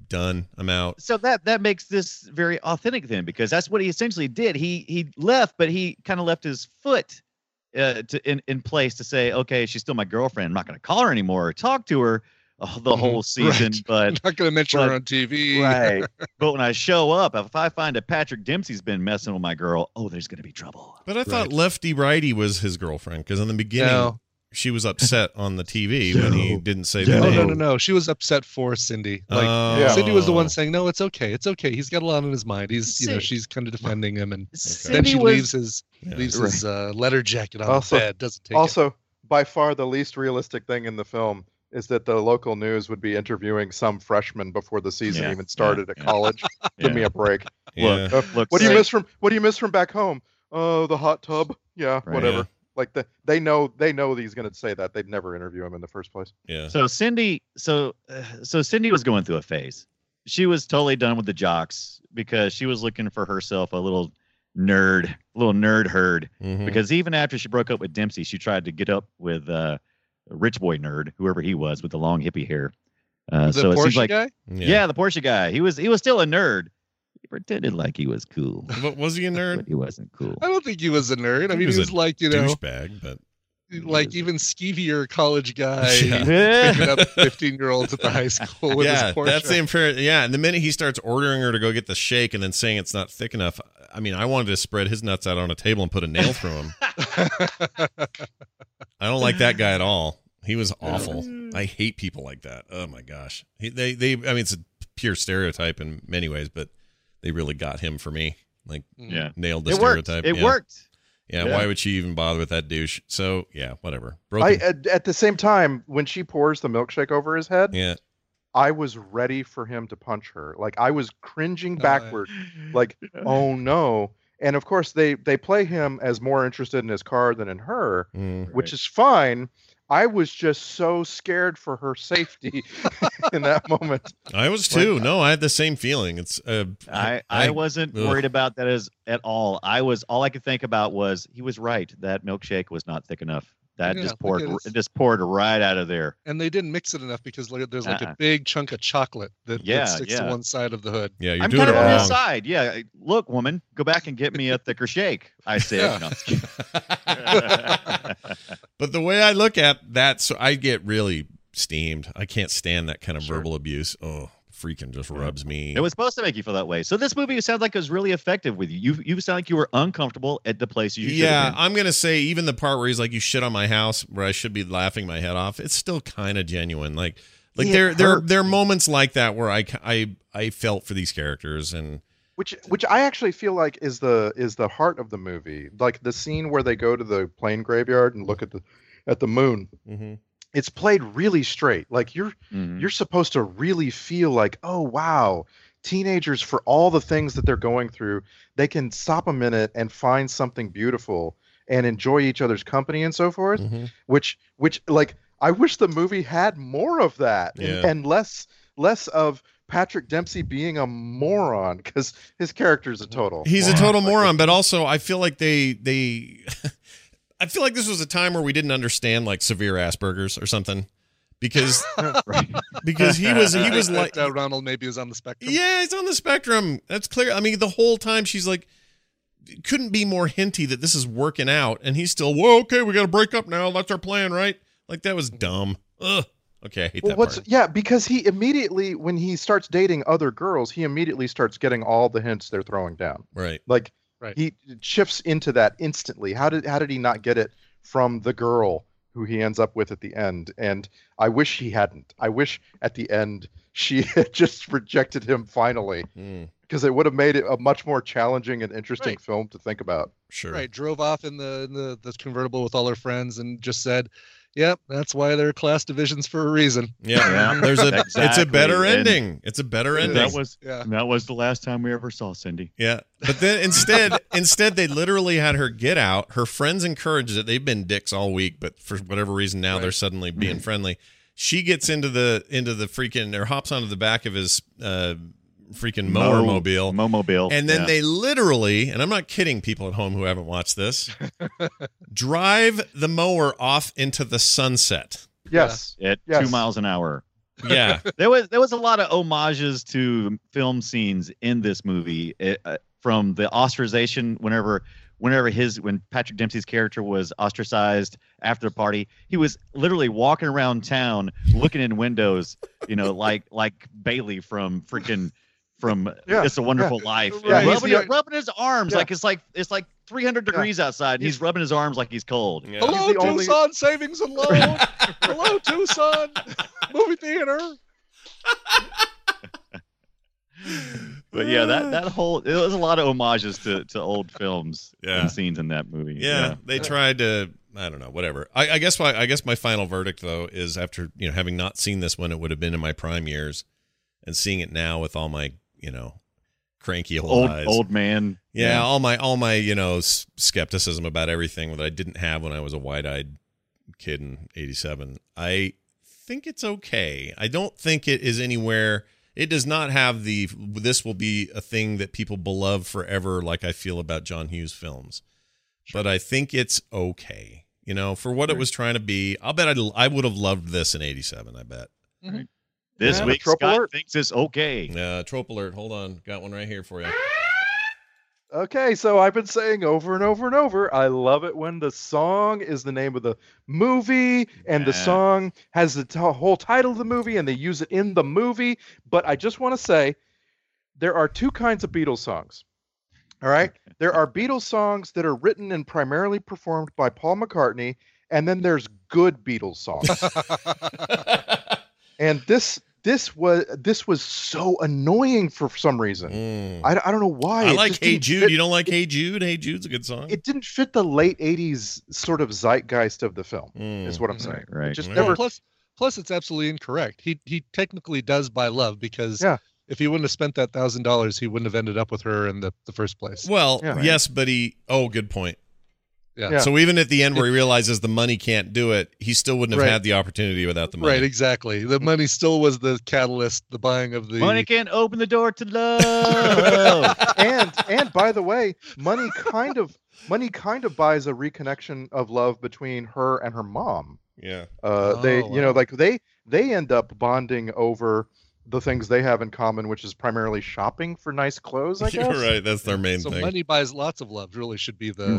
Speaker 1: done. I'm out.
Speaker 5: so that that makes this very authentic then because that's what he essentially did he he left but he kind of left his foot uh, to, in, in place to say okay she's still my girlfriend i'm not going to call her anymore or talk to her uh, the
Speaker 7: Mhm.
Speaker 5: whole season
Speaker 7: Right.
Speaker 5: but
Speaker 7: I'm not going to mention
Speaker 5: but-
Speaker 7: her on TV.
Speaker 5: right but when i show up if i find that patrick dempsey's been messing with my girl oh there's going to be trouble
Speaker 1: But I thought Lefty Righty was his girlfriend because in the beginning
Speaker 7: No.
Speaker 1: she was upset on the TV when he
Speaker 7: No.
Speaker 1: didn't say the
Speaker 7: No,
Speaker 1: name.
Speaker 7: no, no, no. She was upset for Cindy. Like
Speaker 1: Oh.
Speaker 7: Cindy was the one saying, "No, it's okay. It's okay. He's got a lot on his mind. He's, you know,
Speaker 5: See-
Speaker 7: she's kind of defending him." And
Speaker 5: Cindy
Speaker 7: then she
Speaker 5: was-
Speaker 7: leaves his
Speaker 1: Yeah.
Speaker 7: leaves his uh, leather jacket on
Speaker 6: Also-
Speaker 7: the bed. Doesn't take
Speaker 6: Also, by far the least realistic thing in the film is that the local news would be interviewing some freshman before the season
Speaker 5: Yeah,
Speaker 6: even started
Speaker 5: yeah.
Speaker 6: at college. Give me
Speaker 5: Yeah.
Speaker 6: a break.
Speaker 1: Yeah.
Speaker 5: look
Speaker 6: Uh,
Speaker 5: look
Speaker 6: What do you
Speaker 5: Cindy-
Speaker 6: miss from What do you miss from back home? Oh, the hot tub. Yeah,
Speaker 5: Right.
Speaker 6: whatever.
Speaker 1: Yeah.
Speaker 6: Like the, they know they know that he's going to say that. They'd never interview him in the first place.
Speaker 1: Yeah.
Speaker 5: So Cindy, so uh, so Cindy was going through a phase. She was totally done with the jocks because she was looking for herself a little nerd, little nerd herd.
Speaker 1: Mhm.
Speaker 5: Because even after she broke up with Dempsey, she tried to get up with uh, rich boy nerd, whoever he was, with the long hippie hair. Uh,
Speaker 7: it. The
Speaker 5: so it seems
Speaker 7: Porsche
Speaker 5: like,
Speaker 7: guy.
Speaker 5: yeah. the Porsche guy. He was he was still a nerd. He pretended like he was cool,
Speaker 1: But was he a
Speaker 5: but
Speaker 1: nerd?
Speaker 5: he wasn't cool.
Speaker 7: I don't think he was a nerd. I
Speaker 1: He
Speaker 7: mean, he
Speaker 1: was
Speaker 7: was,
Speaker 1: a
Speaker 7: like you know,
Speaker 1: Douchebag, but
Speaker 7: like even skeevier college guy
Speaker 1: Yeah.
Speaker 7: picking up fifteen-year-olds at the high school with
Speaker 1: yeah,
Speaker 7: his Porsche.
Speaker 1: that's the imperative. Yeah, and the minute he starts ordering her to go get the shake and then saying it's not thick enough, I mean, I wanted to spread his nuts out on a table and put a nail through him. I don't like that guy at all. He was awful. I hate people like that. Oh my gosh, he, they they. I mean, it's a pure stereotype in many ways, but they really got him for me. Like
Speaker 5: yeah,
Speaker 1: nailed the
Speaker 5: it worked.
Speaker 1: stereotype.
Speaker 5: It
Speaker 1: yeah.
Speaker 5: worked.
Speaker 1: Yeah,
Speaker 5: Yeah.
Speaker 1: Why would she even bother with that douche? So yeah, whatever.
Speaker 6: I
Speaker 1: Broken.
Speaker 5: uh,
Speaker 6: at, at the same time when she pours the milkshake over his head,
Speaker 1: yeah.
Speaker 6: I was ready for him to punch her. Like I was cringing
Speaker 7: Oh, yeah.
Speaker 5: Uh,
Speaker 6: backward. Like, oh no. And of course they they play him as more interested in his car than in her,
Speaker 1: Mm.
Speaker 6: which is fine. I was just so scared for her safety in that moment.
Speaker 1: I was too. No, I had the same feeling. It's uh,
Speaker 5: uh, I, I wasn't
Speaker 1: ugh.
Speaker 5: worried about that as at all. I was all I could think about was he was right. That milkshake was not thick enough. That
Speaker 7: Yeah,
Speaker 5: just
Speaker 7: look
Speaker 5: poured
Speaker 7: at
Speaker 5: r-
Speaker 7: his-
Speaker 5: just poured right out of there.
Speaker 7: and they didn't mix it enough because like, there's like
Speaker 5: Uh-uh.
Speaker 7: a big chunk of chocolate that, that
Speaker 5: Yeah,
Speaker 7: sticks
Speaker 5: yeah.
Speaker 7: to one side of the hood.
Speaker 1: Yeah, you're
Speaker 5: I'm
Speaker 1: doing
Speaker 5: kind
Speaker 1: it
Speaker 5: of on his
Speaker 1: wrong.
Speaker 5: side. Yeah, I- look, woman, go back and get me a thicker shake. I said. No, I'm just kidding.
Speaker 1: but the way I look at that, so I get really steamed. I can't stand that kind of verbal abuse. Oh, freaking just rubs me.
Speaker 5: it was supposed to make you feel that way. So this movie sounds like it was really effective with you. You you sound like you were uncomfortable at the place you should
Speaker 1: yeah,
Speaker 5: have been.
Speaker 1: I'm gonna say even the part where he's like, "You shit on my house," where I should be laughing my head off. It's still kind of genuine. Like, like
Speaker 5: It
Speaker 1: there, there,
Speaker 5: hurt.
Speaker 1: there are moments like that where I, ca- I, I felt for these characters, and
Speaker 6: Which which I actually feel like is the is the heart of the movie. Like the scene where they go to the plane graveyard and look at the at the moon.
Speaker 5: Mm-hmm.
Speaker 6: It's played really straight. Like you're
Speaker 5: Mhm.
Speaker 1: Mm-hmm.
Speaker 6: you're supposed to really feel like, oh wow, teenagers for all the things that they're going through, they can stop a minute and find something beautiful and enjoy each other's company and so forth.
Speaker 1: Mhm.
Speaker 6: Which which like I wish the movie had more of that and-
Speaker 1: Yeah.
Speaker 6: and, less less of Patrick Dempsey being a moron because his character's a total.
Speaker 1: He's a
Speaker 6: moron.
Speaker 1: total
Speaker 6: Like,
Speaker 1: moron, but also I feel like they they I feel like this was a time where we didn't understand like severe Asperger's or something because because he was he was like
Speaker 7: That, uh, Ronald maybe is on the spectrum.
Speaker 1: yeah, he's on the spectrum. That's clear. I mean, the whole time she's like couldn't be more hinty that this is working out, and he's still, well, okay, we got to break up now. That's our plan, right? Like that was dumb. Ugh. Okay, I hate
Speaker 6: Well,
Speaker 1: that
Speaker 6: what's
Speaker 1: part.
Speaker 6: yeah? Because he immediately, when he starts dating other girls, he immediately starts getting all the hints they're throwing down.
Speaker 1: Right.
Speaker 6: Like
Speaker 7: Right.
Speaker 6: he shifts into that instantly. How did how did he not get it from the girl who he ends up with at the end? And I wish he hadn't. I wish at the end she had just rejected him finally,
Speaker 1: Mm,
Speaker 6: because it would have made it a much more challenging and interesting
Speaker 7: Right.
Speaker 6: film to think about.
Speaker 1: sure.
Speaker 7: Right, drove off in the, in the the convertible with all her friends and just said, "Yep, that's why there are class divisions for a reason."
Speaker 1: Yeah.
Speaker 5: Yeah.
Speaker 1: There's a. It's a
Speaker 5: Exactly.
Speaker 1: better
Speaker 5: And-
Speaker 1: ending. it's a better ending.
Speaker 5: That was
Speaker 7: Yeah,
Speaker 5: that was the last time we ever saw Cindy.
Speaker 1: Yeah. But then instead, instead they literally had her get out. Her friends encouraged it. They've been dicks all week, but for whatever reason now they're
Speaker 7: Right.
Speaker 1: suddenly being friendly. She gets into the into the freaking or hops onto the back of his uh freaking mower mobile.
Speaker 5: Momobile.
Speaker 1: And then
Speaker 5: Yeah.
Speaker 1: they literally, and I'm not kidding people at home who haven't watched this, drive the mower off into the sunset.
Speaker 6: Yes.
Speaker 5: at
Speaker 6: Yes.
Speaker 5: two miles an hour.
Speaker 1: Yeah.
Speaker 5: There was there was a lot of homages to film scenes in this movie eh, uh, from the ostracization whenever whenever his when Patrick Dempsey's character was ostracized after the party, he was literally walking around town looking in windows, you know, like like Bailey from freaking from
Speaker 6: Yeah,
Speaker 5: It's a Wonderful Life,
Speaker 7: Yeah,
Speaker 5: and
Speaker 7: he's
Speaker 5: rubbing,
Speaker 6: the-
Speaker 5: his- rubbing his arms
Speaker 6: Yeah.
Speaker 5: like it's like it's like 300
Speaker 6: Yeah.
Speaker 5: degrees outside, and he's,
Speaker 6: He's-
Speaker 5: rubbing his arms like he's cold.
Speaker 1: Yeah.
Speaker 7: Hello,
Speaker 6: He's the only-
Speaker 7: Tucson Savings and Loan. Hello, Tucson Movie Theater.
Speaker 5: But yeah, that that whole it was a lot of homages to to old films
Speaker 1: Yeah.
Speaker 5: and scenes in that movie.
Speaker 1: yeah, they tried to i don't know whatever I, I guess why i guess my final verdict though is after you know having not seen this when it would have been in my prime years and seeing it now with all my you know cranky old,
Speaker 5: old
Speaker 1: eyes
Speaker 5: old man.
Speaker 1: yeah, all my all my you know s- skepticism about everything that i didn't have when i was a wide-eyed kid in 87 i think it's okay i don't think it is anywhere it does not have the this will be a thing that people beloved forever like i feel about john hughes films but I think it's okay. You know, for what it was trying to be, I'll bet I'd, I would have loved this in '87. I bet.
Speaker 5: This
Speaker 6: Yeah,
Speaker 5: week
Speaker 6: Trope
Speaker 5: Scott
Speaker 6: alert.
Speaker 5: thinks it's okay.
Speaker 1: Uh, trope alert! Hold on, got one right here for you.
Speaker 6: Okay, so I've been saying over and over and over, I love it when the song is the name of the movie and the
Speaker 5: Yeah.
Speaker 6: song has the t- whole title of the movie and they use it in the movie. But I just want to say there are two kinds of Beatles songs. All right? There are Beatles songs that are written and primarily performed by Paul McCartney, and then there's good Beatles songs. and this this was this was so annoying for some reason.
Speaker 1: Mm.
Speaker 6: I, I don't know why.
Speaker 1: I
Speaker 6: it
Speaker 1: like
Speaker 6: just
Speaker 1: Hey
Speaker 6: didn't
Speaker 1: Jude.
Speaker 6: fit
Speaker 1: you don't like Hey Jude? Hey Jude's a good song.
Speaker 6: it didn't fit the late 80s sort of zeitgeist of the film
Speaker 7: Mm-hmm.
Speaker 1: Mm.
Speaker 6: is what i'm saying
Speaker 5: Right, right.
Speaker 6: just
Speaker 1: Yeah.
Speaker 6: never
Speaker 7: Plus, plus, it's absolutely incorrect. He he technically does buy love because
Speaker 6: Yeah.
Speaker 7: if he wouldn't have spent that thousand dollars, he wouldn't have ended up with her in the, the first place.
Speaker 1: Well,
Speaker 6: Yeah.
Speaker 1: yes, but he. Oh, good point.
Speaker 7: Yeah.
Speaker 6: Yeah.
Speaker 1: So even at the end where he realizes the money can't do it, he still wouldn't have
Speaker 7: Right.
Speaker 1: had the opportunity without the
Speaker 7: Right,
Speaker 1: money.
Speaker 7: exactly. The money still was the catalyst, the buying of the
Speaker 5: Money can't open the door to
Speaker 1: Oh.
Speaker 5: love.
Speaker 6: and and by the way money kind of money kind of buys a reconnection of love between her and her mom
Speaker 1: Yeah.
Speaker 6: uh they
Speaker 7: Oh,
Speaker 6: you know
Speaker 7: wow.
Speaker 6: like they they end up bonding over the things they have in common which is primarily shopping for nice clothes i guess
Speaker 1: You're right. That's their main
Speaker 7: so
Speaker 1: thing.
Speaker 7: money buys lots of love really should be the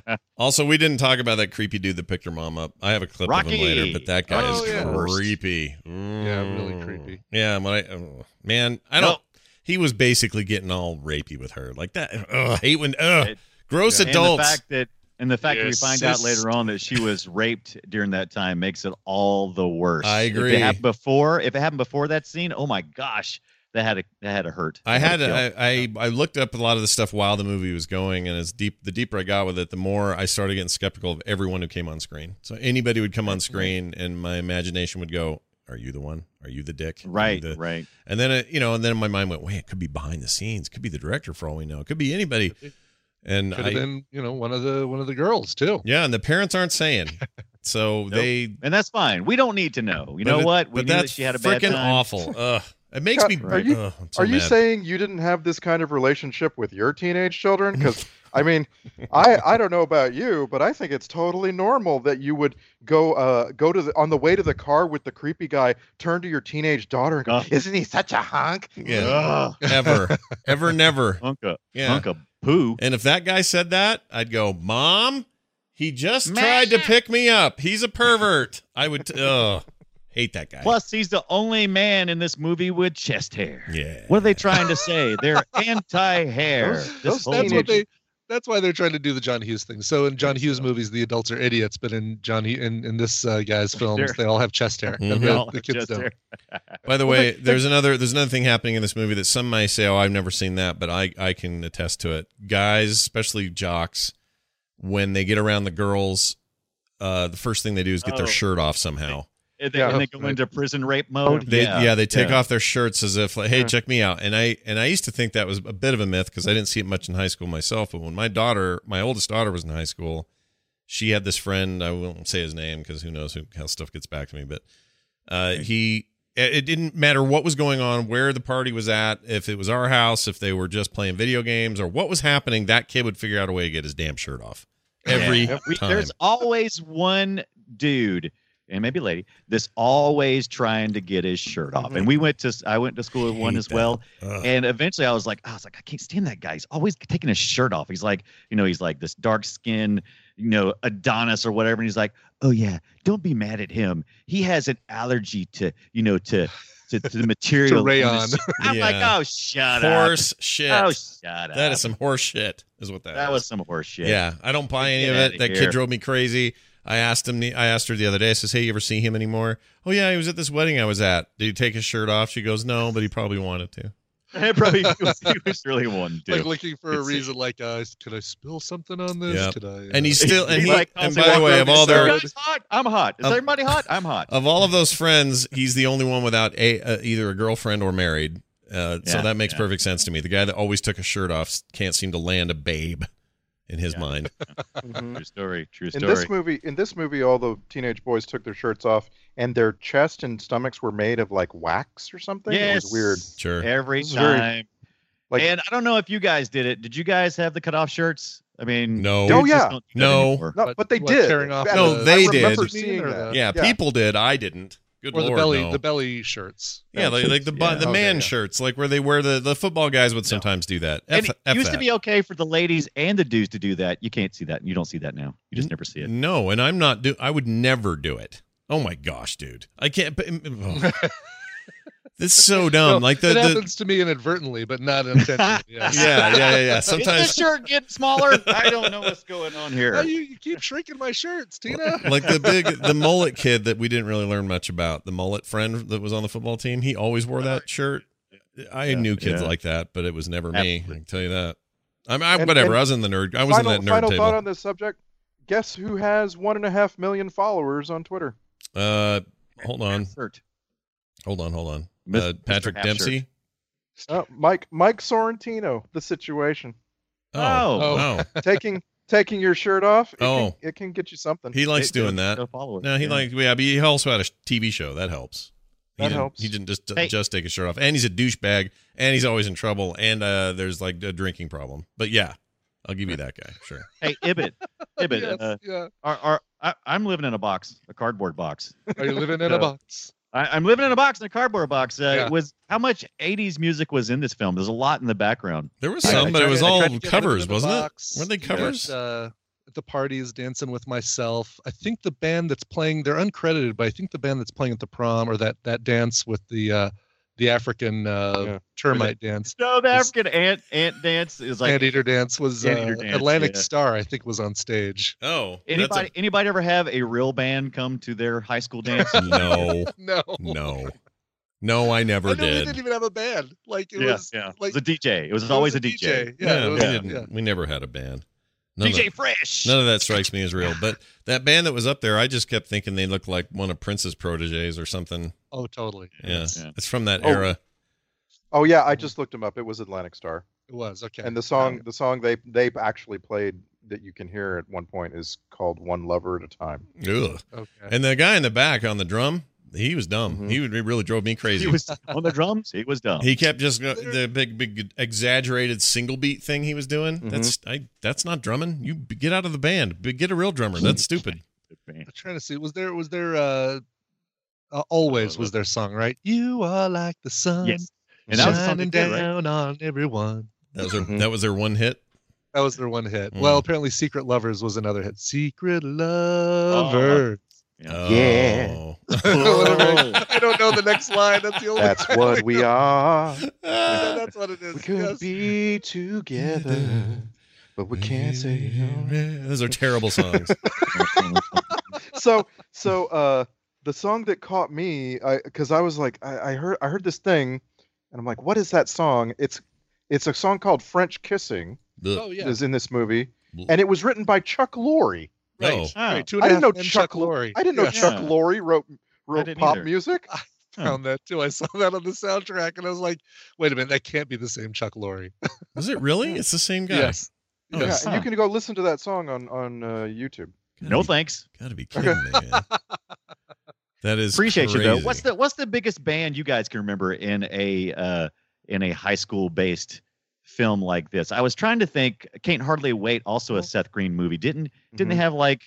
Speaker 1: Sure. Also, we didn't talk about that creepy dude that picked your mom up. I have a clip of
Speaker 5: Rocky.
Speaker 1: him later, but that guy
Speaker 7: Oh,
Speaker 1: is
Speaker 7: yeah.
Speaker 1: creepy.
Speaker 7: Yeah, really
Speaker 1: Mm.
Speaker 7: creepy.
Speaker 1: Yeah, when I, oh, man, I don't.
Speaker 5: No.
Speaker 1: He was basically getting all rapey with her like that. Ugh, I hate when ugh,
Speaker 5: It-
Speaker 1: gross
Speaker 7: Yeah.
Speaker 5: and the
Speaker 1: adults.
Speaker 5: fact that and the fact that we
Speaker 4: Yes,
Speaker 5: find
Speaker 4: sis.
Speaker 5: out later on that she was raped during that time makes it all the worse.
Speaker 1: I
Speaker 5: If it
Speaker 1: agree.
Speaker 5: happened before, if it happened before that scene, oh my gosh, that had a that had a hurt.
Speaker 1: I
Speaker 5: That
Speaker 1: had
Speaker 5: a kill.
Speaker 1: I, I I looked up a lot of the stuff while the movie was going, and as deep the deeper I got with it, the more I started getting skeptical of everyone who came on screen. So anybody would come on screen, and my imagination would go, "Are you the one? Are you the dick? Are you
Speaker 5: right,
Speaker 1: the-
Speaker 5: right.
Speaker 1: And then it, you know, and then my mind went, wait, it could be behind the scenes, could be the director for all we know, it could be anybody. And
Speaker 7: could have
Speaker 1: I,
Speaker 7: been you know one of the one of the girls too
Speaker 1: yeah, and the parents aren't saying, so they.
Speaker 5: And that's fine. We don't need to know. You
Speaker 1: but
Speaker 5: know
Speaker 1: it-
Speaker 5: what?
Speaker 1: but
Speaker 5: We knew that
Speaker 1: that's
Speaker 5: she had a bad
Speaker 1: freaking
Speaker 5: time.
Speaker 1: awful. Ugh, it makes me.
Speaker 6: Are you-
Speaker 1: ugh, I'm so
Speaker 6: are you
Speaker 1: mad.
Speaker 6: saying you didn't have this kind of relationship with your teenage children because I mean, I I don't know about you, but I think it's totally normal that you would go uh go to the on the way to the car with the creepy guy, turn to your teenage daughter and go,
Speaker 5: Uh.
Speaker 6: "Isn't he such a honk?"
Speaker 1: Yeah.
Speaker 5: Ugh.
Speaker 1: Ever. Ever never.
Speaker 5: Hunka,
Speaker 1: Yeah.
Speaker 5: hunka poo.
Speaker 1: And if that guy said that, I'd go, "Mom, he just
Speaker 5: Meh.
Speaker 1: tried to pick me up. He's a pervert." I would ugh, hate that guy.
Speaker 5: Plus, he's the only man in this movie with chest hair.
Speaker 1: Yeah.
Speaker 5: What are they trying to say? They're anti-hair.
Speaker 6: Those-
Speaker 5: This
Speaker 6: those-
Speaker 5: whole
Speaker 7: that's what they
Speaker 6: Teenage-
Speaker 7: that's why they're trying to do the John Hughes thing. So in John Hughes movies, the adults are idiots, but in John Hugh- in in this uh, guy's films,
Speaker 5: They're-
Speaker 7: they all have chest hair.
Speaker 1: Mhm.
Speaker 7: and
Speaker 5: they
Speaker 7: the-
Speaker 5: all
Speaker 7: the
Speaker 5: have
Speaker 7: kids
Speaker 5: chest
Speaker 7: don't.
Speaker 5: hair.
Speaker 1: By the way, there's another there's another thing happening in this movie that some may say, "Oh, I've never seen that," but I I can attest to it. Guys, especially jocks, when they get around the girls, uh, the first thing they do is get their
Speaker 5: Oh.
Speaker 1: shirt off somehow.
Speaker 5: And they,
Speaker 6: Yeah.
Speaker 5: and they go into prison rape mode.
Speaker 1: They yeah, they take
Speaker 5: yeah.
Speaker 1: off their shirts as if like, "Hey,
Speaker 6: Yeah.
Speaker 1: check me out." And I and I used to think that was a bit of a myth because I didn't see it much in high school myself. But when my daughter, my oldest daughter, was in high school, she had this friend. I won't say his name because who knows who, how stuff gets back to me. But uh, he, it it didn't matter what was going on, where the party was at, if it was our house, if they were just playing video games, or what was happening. That kid would figure out a way to get his damn shirt off every
Speaker 5: Yeah. We-
Speaker 1: time.
Speaker 5: There's always one dude and maybe lady that's always trying to get his shirt off. And we went to I went to school with one
Speaker 1: Mm-hmm. Hate
Speaker 5: as
Speaker 1: that.
Speaker 5: well.
Speaker 6: Uh-huh.
Speaker 1: Ugh.
Speaker 5: And eventually I was like, "Oh," I was like, I can't stand that guy. He's always taking his shirt off. He's like, you know, he's like this dark skinned, you know, Adonis or whatever. And he's like, oh yeah, don't be mad at him. He has an allergy to, you know, to to, to the material. on his
Speaker 7: rayon.
Speaker 5: suit." I'm like,
Speaker 1: Yeah.
Speaker 5: oh shut
Speaker 1: horse shit.
Speaker 5: up. Oh shut up.
Speaker 1: that is some horse shit. Is what
Speaker 5: that was some horse shit.
Speaker 1: Yeah, I don't buy any
Speaker 5: Get
Speaker 1: of
Speaker 5: outta
Speaker 1: it. That
Speaker 5: here.
Speaker 1: kid drove me crazy. I asked him. the- I asked her the other day. I says, "Hey, you ever see him anymore?" Oh yeah, he was at this wedding I was at. Did he take his shirt off? She goes, "No, but he probably wanted to."
Speaker 5: Probably he was, he was really one dude.
Speaker 7: Like looking for a
Speaker 5: It's-
Speaker 7: reason, like, uh, could I spill something on this?
Speaker 1: Yep.
Speaker 7: Could I,
Speaker 1: And
Speaker 7: uh,
Speaker 1: he's still. And
Speaker 5: He's
Speaker 1: he.
Speaker 5: like,
Speaker 1: and
Speaker 5: constantly
Speaker 1: by the
Speaker 5: walking
Speaker 1: way,
Speaker 5: around,
Speaker 1: of all
Speaker 5: "Is
Speaker 1: their
Speaker 5: everybody hot? I'm hot. Is
Speaker 1: Of-
Speaker 5: everybody hot? I'm hot.
Speaker 1: of all of those friends, he's the only one without a uh, either a girlfriend or married. Uh, so
Speaker 5: Yeah,
Speaker 1: that makes
Speaker 5: yeah.
Speaker 1: perfect sense to me. The guy that always took a shirt off s- can't seem to land a babe in his
Speaker 5: Yeah.
Speaker 1: mind.
Speaker 6: Mhm.
Speaker 7: Mm-hmm.
Speaker 5: True story. True
Speaker 6: In
Speaker 5: story.
Speaker 6: this movie, in this movie, all the teenage boys took their shirts off, and their chest and stomachs were made of like wax or something. It was weird.
Speaker 1: Sure.
Speaker 5: Every
Speaker 6: This is very-
Speaker 5: time.
Speaker 6: like-
Speaker 5: and I don't know if you guys did it. Did you guys have the cutoff shirts? I mean,
Speaker 1: No.
Speaker 5: dudes
Speaker 6: Oh, yeah.
Speaker 5: just don't do that
Speaker 1: No.
Speaker 5: anymore.
Speaker 6: No, but,
Speaker 7: But
Speaker 6: they
Speaker 7: what,
Speaker 6: did.
Speaker 7: tearing off
Speaker 6: Yeah,
Speaker 1: No,
Speaker 6: I
Speaker 1: they
Speaker 6: remember
Speaker 1: did.
Speaker 6: seeing
Speaker 7: Or
Speaker 6: that.
Speaker 7: the-
Speaker 1: Yeah, people did. I didn't. Good
Speaker 7: or
Speaker 1: lord,
Speaker 7: the belly,
Speaker 1: no.
Speaker 7: the belly shirts.
Speaker 1: Yeah, like, like the bu-
Speaker 5: Yeah.
Speaker 1: the
Speaker 7: Okay,
Speaker 1: man
Speaker 7: yeah.
Speaker 1: shirts, like where they wear the the football guys would sometimes do that.
Speaker 5: And
Speaker 1: F,
Speaker 5: it
Speaker 1: F
Speaker 5: used to
Speaker 1: that.
Speaker 5: be okay for the ladies and the dudes to do that. You can't see that. You don't see that now. You just
Speaker 1: N-
Speaker 5: never see it.
Speaker 1: no, and I'm not do. I would never do it. Oh my gosh, dude, I can't. but- oh. this is so dumb.
Speaker 7: No,
Speaker 1: like the,
Speaker 7: it
Speaker 1: the
Speaker 7: happens to me inadvertently, but not intentionally. Yeah.
Speaker 1: yeah, yeah, yeah, yeah.
Speaker 5: Is
Speaker 1: Sometimes
Speaker 5: the shirt getting smaller? I don't know what's going on
Speaker 7: Why
Speaker 5: here.
Speaker 7: you, you keep shrinking my shirts, Tina.
Speaker 1: like the big the mullet kid that we didn't really learn much about the mullet friend that was on the football team he always wore that shirt i
Speaker 5: Yeah,
Speaker 1: knew kids
Speaker 5: yeah.
Speaker 1: like that but it was never me i
Speaker 5: Absolutely.
Speaker 1: can tell you that i'm I,
Speaker 6: And-
Speaker 1: whatever
Speaker 6: and
Speaker 1: i was in the nerd i was
Speaker 6: final,
Speaker 1: in that nerd
Speaker 6: final
Speaker 1: table
Speaker 6: thought on this subject. Guess who has one and a half million followers on Twitter?
Speaker 1: uh hold on
Speaker 5: Shirt.
Speaker 1: hold on hold on
Speaker 5: Mis-
Speaker 1: uh,
Speaker 5: Mr.
Speaker 1: patrick
Speaker 5: Half-Shirt.
Speaker 1: dempsey
Speaker 6: Uh, Mike Mike Sorrentino. The situation.
Speaker 1: oh oh,
Speaker 7: Oh.
Speaker 6: taking taking your shirt off. It
Speaker 1: Oh.
Speaker 6: can, it can get you something.
Speaker 1: he likes doing that
Speaker 5: No follower.
Speaker 1: no he
Speaker 5: Yeah.
Speaker 1: likes yeah but he also had a sh- tv show that helps he
Speaker 6: That
Speaker 1: didn't,
Speaker 6: helps.
Speaker 1: He didn't just
Speaker 5: Hey.
Speaker 1: just take his shirt off, and he's a douchebag, and he's always in trouble, and uh, there's like a drinking problem. But yeah, I'll give you that guy. Sure.
Speaker 5: Hey, Ibbit. Ibbit.
Speaker 7: Yes,
Speaker 5: Uh,
Speaker 7: yeah.
Speaker 5: are, are, I, I'm living in a box, a cardboard box.
Speaker 7: Are you living in a
Speaker 5: uh,
Speaker 7: box?
Speaker 5: I, I'm living in a box, in a cardboard box. Uh,
Speaker 7: Yeah.
Speaker 5: Was how much '80s music was in this film? There's a lot in the background.
Speaker 1: There was
Speaker 5: I-
Speaker 1: some,
Speaker 5: I
Speaker 1: but
Speaker 5: tried
Speaker 1: it
Speaker 5: to-
Speaker 1: was
Speaker 5: I
Speaker 1: all
Speaker 5: tried
Speaker 1: covers, wasn't it? Weren't they covers?
Speaker 7: At, uh, at the parties, dancing with myself. I think the band that's playing, they're uncredited, but I think the band that's playing at the prom or that that dance with the uh, the African uh,
Speaker 6: Yeah.
Speaker 7: termite dance,
Speaker 5: No, the
Speaker 7: It's-
Speaker 5: African ant ant dance is like
Speaker 7: anteater dance was uh,
Speaker 5: Anteater dance,
Speaker 7: Atlantic
Speaker 5: yeah.
Speaker 7: Star. I think was on stage.
Speaker 1: Oh, that's
Speaker 5: anybody. Anybody ever have a real band come to their high school dance?
Speaker 1: a, no,
Speaker 7: No,
Speaker 1: no, no, I never
Speaker 7: I know we didn't
Speaker 1: did.
Speaker 7: even have a band. Like it was
Speaker 5: yeah. it
Speaker 7: like-
Speaker 5: was a DJ. It was
Speaker 7: it was
Speaker 5: always a DJ.
Speaker 7: Yeah, it
Speaker 1: we
Speaker 7: was-
Speaker 1: didn't.
Speaker 7: yeah.
Speaker 1: We never had a band. None of,
Speaker 5: DJ Fresh.
Speaker 1: none of that strikes me as real. But that band that was up there, I just kept thinking they looked like one of Prince's proteges or something.
Speaker 7: Oh, totally.
Speaker 1: Yeah,
Speaker 5: Yeah.
Speaker 1: it's from that
Speaker 6: Oh.
Speaker 1: era.
Speaker 6: Oh yeah, I just looked him up. It was Atlantic Star,
Speaker 7: It was okay.
Speaker 6: and the song the song they they actually played that you can hear at one point is called "One Lover at a Time."
Speaker 1: Ugh.
Speaker 7: Uh, okay.
Speaker 1: And the guy in the back on the drum, he was dumb. He would it really drove me crazy.
Speaker 5: Mm-hmm. He was on the drums. He was dumb.
Speaker 1: He kept just go, the big, big exaggerated single beat thing he was doing.
Speaker 5: Mm-hmm.
Speaker 1: That's I. That's not drumming. You b- get out of the band. B- Get a real drummer. That's stupid.
Speaker 7: I'm trying to see. Was there was there uh, uh always was their song right? You are like the sun.
Speaker 5: Yes. And
Speaker 7: And
Speaker 5: that was the song
Speaker 7: shining
Speaker 5: they did, right?
Speaker 7: down on everyone.
Speaker 1: That was their,
Speaker 5: Mm-hmm.
Speaker 1: that was their one hit.
Speaker 7: That was their one hit.
Speaker 1: Mm.
Speaker 7: Well, apparently, Secret Lovers was another hit. Secret Lover.
Speaker 5: Yeah.
Speaker 1: Oh.
Speaker 5: Oh.
Speaker 7: Whatever. I don't know the next line. That's the only.
Speaker 6: That's
Speaker 7: thing I
Speaker 6: what
Speaker 7: think
Speaker 6: we
Speaker 7: of.
Speaker 6: are.
Speaker 7: Yeah,
Speaker 1: Ah.
Speaker 7: that's what it is.
Speaker 6: We could
Speaker 7: yes.
Speaker 6: be together, but we can't say no.
Speaker 1: Those are terrible songs.
Speaker 6: So, so uh, the song that caught me, because I, was like, I, I heard, I heard this thing, and I'm like, what is that song? It's, it's a song called French Kissing.
Speaker 7: Oh yeah.
Speaker 6: Is in this movie,
Speaker 1: Bl-
Speaker 6: and it was written by Chuck Lorre.
Speaker 1: No.
Speaker 5: Ah,
Speaker 7: Right, two and
Speaker 6: I
Speaker 7: a
Speaker 6: didn't know
Speaker 7: half men,
Speaker 6: Chuck,
Speaker 7: Lorre.
Speaker 6: I didn't know
Speaker 7: Yeah.
Speaker 6: Chuck
Speaker 5: Yeah.
Speaker 6: Lorre wrote wrote
Speaker 5: didn't
Speaker 6: pop
Speaker 5: either.
Speaker 6: music.
Speaker 7: found that too. I saw that on the soundtrack, and I was like, "Wait a minute, that can't be the same Chuck Lorre."
Speaker 1: Was it really? It's the same guy.
Speaker 7: Yes.
Speaker 1: Oh,
Speaker 6: Yeah,
Speaker 7: Yes.
Speaker 6: and you can go listen to that song on on uh, YouTube.
Speaker 1: Gotta
Speaker 5: no
Speaker 1: be-
Speaker 5: thanks.
Speaker 1: Gotta be kidding me. Man. That is
Speaker 5: Appreciate you though.
Speaker 1: crazy.
Speaker 5: What's the what's the biggest band you guys can remember in a uh in a high school based film like this? I was trying to think. Can't hardly wait. Also a Seth Green movie. Didn't didn't they have like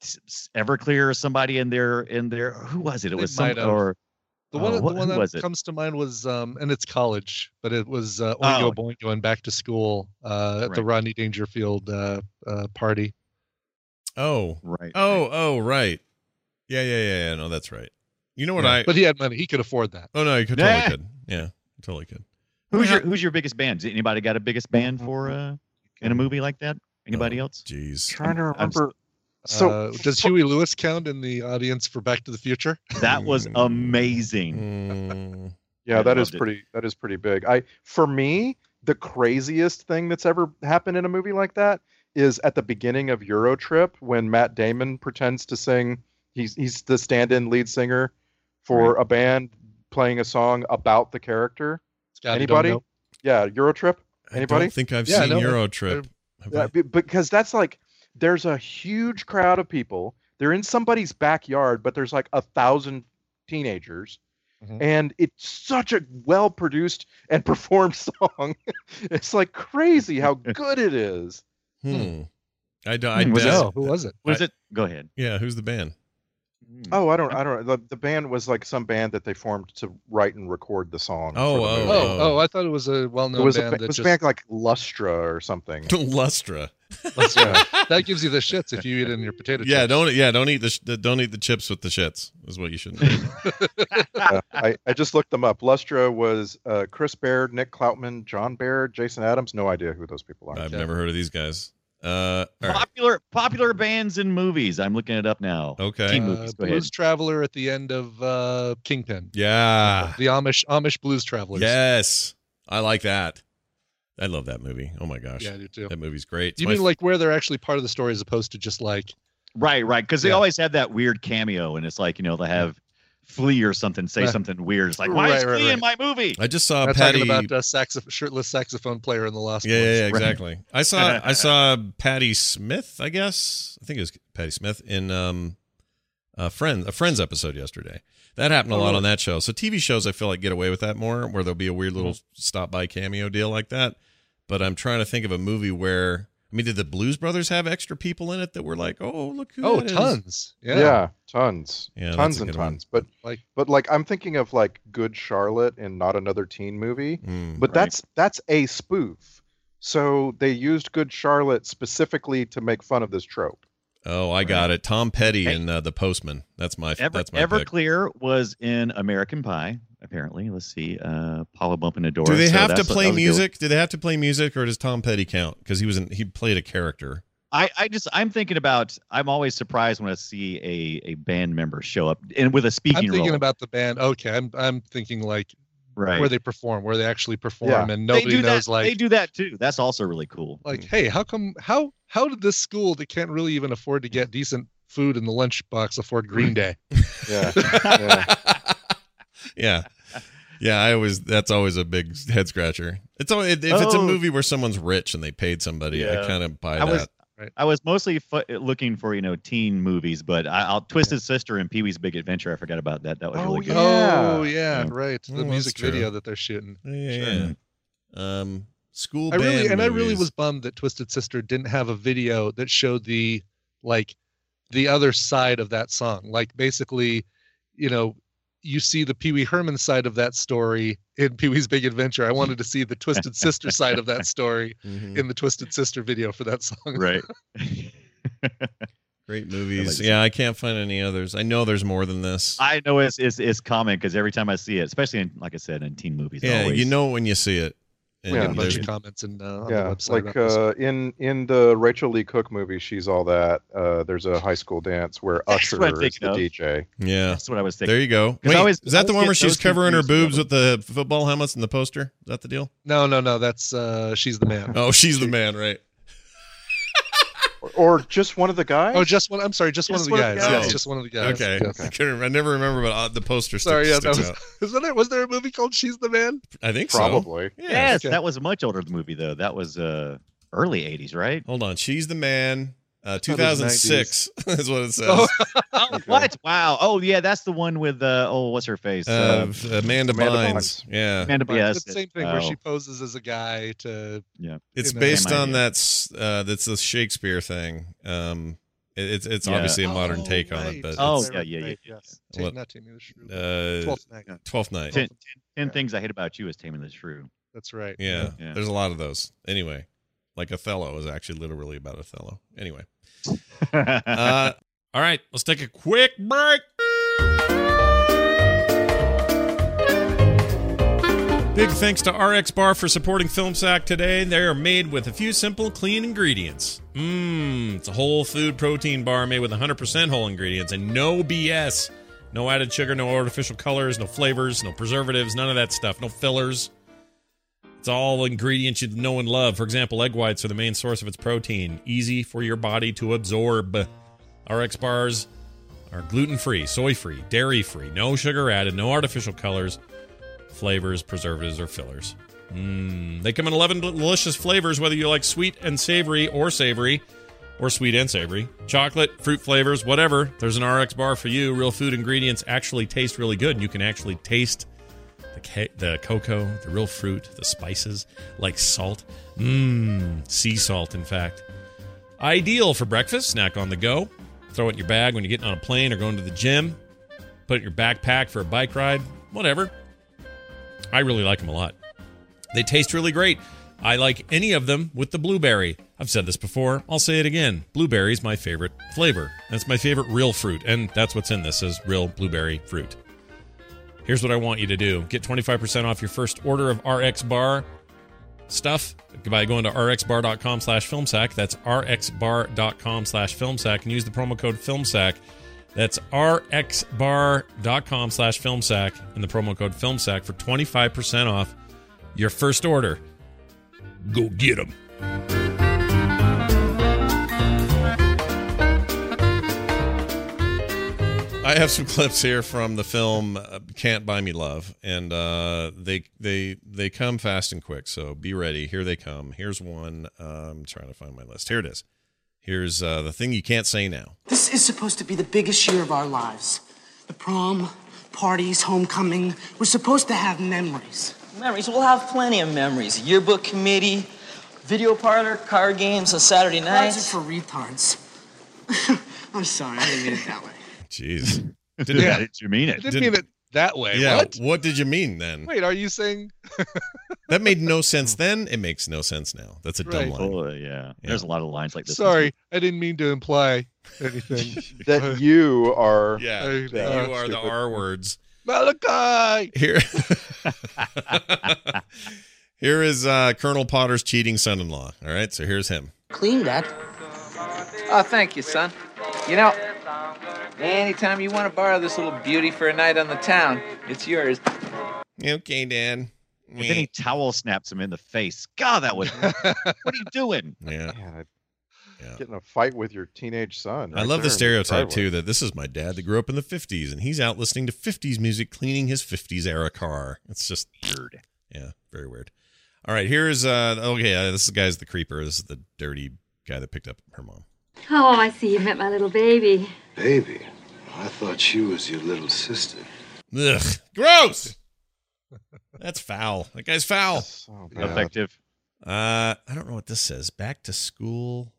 Speaker 5: s- s- Everclear or somebody in there in there? Who was it? It
Speaker 7: They
Speaker 5: was some
Speaker 7: might have.
Speaker 5: or
Speaker 7: The one,
Speaker 5: Oh,
Speaker 7: the
Speaker 5: what-
Speaker 7: one
Speaker 5: who was
Speaker 7: that
Speaker 5: it?
Speaker 7: comes to mind was, um, and it's college, but it was uh, Oingo
Speaker 5: Oh.
Speaker 7: Boingo and Back to School uh, at the Rodney Dangerfield uh, uh, party.
Speaker 1: Oh.
Speaker 5: right.
Speaker 1: Oh. Oh. Right. Yeah. Yeah. Yeah. yeah. No, that's right. You know what
Speaker 7: Yeah.
Speaker 1: I?
Speaker 7: But he had money; he could afford that.
Speaker 1: oh no, you could totally
Speaker 5: Yeah.
Speaker 1: could. Yeah, totally could.
Speaker 5: Who's
Speaker 1: Yeah.
Speaker 5: your who's your biggest band? Does anybody got a biggest band for uh in a movie like that? Anybody
Speaker 1: Oh,
Speaker 5: else?
Speaker 1: Jeez.
Speaker 6: trying to
Speaker 5: I'm s- uh,
Speaker 6: remember. So
Speaker 7: So, does Huey Lewis count in the audience for Back to the Future?
Speaker 5: That was
Speaker 1: Mm.
Speaker 5: amazing.
Speaker 1: Mm.
Speaker 6: yeah,
Speaker 5: I
Speaker 6: that is
Speaker 5: loved it.
Speaker 6: pretty. That is pretty big. I for me, the craziest thing that's ever happened in a movie like that is at the beginning of Euro Trip when Matt Damon pretends to sing. He's he's the stand-in lead singer for a band playing a song about the character.
Speaker 7: Scotty, don't
Speaker 6: Anybody?
Speaker 7: know.
Speaker 6: Yeah, Euro Trip.
Speaker 1: I
Speaker 6: Anybody?
Speaker 1: don't think I've
Speaker 7: Yeah,
Speaker 1: seen
Speaker 7: no,
Speaker 1: Euro Trip. Have
Speaker 6: Yeah,
Speaker 1: I?
Speaker 6: Uh, be- because that's like there's a huge crowd of people. They're in somebody's backyard, but there's like a thousand teenagers,
Speaker 1: Mm-hmm.
Speaker 7: Mhm.
Speaker 6: and it's such a well produced and performed song. it's like crazy how good it is.
Speaker 1: Hmm. I, d- I
Speaker 5: Hmm, was it-
Speaker 1: doubt-
Speaker 7: No, who was it?
Speaker 5: Was it? Go ahead.
Speaker 1: Yeah, who's the band?
Speaker 6: Oh, I don't, I don't. The, the band was like some band that they formed to write and record the song. for
Speaker 1: Oh,
Speaker 6: the
Speaker 1: oh,
Speaker 6: movie.
Speaker 7: Oh, oh, I thought it was a well-known
Speaker 6: it was a,
Speaker 7: band
Speaker 6: ba- it
Speaker 7: that
Speaker 6: was a
Speaker 7: just
Speaker 6: band like Lustra or something.
Speaker 1: Lustra.
Speaker 6: Yeah.
Speaker 7: that gives you the shits if you eat it in your potato.
Speaker 1: Yeah,
Speaker 7: chips.
Speaker 1: don't yeah, don't eat the sh- don't eat the chips with the shits. Is what you should. do.
Speaker 6: Yeah, Uh, I, I just looked them up. Lustra was uh, Chris Baird, Nick Cloutman, John Baird, Jason Adams. No idea who those people are.
Speaker 1: I've never heard of these guys. Uh, all right.
Speaker 5: Popular popular bands in movies. I'm looking it up now.
Speaker 1: okay.
Speaker 5: Teen movies, go ahead.
Speaker 7: Uh, Blues Traveler at the end of uh, Kingpin.
Speaker 1: Yeah.
Speaker 7: The Amish Amish Blues Travelers.
Speaker 1: Yes, I like that. I love that movie. Oh my gosh,
Speaker 7: yeah, I do too.
Speaker 1: that movie's great. It's
Speaker 7: You
Speaker 1: my
Speaker 7: mean like where they're actually part of the story as opposed to just like
Speaker 5: Right, right. Because they
Speaker 7: Yeah.
Speaker 5: always have that weird cameo, and it's like you know they have Flea or something say
Speaker 7: Right.
Speaker 5: something weird. It's like why is
Speaker 7: Right, right,
Speaker 5: Flea in my movie?
Speaker 1: I just saw
Speaker 7: I'm
Speaker 1: Uh, Patty.
Speaker 7: talking about uh, a saxophone, shirtless saxophone player in the Lost
Speaker 1: yeah, yeah,
Speaker 7: Boys.
Speaker 1: yeah, exactly. I saw I saw Patty Smith. I guess I think it was Patty Smith in um, a friend a Friends episode yesterday. That happened a lot on that show. So TV shows I feel like get away with that more, where there'll be a weird little stop by cameo deal like that. But I'm trying to think of a movie where I mean, did the Blues Brothers have extra people in it that were like, oh look who?
Speaker 7: Oh,
Speaker 1: that is?
Speaker 7: tons.
Speaker 6: Yeah,
Speaker 7: Yeah.
Speaker 6: tons,
Speaker 1: Yeah, that's
Speaker 6: tons
Speaker 1: a
Speaker 6: and
Speaker 1: good one.
Speaker 6: tons. But
Speaker 7: Like-
Speaker 6: like, but like I'm thinking of like Good Charlotte and not another teen movie.
Speaker 1: Mm.
Speaker 6: But
Speaker 5: Right.
Speaker 6: that's that's a spoof. So they used Good Charlotte specifically to make fun of this trope.
Speaker 1: Oh, I got it. Tom Petty and uh, the Postman. That's my
Speaker 5: Ever,
Speaker 1: that's my pick.
Speaker 5: Everclear was in American Pie. Apparently, let's see. Uh, Paula bumping a door.
Speaker 1: Do they
Speaker 5: so
Speaker 1: have to
Speaker 5: that's- that
Speaker 1: play
Speaker 5: was a good
Speaker 1: music? Do they have to play music, or does Tom Petty count? Because he was in, he played a character.
Speaker 5: I, I just I'm thinking about. I'm always surprised when I see a a band member show up and with a
Speaker 7: I'm
Speaker 5: speaking
Speaker 7: thinking
Speaker 5: role.
Speaker 7: about the band. Okay, I'm I'm thinking like
Speaker 5: right.
Speaker 7: where they perform, where they actually perform,
Speaker 6: Yeah.
Speaker 7: and
Speaker 5: They
Speaker 7: nobody
Speaker 5: do
Speaker 7: knows
Speaker 5: that.
Speaker 7: like
Speaker 5: they do that too. That's also really cool.
Speaker 7: like
Speaker 1: Hmm.
Speaker 7: hey, how come how how did this school that can't really even afford to
Speaker 1: Hmm.
Speaker 7: get decent food in the lunchbox afford Green Day?
Speaker 6: Yeah, yeah.
Speaker 1: yeah, yeah. I always that's always a big head scratcher. It's always if it's a
Speaker 5: Oh.
Speaker 1: movie where someone's rich and they paid somebody, I
Speaker 5: Yeah.
Speaker 1: kind of buy
Speaker 5: I
Speaker 1: that.
Speaker 5: was
Speaker 7: Right.
Speaker 5: I was mostly fu- looking for you know teen movies, but I, I'll Twisted Sister and Pee Wee's Big Adventure. I forgot about that. That was really good.
Speaker 7: Oh
Speaker 1: Yeah.
Speaker 7: yeah, right.
Speaker 1: Oh,
Speaker 7: The
Speaker 1: that's
Speaker 7: music
Speaker 1: true.
Speaker 7: video that they're shooting.
Speaker 1: Yeah,
Speaker 7: Sure.
Speaker 1: yeah. Um, school
Speaker 7: I
Speaker 1: band.
Speaker 7: really and I really
Speaker 1: movies.
Speaker 7: was bummed that Twisted Sister didn't have a video that showed the like the other side of that song. Like basically, you know, you see the Pee Wee Herman side of that story in Pee Wee's Big Adventure. I wanted to see the Twisted Sister side of that story
Speaker 10: Mm-hmm. Hmm.
Speaker 1: Mhm.
Speaker 7: in the Twisted Sister video for that song.
Speaker 5: Oh, Right.
Speaker 1: Great movies.
Speaker 5: like-
Speaker 1: yeah, I can't find any others. I know there's more than this.
Speaker 5: I know it's it's, it's common because every time I see it, especially in, like I said in teen movies.
Speaker 1: yeah,
Speaker 5: always-
Speaker 1: you know when you see it. And
Speaker 7: We
Speaker 6: Yeah,
Speaker 7: got a bunch
Speaker 1: there's-
Speaker 7: of comments in, uh, on
Speaker 6: yeah,
Speaker 7: the website.
Speaker 6: like
Speaker 7: about this.
Speaker 6: uh, in in the Rachel Lee Cook movie, she's all that. Uh, there's a high school dance where
Speaker 5: That's what I'm
Speaker 6: Usher is
Speaker 5: thinking
Speaker 6: the
Speaker 5: of.
Speaker 6: DJ.
Speaker 1: yeah.
Speaker 5: That's what I was thinking.
Speaker 1: There you go.
Speaker 5: 'Cause I
Speaker 1: Wait,
Speaker 5: always-
Speaker 1: is that the
Speaker 5: I always
Speaker 1: one where
Speaker 5: get
Speaker 1: she's
Speaker 5: those
Speaker 1: covering her
Speaker 5: confused
Speaker 1: boobs with the football helmets in the poster? Is that the deal?
Speaker 7: no, no, no. That's uh, she's the man.
Speaker 1: Oh, she's the man, right?
Speaker 6: Or, or just one of the guys.
Speaker 7: Oh, just one. I'm sorry, just, one of the guys.
Speaker 1: guys.
Speaker 7: Yes, just one of the guys.
Speaker 1: okay.
Speaker 7: Yes.
Speaker 1: I, couldn't- I never remember, but uh, the poster stick-
Speaker 7: Sorry, yeah, that
Speaker 1: sticks
Speaker 7: was,
Speaker 1: out.
Speaker 7: was there was there a movie called She's the Man?
Speaker 1: I think so.
Speaker 6: probably.
Speaker 1: Yeah.
Speaker 5: Yes,
Speaker 7: Okay.
Speaker 5: that was a much older movie though. That was uh early '80s, right?
Speaker 1: Hold on. She's the man. Uh,
Speaker 7: thought it was
Speaker 1: 2006 is what it says.
Speaker 7: Oh.
Speaker 5: Oh, what? Wow. Oh, yeah, that's the one with uh oh, what's her face?
Speaker 1: Uh,
Speaker 5: Uh,
Speaker 1: Amanda,
Speaker 6: Amanda
Speaker 1: Bynes.
Speaker 6: Bynes.
Speaker 1: Yeah.
Speaker 5: Amanda
Speaker 7: But
Speaker 5: Bynes.
Speaker 7: it's the same thing where
Speaker 5: Oh.
Speaker 7: she poses as a guy to
Speaker 1: It's
Speaker 7: you know,
Speaker 1: based
Speaker 5: same
Speaker 1: on
Speaker 5: idea.
Speaker 1: that. s- Uh, that's the Shakespeare thing. Um, it, it's it's
Speaker 5: Yeah.
Speaker 1: obviously a
Speaker 7: Oh,
Speaker 1: modern take on
Speaker 7: right.
Speaker 1: it, but
Speaker 5: Oh,
Speaker 1: it's,
Speaker 5: yeah, yeah, yeah, yeah.
Speaker 7: yes. Take,
Speaker 1: What-
Speaker 7: not Taming of the Shrew.
Speaker 1: uh,
Speaker 7: Twelfth Night.
Speaker 1: Twelfth Night.
Speaker 5: Ten, ten, ten
Speaker 7: Yeah.
Speaker 5: things I hate about you is Taming the Shrew.
Speaker 7: That's right.
Speaker 1: Yeah,
Speaker 5: Yeah.
Speaker 1: there's a lot of those. Anyway, like Othello is actually literally about Othello. Anyway, uh, all right, let's take a quick break. Big thanks to RX Bar for supporting FilmSack today. They are made with a few simple, clean ingredients. Mmm, it's a whole food protein bar made with 100% whole ingredients and no BS. No added sugar, no artificial colors, no flavors, no preservatives, none of that stuff, no fillers. It's all ingredients you know and love. For example, egg whites are the main source of its protein, easy for your body to absorb. RX bars are gluten free, soy free, dairy free, no sugar added, no artificial colors, flavors, preservatives, or fillers. Mm. They come in 11 delicious flavors, whether you like sweet and savory or savory, or sweet and savory, chocolate, fruit flavors, whatever. There's an RX bar for you. Real food ingredients actually taste really good, and you can actually taste the, ca- the cocoa, the real fruit, the spices, like salt. Mmm, sea salt, in fact. Ideal for breakfast, snack on the go. Throw it in your bag when you're getting on a plane or going to the gym. Put it in your backpack for a bike ride, whatever. I really like them a lot. They taste really great. I like any of them with the blueberry. I've said this before, I'll say it again. Blueberry's my favorite flavor. That's my favorite real fruit, and that's what's in this is real blueberry fruit. Here's what I want you to do. Get 25% off your first order of RX bar stuff by going to rxbar.com slash filmsack. That's rxbar.com slash filmsack and use the promo code filmsack. That's rxbar.com slash filmsack and the promo code filmsack for 25% off your first order. Go get them. I have some clips here from the film uh, "Can't Buy Me Love," and uh, they they they come fast and quick. So be ready. Here they come. Here's one. Uh, I'm trying to find my list. Here it is. Here's uh, the thing you can't say now.
Speaker 11: This is supposed to be the biggest year of our lives. The prom, parties, homecoming. We're supposed to have memories.
Speaker 12: Memories. We'll have plenty of memories. Yearbook committee, video parlor, card games on Saturday
Speaker 11: Cards
Speaker 12: nights.
Speaker 11: are for retards. I'm sorry, I didn't mean it that way.
Speaker 1: Jeez.
Speaker 5: Didn't
Speaker 7: Yeah.
Speaker 5: did you mean
Speaker 7: I
Speaker 5: it?
Speaker 7: didn't,
Speaker 1: Didn't-
Speaker 7: mean it that way.
Speaker 1: yeah.
Speaker 7: What?
Speaker 1: did you mean then?
Speaker 7: Wait, are you saying?
Speaker 1: That made no sense then. It makes no sense now. That's a dumb
Speaker 7: Right.
Speaker 1: line.
Speaker 5: Oh, yeah. There's a lot of lines like this.
Speaker 7: Sorry, I didn't mean to imply anything.
Speaker 6: That you are.
Speaker 1: Yeah.
Speaker 7: I-
Speaker 1: that
Speaker 7: uh,
Speaker 1: you are the
Speaker 6: stupid.
Speaker 1: R words.
Speaker 7: Malachi.
Speaker 1: Here, here is uh, Colonel Potter's cheating son-in-law. All right, so here's him.
Speaker 11: Clean that.
Speaker 12: Oh, thank you, son. You know, anytime you want to borrow this little beauty for a night on the town, it's yours.
Speaker 1: Okay, Dad.
Speaker 5: And then he towel snaps him in the face. God, that was. what are you doing?
Speaker 1: Yeah,
Speaker 6: Man,
Speaker 1: Yeah.
Speaker 6: Getting a fight with your teenage son.
Speaker 1: I
Speaker 6: right
Speaker 1: love the
Speaker 6: there in
Speaker 1: stereotype
Speaker 6: driveway.
Speaker 1: too that this is my dad that grew up in the '50s and he's out listening to '50s music, cleaning his '50s era car. It's just
Speaker 5: Weird.
Speaker 1: yeah, very weird. All right, here's uh okay. Uh, this guy's the creeper. This is the dirty guy that picked up her mom.
Speaker 2: Oh, I see you met my little baby.
Speaker 13: Baby, I thought she was your little sister.
Speaker 1: Ugh, gross. That's foul. That guy's foul.
Speaker 5: bad. Effective.
Speaker 1: Uh, I don't know what this says. Back to school.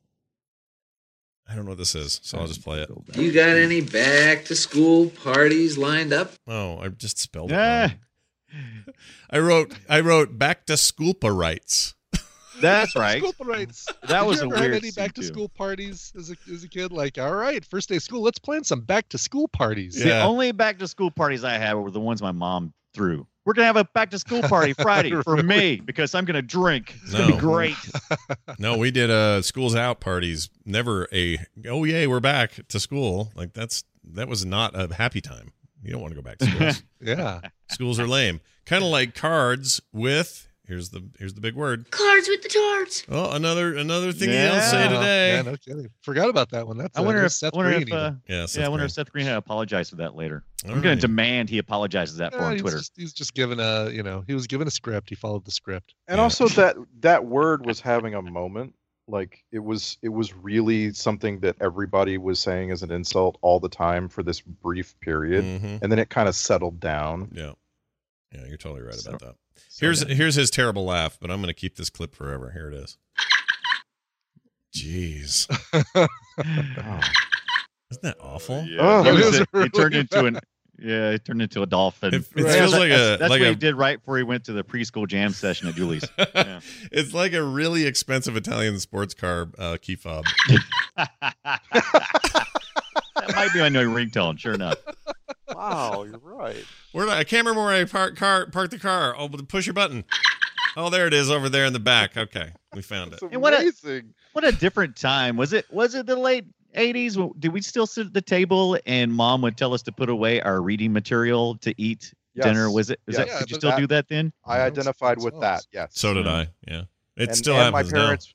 Speaker 1: I don't know what this is, so I'll just play it.
Speaker 12: You got any back to school parties lined up?
Speaker 1: Oh, I just spelled it. wrong. I wrote. I wrote back to Sculpa rights.
Speaker 5: That's right.
Speaker 7: School parades.
Speaker 5: That
Speaker 7: Did
Speaker 5: was
Speaker 7: you
Speaker 5: a
Speaker 7: ever
Speaker 5: weird
Speaker 7: Have any
Speaker 5: scene,
Speaker 7: back to
Speaker 5: too.
Speaker 7: school parties as a, as a kid? Like, all right, first day of school, let's plan some back to school parties.
Speaker 5: The only back to school parties I had were the ones my mom threw. We're gonna have a back to school party Friday for me because I'm gonna drink. It's gonna
Speaker 1: No.
Speaker 5: be great.
Speaker 1: no, we did uh schools out parties. Never a oh yay, we're back to school. Like that's that was not a happy time. You don't want to go back to schools.
Speaker 7: yeah.
Speaker 1: schools are lame. Kind of like cards with here's the here's the big word.
Speaker 14: Cards with the tards.
Speaker 1: Oh, another another thing you don't say
Speaker 5: Yeah.
Speaker 1: today.
Speaker 7: Yeah, no kidding. Forgot about that one. That's
Speaker 5: I
Speaker 7: uh,
Speaker 5: wonder if
Speaker 7: Seth
Speaker 5: I wonder
Speaker 7: Green
Speaker 5: if, uh,
Speaker 7: even.
Speaker 1: yeah,
Speaker 5: I
Speaker 1: Seth
Speaker 5: wonder
Speaker 1: Green.
Speaker 5: if Seth Green had apologized for that later. I'm
Speaker 1: All
Speaker 5: gonna
Speaker 1: right.
Speaker 5: demand he apologizes for that for
Speaker 7: Yeah,
Speaker 5: on
Speaker 7: he's
Speaker 5: Twitter.
Speaker 7: just- he's just given a you know he was given a script. He followed the script.
Speaker 6: And also that that word was having a moment. Like it was it was really something that everybody was saying as an insult all the time for this brief period.
Speaker 1: Mhm.
Speaker 6: And then it kind of settled down.
Speaker 1: Yeah. Yeah, you're totally right
Speaker 6: So-
Speaker 1: about that.
Speaker 6: so
Speaker 1: Here's
Speaker 6: dumb.
Speaker 1: here's his terrible laugh, but I'm going to keep this clip forever. Here it is. Jeez.
Speaker 6: Oh,
Speaker 1: Isn't that awful?
Speaker 5: Yeah, Oh, it, was a- it turned into an yeah, it turned into a dolphin.
Speaker 1: It- it feels like a-
Speaker 5: that's, that's
Speaker 1: like
Speaker 5: what
Speaker 1: a-
Speaker 5: he did right before he went to the preschool jam session at Julie's. Yeah.
Speaker 1: It's like a really expensive Italian sports car uh, key fob.
Speaker 5: That might be my new ringtone. Sure enough.
Speaker 6: Wow, you're right.
Speaker 1: Where did I, I can't remember where I parked car parked the car. Oh, but push your button. Oh, there it is over there in the back. Okay, we found it.
Speaker 5: And what a what a different time was it? Was it the late eighties? Did we still sit at the table and mom would tell us to put away our reading material to eat
Speaker 6: Yes.
Speaker 5: dinner? Was it? Is that?
Speaker 6: Yes.
Speaker 5: Could you still do that then?
Speaker 6: I identified with that, yes.
Speaker 1: So did I. Yeah, it
Speaker 6: And-
Speaker 1: still
Speaker 6: and
Speaker 1: happens
Speaker 6: my parents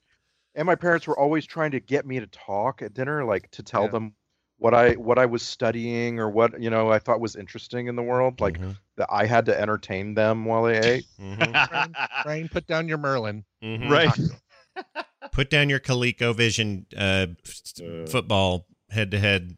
Speaker 1: now.
Speaker 6: and my parents were always trying to get me to talk at dinner like to tell them what i what i was studying or what you know i thought was interesting in the world
Speaker 1: Mm-hmm.
Speaker 6: like that i had to entertain them while they ate
Speaker 5: mm-hmm,
Speaker 7: Brian, Brian, put down your Merlin.
Speaker 5: Right.
Speaker 1: Mm-hmm. Put down your ColecoVision uh,
Speaker 7: Uh.
Speaker 1: football head to head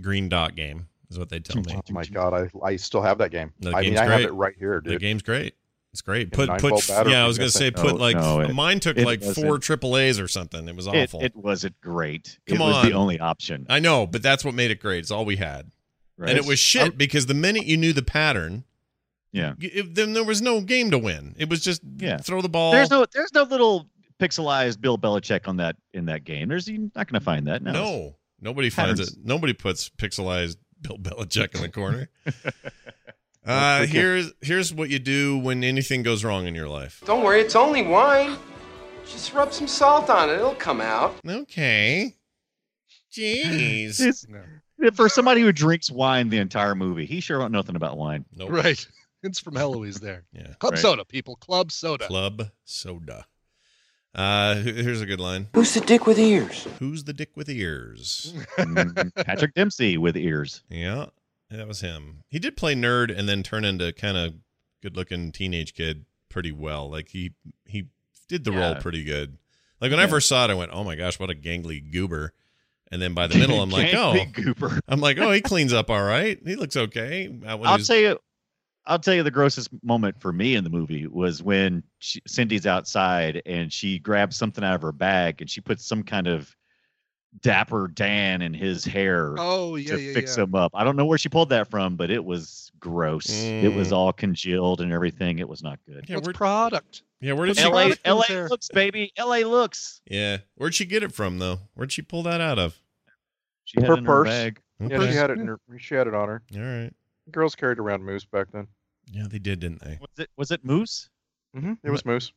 Speaker 1: green dot game is what they tell me.
Speaker 6: oh my god i i still have that game
Speaker 1: The
Speaker 6: i mean
Speaker 1: game's
Speaker 6: i have
Speaker 1: great.
Speaker 6: it right here dude
Speaker 1: The game's great. It's great.
Speaker 6: Yeah,
Speaker 1: Put
Speaker 6: nine
Speaker 1: put
Speaker 6: volt battery,
Speaker 1: yeah. I was
Speaker 6: I
Speaker 1: gonna say
Speaker 6: think.
Speaker 1: put
Speaker 6: Oh,
Speaker 1: like
Speaker 5: no, it-
Speaker 1: mine took
Speaker 5: it
Speaker 1: like
Speaker 5: wasn't.
Speaker 1: four AAA's or something. It was
Speaker 5: It,
Speaker 1: awful.
Speaker 5: it wasn't great.
Speaker 1: Come
Speaker 5: it was
Speaker 1: on.
Speaker 5: the only option.
Speaker 1: I know, but that's what made it great. It's all we had,
Speaker 5: Right.
Speaker 1: and it was shit because the minute you knew the pattern,
Speaker 5: Yeah.
Speaker 1: y- if, then there was no game to win. It was just
Speaker 5: Yeah.
Speaker 1: throw the ball.
Speaker 5: There's no there's no little pixelized Bill Belichick on that in that game. There's you're not gonna find that. No.
Speaker 1: no, nobody finds
Speaker 5: Patterns.
Speaker 1: it. Nobody puts pixelized Bill Belichick in the corner.
Speaker 5: That's
Speaker 1: uh,
Speaker 5: okay.
Speaker 1: here's here's what you do when anything goes wrong in your life.
Speaker 15: Don't worry, it's only wine. Just rub some salt on it, it'll come out.
Speaker 1: Okay. Jeez.
Speaker 5: It's- For somebody who drinks wine the entire movie, he sure don't know nothing about wine.
Speaker 1: Nope.
Speaker 7: Right. It's from Eloise there.
Speaker 1: Yeah.
Speaker 7: Club
Speaker 5: Right.
Speaker 7: soda, people. Club soda.
Speaker 1: Club soda. Uh, h- here's a good line.
Speaker 11: Who's the dick with ears?
Speaker 1: Who's the dick with ears?
Speaker 5: Patrick Dempsey with ears.
Speaker 1: Yeah, that was him. He did play nerd and then turn into kind of good-looking teenage kid pretty well. Like he he did the role
Speaker 5: Yeah.
Speaker 1: pretty good. Like when I
Speaker 5: Yeah.
Speaker 1: first saw it, I went, "Oh my gosh, what a gangly goober!" And then by the middle, I'm like, "Oh,
Speaker 5: Gangly goober."
Speaker 1: I'm like, "Oh, he cleans up all right. He looks okay." Uh, when
Speaker 5: I'll
Speaker 1: he's-
Speaker 5: tell you, I'll tell you the grossest moment for me in the movie was when she, Cindy's outside and she grabs something out of her bag and she puts some kind of dapper Dan in his hair
Speaker 7: Oh yeah,
Speaker 5: to
Speaker 7: yeah,
Speaker 5: fix
Speaker 7: yeah.
Speaker 5: him up. I don't know where she pulled that from, but it was gross. It was
Speaker 1: Mm.
Speaker 5: all congealed and everything. It was not good.
Speaker 1: Yeah,
Speaker 7: What's
Speaker 1: where-
Speaker 7: product?
Speaker 1: yeah, where did she?
Speaker 5: LA,
Speaker 7: product
Speaker 5: LA
Speaker 7: is there?
Speaker 5: looks, baby. LA looks.
Speaker 1: Yeah, where'd she get it from though? Where'd she pull that out of?
Speaker 5: She had
Speaker 6: her
Speaker 5: it in
Speaker 6: purse
Speaker 5: bag.
Speaker 6: yeah
Speaker 1: Okay.
Speaker 6: she had it in her, she had it on her
Speaker 1: All right.
Speaker 6: girls carried around moose back then
Speaker 1: Yeah, they did, didn't they?
Speaker 5: Was it was it moose?
Speaker 6: hmm it was moose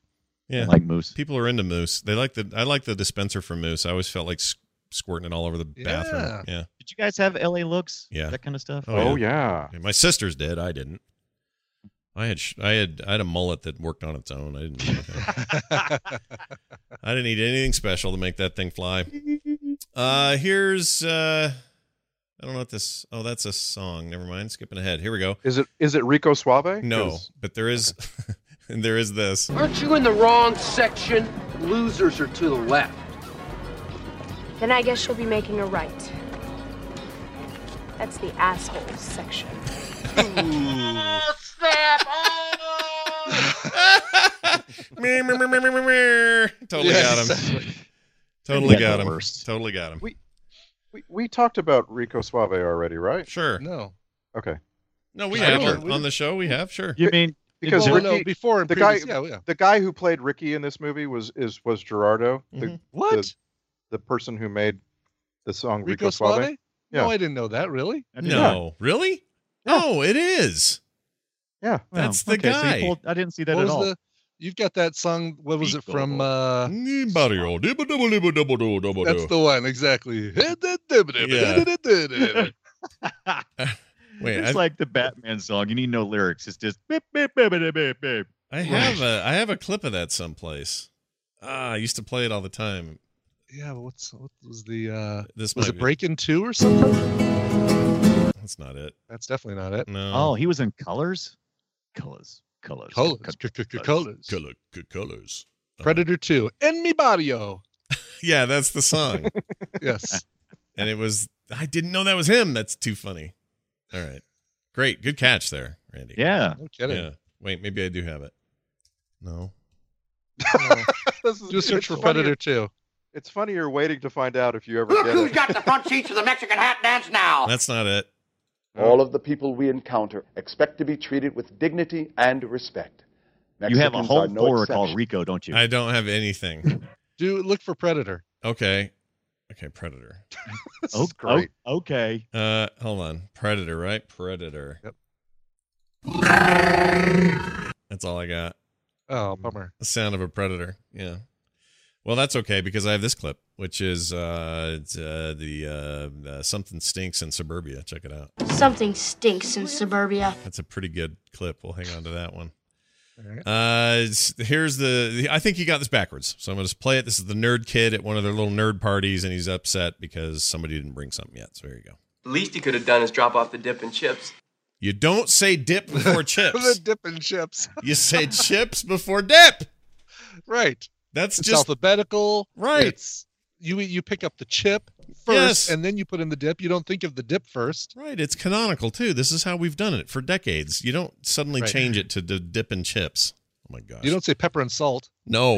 Speaker 1: Yeah,
Speaker 5: Like moose.
Speaker 1: People are into moose. They like the I like the dispenser for moose. I always felt like s- squirting it all over the bathroom.
Speaker 7: Yeah.
Speaker 1: Yeah.
Speaker 5: Did you guys have LA looks?
Speaker 1: Yeah.
Speaker 5: That kind of stuff.
Speaker 6: Oh, yeah.
Speaker 1: Yeah, My sisters did. I didn't. I had sh- I had I had a mullet that worked on its own. I didn't. Need anything. I didn't need anything special to make that thing fly. Uh, here's uh, I don't know what this. Oh, that's a song. Never mind. Skipping ahead. Here we go.
Speaker 6: is it is it rico suave
Speaker 1: No,
Speaker 6: 'Cause
Speaker 1: but there is there is this.
Speaker 15: Aren't you in the wrong section? Losers are to the left.
Speaker 14: Then I guess she'll be making a right. That's the assholes section.
Speaker 1: oh,
Speaker 14: snap!
Speaker 1: Meh, meh, meh, meh, meh, meh, meh. totally
Speaker 6: Yeah,
Speaker 1: got him.
Speaker 6: exactly.
Speaker 1: Totally
Speaker 6: Yeah,
Speaker 1: got
Speaker 6: the
Speaker 1: him. Totally got him.
Speaker 6: We, we talked about Rico Suave already, right?
Speaker 1: Sure.
Speaker 7: No.
Speaker 6: Okay.
Speaker 1: No, we
Speaker 6: I
Speaker 1: have
Speaker 6: don't-
Speaker 1: on, on the show. We have sure.
Speaker 6: You mean- Because
Speaker 7: Well,
Speaker 6: Ricky,
Speaker 7: Oh, no, before in
Speaker 6: the
Speaker 7: previous-
Speaker 6: guy,
Speaker 7: yeah, yeah.
Speaker 6: the guy who played Ricky in this movie was is was Gerardo,
Speaker 5: Mm-hmm.
Speaker 6: the,
Speaker 7: Mhm.
Speaker 6: the,
Speaker 7: What?
Speaker 6: the person who made the song Rico,
Speaker 7: Rico
Speaker 6: Suave.
Speaker 7: Suave?
Speaker 6: Yeah.
Speaker 7: No, I didn't know that. Really?
Speaker 1: No, really? No, it is.
Speaker 6: Yeah,
Speaker 1: That's the guy.
Speaker 5: I didn't see
Speaker 1: that
Speaker 7: What
Speaker 1: at
Speaker 7: was
Speaker 1: all.
Speaker 7: the- you've got that song. What was it from? Uh,
Speaker 1: That's
Speaker 7: that's the one exactly. Yeah.
Speaker 1: Wait,
Speaker 5: it's
Speaker 1: I-
Speaker 5: like the Batman song. You need no lyrics. It's just beep, beep, beep, beep, beep, beep.
Speaker 1: I have a I have a clip of that someplace. Ah, I used to play it all the time.
Speaker 7: Yeah, but what's what was the uh
Speaker 1: This
Speaker 7: was
Speaker 1: might
Speaker 7: it
Speaker 1: be-
Speaker 7: Break in Two or something?
Speaker 1: That's not it.
Speaker 7: That's definitely not it.
Speaker 1: No.
Speaker 5: Oh, he was in Colors. Colors. Colors.
Speaker 7: Colors. Colors.
Speaker 1: Color, c- colors.
Speaker 7: Predator Two. En mi barrio.
Speaker 1: Yeah, that's the song.
Speaker 7: Yes.
Speaker 1: and it was I didn't know that was him. That's too funny. All right. Great. Good catch there, Randy.
Speaker 5: Yeah.
Speaker 7: No kidding.
Speaker 1: Yeah. Wait, maybe I do have it. No.
Speaker 6: This is-
Speaker 7: Do a search
Speaker 6: it's
Speaker 7: for
Speaker 6: funnier-
Speaker 7: Predator Two.
Speaker 6: It's funny you're waiting to find out if you ever get it.
Speaker 16: got the front seats of the Mexican hat dance now?
Speaker 1: That's not it.
Speaker 8: All of the people we encounter expect to be treated with dignity and respect.
Speaker 5: You have a
Speaker 8: Mexicans
Speaker 5: whole
Speaker 8: are no
Speaker 5: horror
Speaker 8: exception.
Speaker 5: called Rico, don't you?
Speaker 1: I don't have anything.
Speaker 7: Do look for Predator.
Speaker 1: Okay. Okay, Predator.
Speaker 5: oh,
Speaker 1: great.
Speaker 5: oh, okay.
Speaker 1: Uh hold on. Predator, right? Predator.
Speaker 7: Yep.
Speaker 1: That's all I got.
Speaker 7: Oh,
Speaker 1: Mm.
Speaker 7: bummer.
Speaker 1: The sound of a predator. Yeah. Well, that's okay because I have this clip, which is uh, it's, uh the uh, uh, something stinks in suburbia. Check it out.
Speaker 17: Something stinks in suburbia.
Speaker 1: That's a pretty good clip. We'll hang on to that one.
Speaker 7: All right.
Speaker 1: Uh, it's- here's the, the. I think you got this backwards, so I'm going to play it. This is the nerd kid at one of their little nerd parties, and he's upset because somebody didn't bring something yet. So here you go.
Speaker 18: least he could have done is drop off the dip and chips.
Speaker 1: You don't say dip before chips.
Speaker 7: the dipping chips.
Speaker 1: You say chips before dip.
Speaker 7: Right.
Speaker 1: That's
Speaker 7: it's
Speaker 1: just-
Speaker 7: alphabetical.
Speaker 1: Right.
Speaker 7: It's you you pick up the chip first
Speaker 1: Yes.
Speaker 7: and then you put in the dip. You don't think of the dip first.
Speaker 1: Right, it's canonical too. This is how we've done it for decades. You don't suddenly
Speaker 7: Right.
Speaker 1: change it to d- dip and chips. Oh my gosh.
Speaker 7: You don't say pepper and salt.
Speaker 1: No.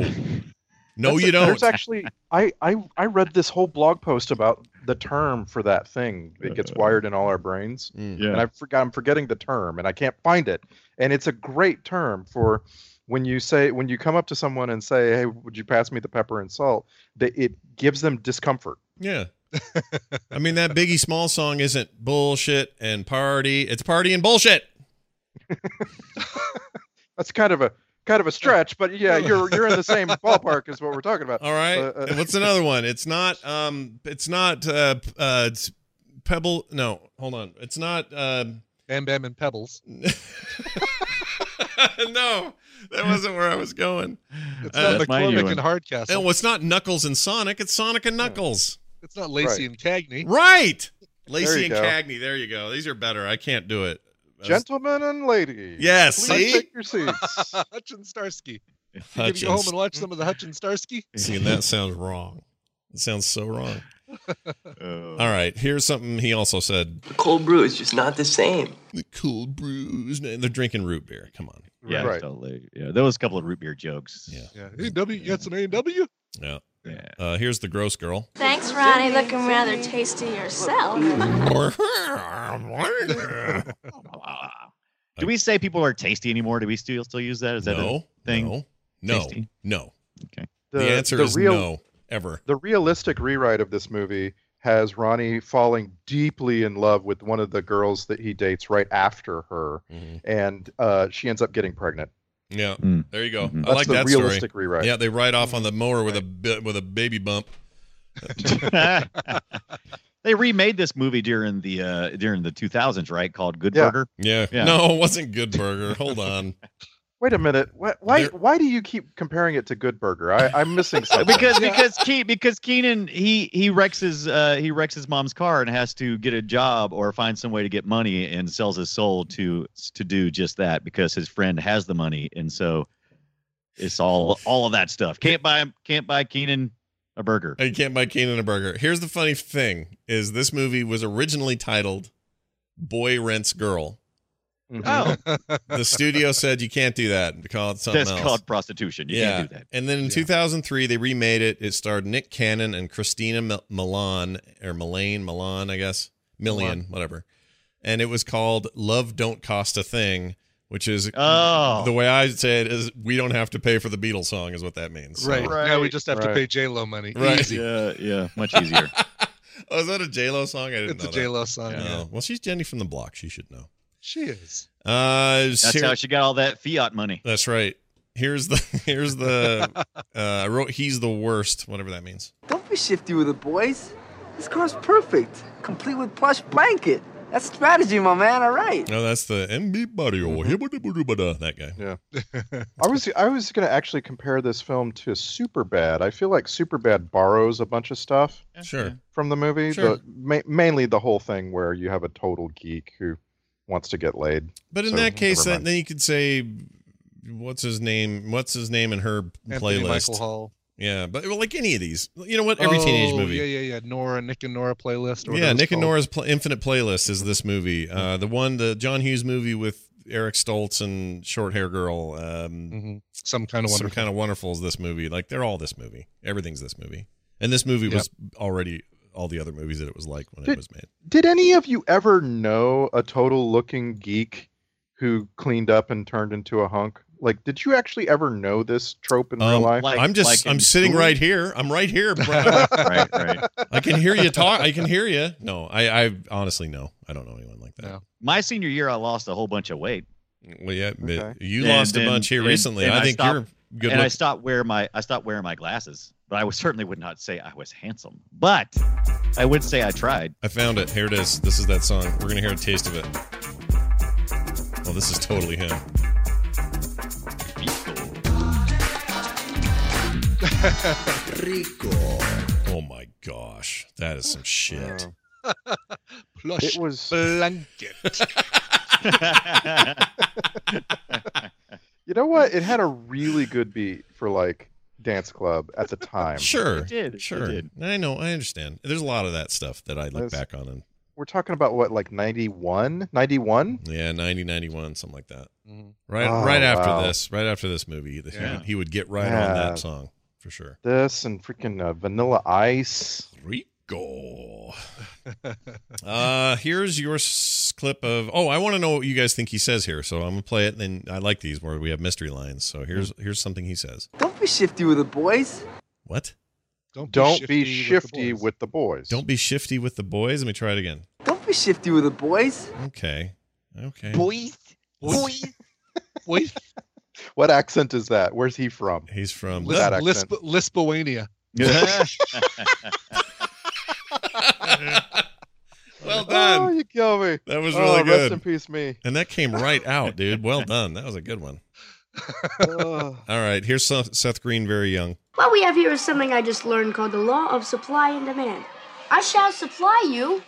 Speaker 1: No,
Speaker 6: That's-
Speaker 1: you don't.
Speaker 6: There's actually, I, I, I read this whole blog post about the term for that thing. It gets wired in all our brains.
Speaker 1: Mm.
Speaker 5: Yeah.
Speaker 6: And I forgot, I'm forgetting the term and I can't find it. And it's a great term for when you say, when you come up to someone and say, hey, would you pass me the pepper and salt? That it gives them discomfort.
Speaker 1: Yeah. I mean that Biggie Small song isn't bullshit and party. It's party and bullshit.
Speaker 6: That's kind of a, kind of a stretch, but yeah, you're, you're in the same ballpark is what we're talking about.
Speaker 1: All right.
Speaker 6: Uh, uh,
Speaker 1: And what's another one? It's not um it's not uh p- uh it's pebble no, hold on. It's not um
Speaker 7: Bam Bam and Pebbles.
Speaker 1: no, that wasn't where I was going.
Speaker 7: It's not
Speaker 1: Uh,
Speaker 7: McCormick and Hardcastle.
Speaker 1: Oh, it's not Knuckles and Sonic. It's Sonic and Knuckles.
Speaker 7: It's not Lacey and Cagney.
Speaker 1: Right. Lacey
Speaker 7: you
Speaker 1: and
Speaker 7: go.
Speaker 1: Cagney. There you go. These are better. I can't do it. I was-
Speaker 6: Gentlemen and ladies.
Speaker 1: Yes,
Speaker 6: please
Speaker 1: see?
Speaker 6: Take your seats.
Speaker 7: Hutch and Starsky. You gonna go
Speaker 1: Hutchins.
Speaker 7: home and watch some of the Hutch and Starsky?
Speaker 1: See, and that sounds wrong. It sounds so wrong.
Speaker 7: Oh.
Speaker 1: All right. Here's something he also said.
Speaker 18: The cold brew is just not the same.
Speaker 1: The cold brews. They're drinking root beer. Come on.
Speaker 5: Yeah,
Speaker 1: Right.
Speaker 5: totally. Yeah, there was a couple of root beer jokes. Yeah.
Speaker 7: Yeah. Hey, W, you got some A and W?
Speaker 1: Yeah. Uh, here's the gross girl.
Speaker 17: Thanks, Ronnie. Looking rather tasty yourself.
Speaker 5: Oh, Do we say people are tasty anymore? Do we still still use that? Is that
Speaker 1: No,
Speaker 5: a thing?
Speaker 1: no, no,
Speaker 5: Tasty?
Speaker 1: no.
Speaker 5: Okay.
Speaker 1: The, answer is no. Ever.
Speaker 6: The realistic rewrite of this movie has Ronnie falling deeply in love with one of the girls that he dates right after her, and uh, she ends up getting pregnant.
Speaker 1: Mm-hmm. Yeah. There you go.
Speaker 6: Mhm.
Speaker 1: I
Speaker 6: That's
Speaker 1: like
Speaker 6: the
Speaker 1: that
Speaker 6: realistic
Speaker 1: story.
Speaker 6: rewrite.
Speaker 1: Yeah, they ride off on the mower with a bi- with a baby bump.
Speaker 5: They remade this movie during the uh during the 2000s, right? Called Good
Speaker 6: Yeah.
Speaker 5: Burger.
Speaker 1: Yeah.
Speaker 5: Yeah.
Speaker 1: No, it wasn't Good Burger. Hold on.
Speaker 6: Wait a minute. Why why, why do you keep comparing it to Good Burger? I, I'm missing something.
Speaker 5: because because Ke- because Keenan he he wrecks his uh, he wrecks his mom's car and has to get a job or find some way to get money and sells his soul to to do just that because his friend has the money and so it's all all of that stuff can't buy can't buy Keenan a burger.
Speaker 1: You can't buy Kanan a burger. Here's the funny thing: is this movie was originally titled "Boy Rents Girl."
Speaker 5: Oh,
Speaker 1: The studio said you can't do that. Call it something
Speaker 5: that's
Speaker 1: else.
Speaker 5: called prostitution. You can't do that.
Speaker 1: And then in 2003, they remade it. It starred Nick Cannon and Christina Mil- Milan, or Milane, Milan, I guess, Million,
Speaker 5: Milan.
Speaker 1: whatever. And it was called Love Don't Cost a Thing, which is
Speaker 5: Oh.
Speaker 1: the way I say it is we don't have to pay for the Beatles song, is what that means. So-
Speaker 7: Right. Now we just have to
Speaker 1: Right.
Speaker 7: pay J Lo money.
Speaker 1: Right.
Speaker 7: Easy.
Speaker 5: Yeah, yeah, much easier.
Speaker 1: Oh, is that a J-Lo song? I didn't
Speaker 7: It's
Speaker 1: know
Speaker 7: a
Speaker 1: that.
Speaker 7: J-Lo song,
Speaker 1: Yeah.
Speaker 7: yeah.
Speaker 1: Well, she's Jenny from the block. She should know.
Speaker 7: She is.
Speaker 1: Uh,
Speaker 5: That's how she got all that fiat money.
Speaker 1: That's right. Here's the here's the uh, I wrote he's the worst, whatever that means.
Speaker 19: Don't be shifty with it, boys. This car's perfect, complete with plush blanket. That's strategy, my man. All right.
Speaker 1: No, that's the MB
Speaker 7: Mm-hmm.
Speaker 1: Barrio. That guy.
Speaker 6: Yeah. I was I was going to actually compare this film to Superbad. I feel like Superbad borrows a bunch of stuff
Speaker 1: Sure.
Speaker 6: from the movie,
Speaker 1: Sure.
Speaker 6: the, ma- mainly the whole thing where you have a total geek who wants to get laid.
Speaker 1: But in
Speaker 6: So,
Speaker 1: that case,
Speaker 6: never
Speaker 1: then,
Speaker 6: mind.
Speaker 1: then you could say, what's his name? What's his name in her
Speaker 7: Anthony
Speaker 1: playlist?
Speaker 7: Michael Hall.
Speaker 1: Yeah, but well, like any of these, you know what? Every teenage
Speaker 7: Oh,
Speaker 1: movie.
Speaker 7: Yeah, yeah, yeah. Nora, Nick and Nora playlist. Or whatever
Speaker 1: yeah,
Speaker 7: it's
Speaker 1: Nick and
Speaker 7: called.
Speaker 1: Nora's pl- Infinite Playlist is this movie. Uh, the one, the John Hughes movie with Eric Stoltz and Short Hair Girl. Um,
Speaker 7: Mm-hmm. Some kind of
Speaker 1: some
Speaker 7: Mm, wonderful.
Speaker 1: kind of wonderful is this movie. Like they're all this movie. Everything's this movie. And this movie was already all the other movies that it was like when it
Speaker 6: Did-
Speaker 1: was made.
Speaker 6: Did any of you ever know a total looking geek who cleaned up and turned into a hunk? Like, did you actually ever know this trope in real
Speaker 1: Um,
Speaker 6: life?
Speaker 1: I'm just I'm sitting right here. I'm right here, bro.
Speaker 5: right, right.
Speaker 1: I can hear you talk. I can hear you. No, I, I honestly no. I don't know anyone like that.
Speaker 5: My senior year, I lost a whole bunch of weight.
Speaker 1: Well, yeah, but
Speaker 6: Okay.
Speaker 1: you
Speaker 5: And
Speaker 1: lost
Speaker 5: then-
Speaker 1: a bunch here
Speaker 5: and-
Speaker 1: recently.
Speaker 5: and
Speaker 1: I think
Speaker 5: stopped-
Speaker 1: you're good.
Speaker 5: And I
Speaker 1: look-
Speaker 5: stopped wearing my I stopped wearing my glasses, but I was, certainly would not say I was handsome. But I would say I tried.
Speaker 1: I found it. Here it is. This is that song. We're gonna hear a taste of it. Oh, this is totally him.
Speaker 7: Rico.
Speaker 1: Oh my gosh, that is some shit.
Speaker 6: Oh,
Speaker 7: Plush
Speaker 6: It was-
Speaker 7: blanket.
Speaker 6: You know what? It had a really good beat for like dance club at the time.
Speaker 1: Sure,
Speaker 5: It did, it
Speaker 1: Sure,
Speaker 5: did.
Speaker 1: I know. I understand. There's a lot of that stuff that I look
Speaker 6: That's-
Speaker 1: back on and
Speaker 6: We're talking about what, like 91? 91?
Speaker 1: yeah, 90, 91, something like that.
Speaker 7: Mhm.
Speaker 1: Right,
Speaker 6: Oh,
Speaker 1: right after
Speaker 6: wow.
Speaker 1: this, right after this movie, he,
Speaker 7: Yeah.
Speaker 1: would, he would get right on
Speaker 6: Yeah.
Speaker 1: that song for sure.
Speaker 6: This and freaking uh, Vanilla Ice.
Speaker 1: Rico. uh, here's your s- clip of. Oh, I want to know what you guys think he says here, so I'm gonna play it. And I like these where we have mystery lines. So here's here's something he says.
Speaker 19: Don't be shifty with it, boys.
Speaker 1: What?
Speaker 6: Don't be shifty with the boys.
Speaker 1: Don't be shifty with the boys. Let me try it again.
Speaker 19: Don't be shifty with it, boys.
Speaker 1: Okay. Okay.
Speaker 19: Boys.
Speaker 7: Boys. Boys.
Speaker 6: What accent is that? Where's he from? Oh,
Speaker 1: He's from.
Speaker 6: With that
Speaker 7: Lisp,
Speaker 6: accent.
Speaker 7: Lisboania.
Speaker 1: well
Speaker 6: Oh,
Speaker 1: done.
Speaker 6: you kill me.
Speaker 1: That was
Speaker 6: Oh,
Speaker 1: really
Speaker 6: Rest
Speaker 1: good.
Speaker 6: in peace, me.
Speaker 1: And that came right out, dude. Well done. That was a good one.
Speaker 6: Ugh.
Speaker 1: All right. Here's Seth Seth Green, very young.
Speaker 17: What we have here is something I just learned called the law of supply and demand. I shall supply you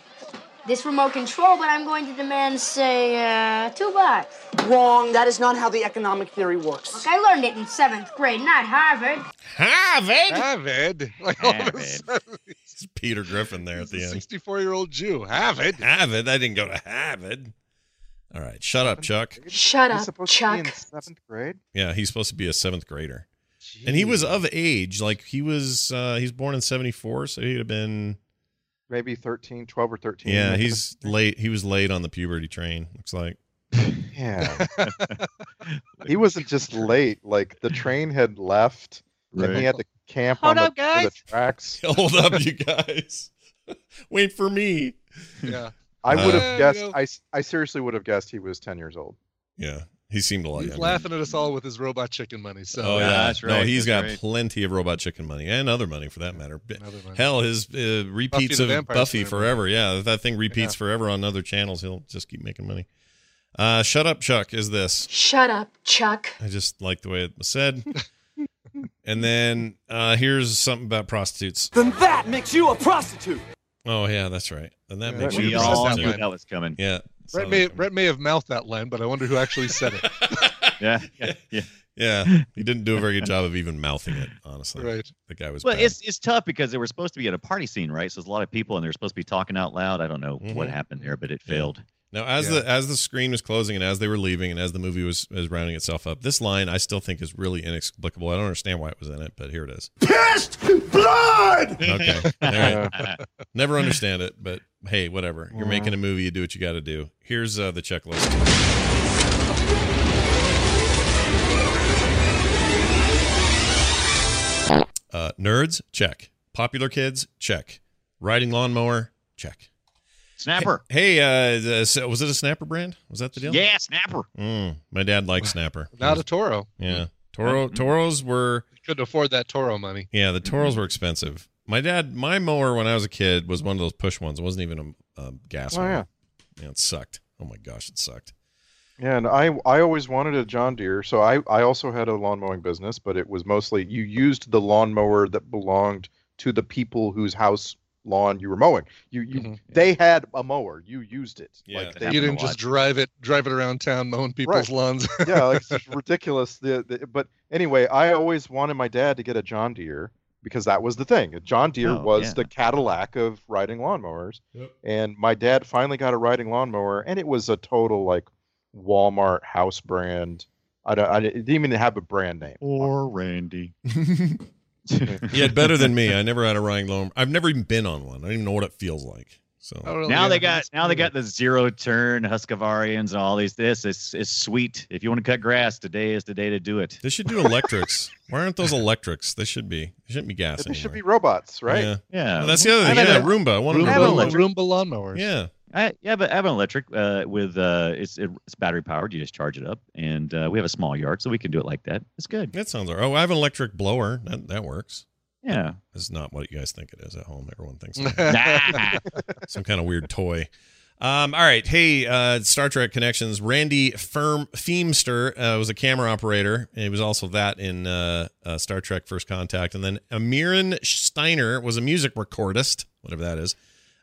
Speaker 17: this remote control, but I'm going to demand, say, uh, two bucks.
Speaker 11: Wrong. That is not how the economic theory works.
Speaker 17: Look, I learned it in seventh grade, not Harvard.
Speaker 1: Harvard.
Speaker 7: Avid. Like all of a
Speaker 5: Avid.
Speaker 7: sudden,
Speaker 1: It's Peter Griffin there at the end.
Speaker 7: 64 year old Jew. Avid.
Speaker 1: Harvard. I didn't go to Harvard. All right, shut up, Chuck.
Speaker 14: Shut
Speaker 6: He's
Speaker 14: up,
Speaker 6: supposed to
Speaker 14: Chuck.
Speaker 6: be in seventh grade.
Speaker 1: Yeah, he's supposed to be a seventh grader, and he was of age. Like he was, uh, he's born in '74, so he'd have been.
Speaker 6: maybe 13, 12 or 13.
Speaker 1: Yeah, he's late. He was late on the puberty train. Looks like.
Speaker 6: yeah. he wasn't just late. Like the train had left, and
Speaker 5: Right.
Speaker 6: he had to camp
Speaker 5: Hold
Speaker 6: on
Speaker 5: up,
Speaker 6: the, for the
Speaker 5: guys.
Speaker 6: tracks.
Speaker 1: Hold up, you guys. Wait for me.
Speaker 7: Yeah.
Speaker 6: I would have
Speaker 7: Uh,
Speaker 6: guessed.
Speaker 7: you know-
Speaker 6: I, s- I seriously would have guessed he was 10 years old.
Speaker 1: Yeah, he seemed a lot
Speaker 7: He's
Speaker 1: younger.
Speaker 7: laughing at us all with his robot chicken money. So
Speaker 1: Oh yeah,
Speaker 5: Yeah, that's
Speaker 1: No,
Speaker 5: right,
Speaker 1: he's
Speaker 5: that's
Speaker 1: got
Speaker 5: right.
Speaker 1: plenty of robot chicken money and other money for that matter. Bi-
Speaker 7: Another one.
Speaker 1: Hell, his uh, repeats
Speaker 7: the
Speaker 1: of
Speaker 7: Vampire
Speaker 1: Buffy
Speaker 7: Slayer.
Speaker 1: forever. Yeah, if that thing repeats forever on other channels. He'll just keep making money. Uh, Shut up, Chuck. Is this?
Speaker 14: Shut up, Chuck.
Speaker 1: I just like the way it was said. and then uh, here's something about prostitutes.
Speaker 19: Then that makes you a prostitute.
Speaker 1: Oh yeah, that's right. And that
Speaker 7: Yeah,
Speaker 1: makes
Speaker 7: that
Speaker 1: you
Speaker 5: we
Speaker 7: makes
Speaker 1: a
Speaker 7: sense
Speaker 5: all
Speaker 7: that
Speaker 1: prostitute.
Speaker 5: knew
Speaker 7: way.
Speaker 5: that was coming.
Speaker 1: Yeah.
Speaker 7: Brett
Speaker 1: so-
Speaker 7: may, Brett may have mouthed that line, but I wonder who actually said it.
Speaker 5: yeah, yeah, yeah.
Speaker 1: Yeah, he didn't do a very good job of even mouthing it, honestly.
Speaker 7: Right.
Speaker 1: The guy was.
Speaker 5: well,
Speaker 1: bad.
Speaker 5: it's it's tough because they were supposed to be at a party scene, right? So there's a lot of people and they're supposed to be talking out loud. I don't know what
Speaker 1: Mhm.
Speaker 5: happened there, but it failed.
Speaker 1: Now, as
Speaker 7: Yeah.
Speaker 1: the as the screen was closing and as they were leaving and as the movie was, was rounding itself up, this line I still think is really inexplicable. I don't understand why it was in it, but here it is.
Speaker 16: Pissed blood!
Speaker 1: Okay, All right. never understand it, but hey, whatever. You're
Speaker 16: Mhm.
Speaker 1: making a movie, you do what you got to do. Here's uh, the checklist. Uh, nerds, check. Popular kids, check. Riding lawnmower, check.
Speaker 5: Snapper.
Speaker 1: Hey, uh, so- was it a Snapper brand? Was that the deal?
Speaker 5: Yeah, snapper.
Speaker 1: Mm, my dad liked Snapper.
Speaker 7: Not a Toro.
Speaker 1: Yeah. Toro Toros were
Speaker 7: Couldn't afford that Toro money.
Speaker 1: yeah, the Toros were expensive. My dad, my mower when I was a kid was one of those push ones. It wasn't even a, a gas
Speaker 6: Oh,
Speaker 1: one.
Speaker 6: yeah.
Speaker 1: Yeah, it sucked. Oh my gosh, it sucked.
Speaker 6: Yeah, and I I always wanted a John Deere, so I I also had a lawn mowing business, but it was mostly you used the lawnmower that belonged to the people whose house lawn you were mowing. You you they had a mower, you used it.
Speaker 1: Yeah.
Speaker 6: like,
Speaker 1: That
Speaker 6: they,
Speaker 7: you didn't just drive it drive it around town mowing people's
Speaker 6: Right.
Speaker 7: lawns.
Speaker 6: yeah, like, it's just ridiculous. The, the, but anyway, I always wanted my dad to get a John Deere because that was the thing. A John Deere
Speaker 5: Oh,
Speaker 6: was
Speaker 5: yeah.
Speaker 6: the Cadillac of riding lawnmowers.
Speaker 1: Yep.
Speaker 6: And my dad finally got a riding lawnmower, and it was a total like Walmart house brand. I, don't, I didn't even have a brand name.
Speaker 5: Or Randy.
Speaker 1: Yeah, better than me. I never had a Ryan lawnmower. I've never even been on one. I don't even know what it feels like. So
Speaker 7: I don't really
Speaker 5: now they
Speaker 7: have
Speaker 5: got
Speaker 7: this
Speaker 5: now they
Speaker 7: either.
Speaker 5: got the zero turn Husqvarna's and all these. This is is sweet. If you want to cut grass, today is the day to do it.
Speaker 1: they should do electrics. Why aren't those electrics? They should be. They shouldn't be gas.
Speaker 6: They should be
Speaker 1: anymore.
Speaker 6: robots, right?
Speaker 1: Yeah.
Speaker 5: Yeah,
Speaker 1: Well, that's the other thing.
Speaker 5: I have
Speaker 1: Yeah,
Speaker 5: a-
Speaker 1: Roomba. I wanted a
Speaker 7: Roomba,
Speaker 5: have an
Speaker 1: Roomba.
Speaker 5: electric-
Speaker 7: Roomba lawnmowers.
Speaker 1: Yeah.
Speaker 5: I, yeah, but I have an electric uh, with uh, it's it's battery powered. You just charge it up, and uh, we have a small yard, so we can do it like that. It's good.
Speaker 1: That sounds all right. Oh, I have an electric blower. That, that works.
Speaker 5: Yeah.
Speaker 1: That's not what you guys think it is at home. Everyone thinks it's
Speaker 5: Nah.
Speaker 1: some kind of weird toy. Um, all right. Hey, uh, Star Trek connections. Randy Firm Feemster uh, was a camera operator, and he was also that in uh, uh, Star Trek First Contact. And then Amiran Steiner was a music recordist, whatever that is.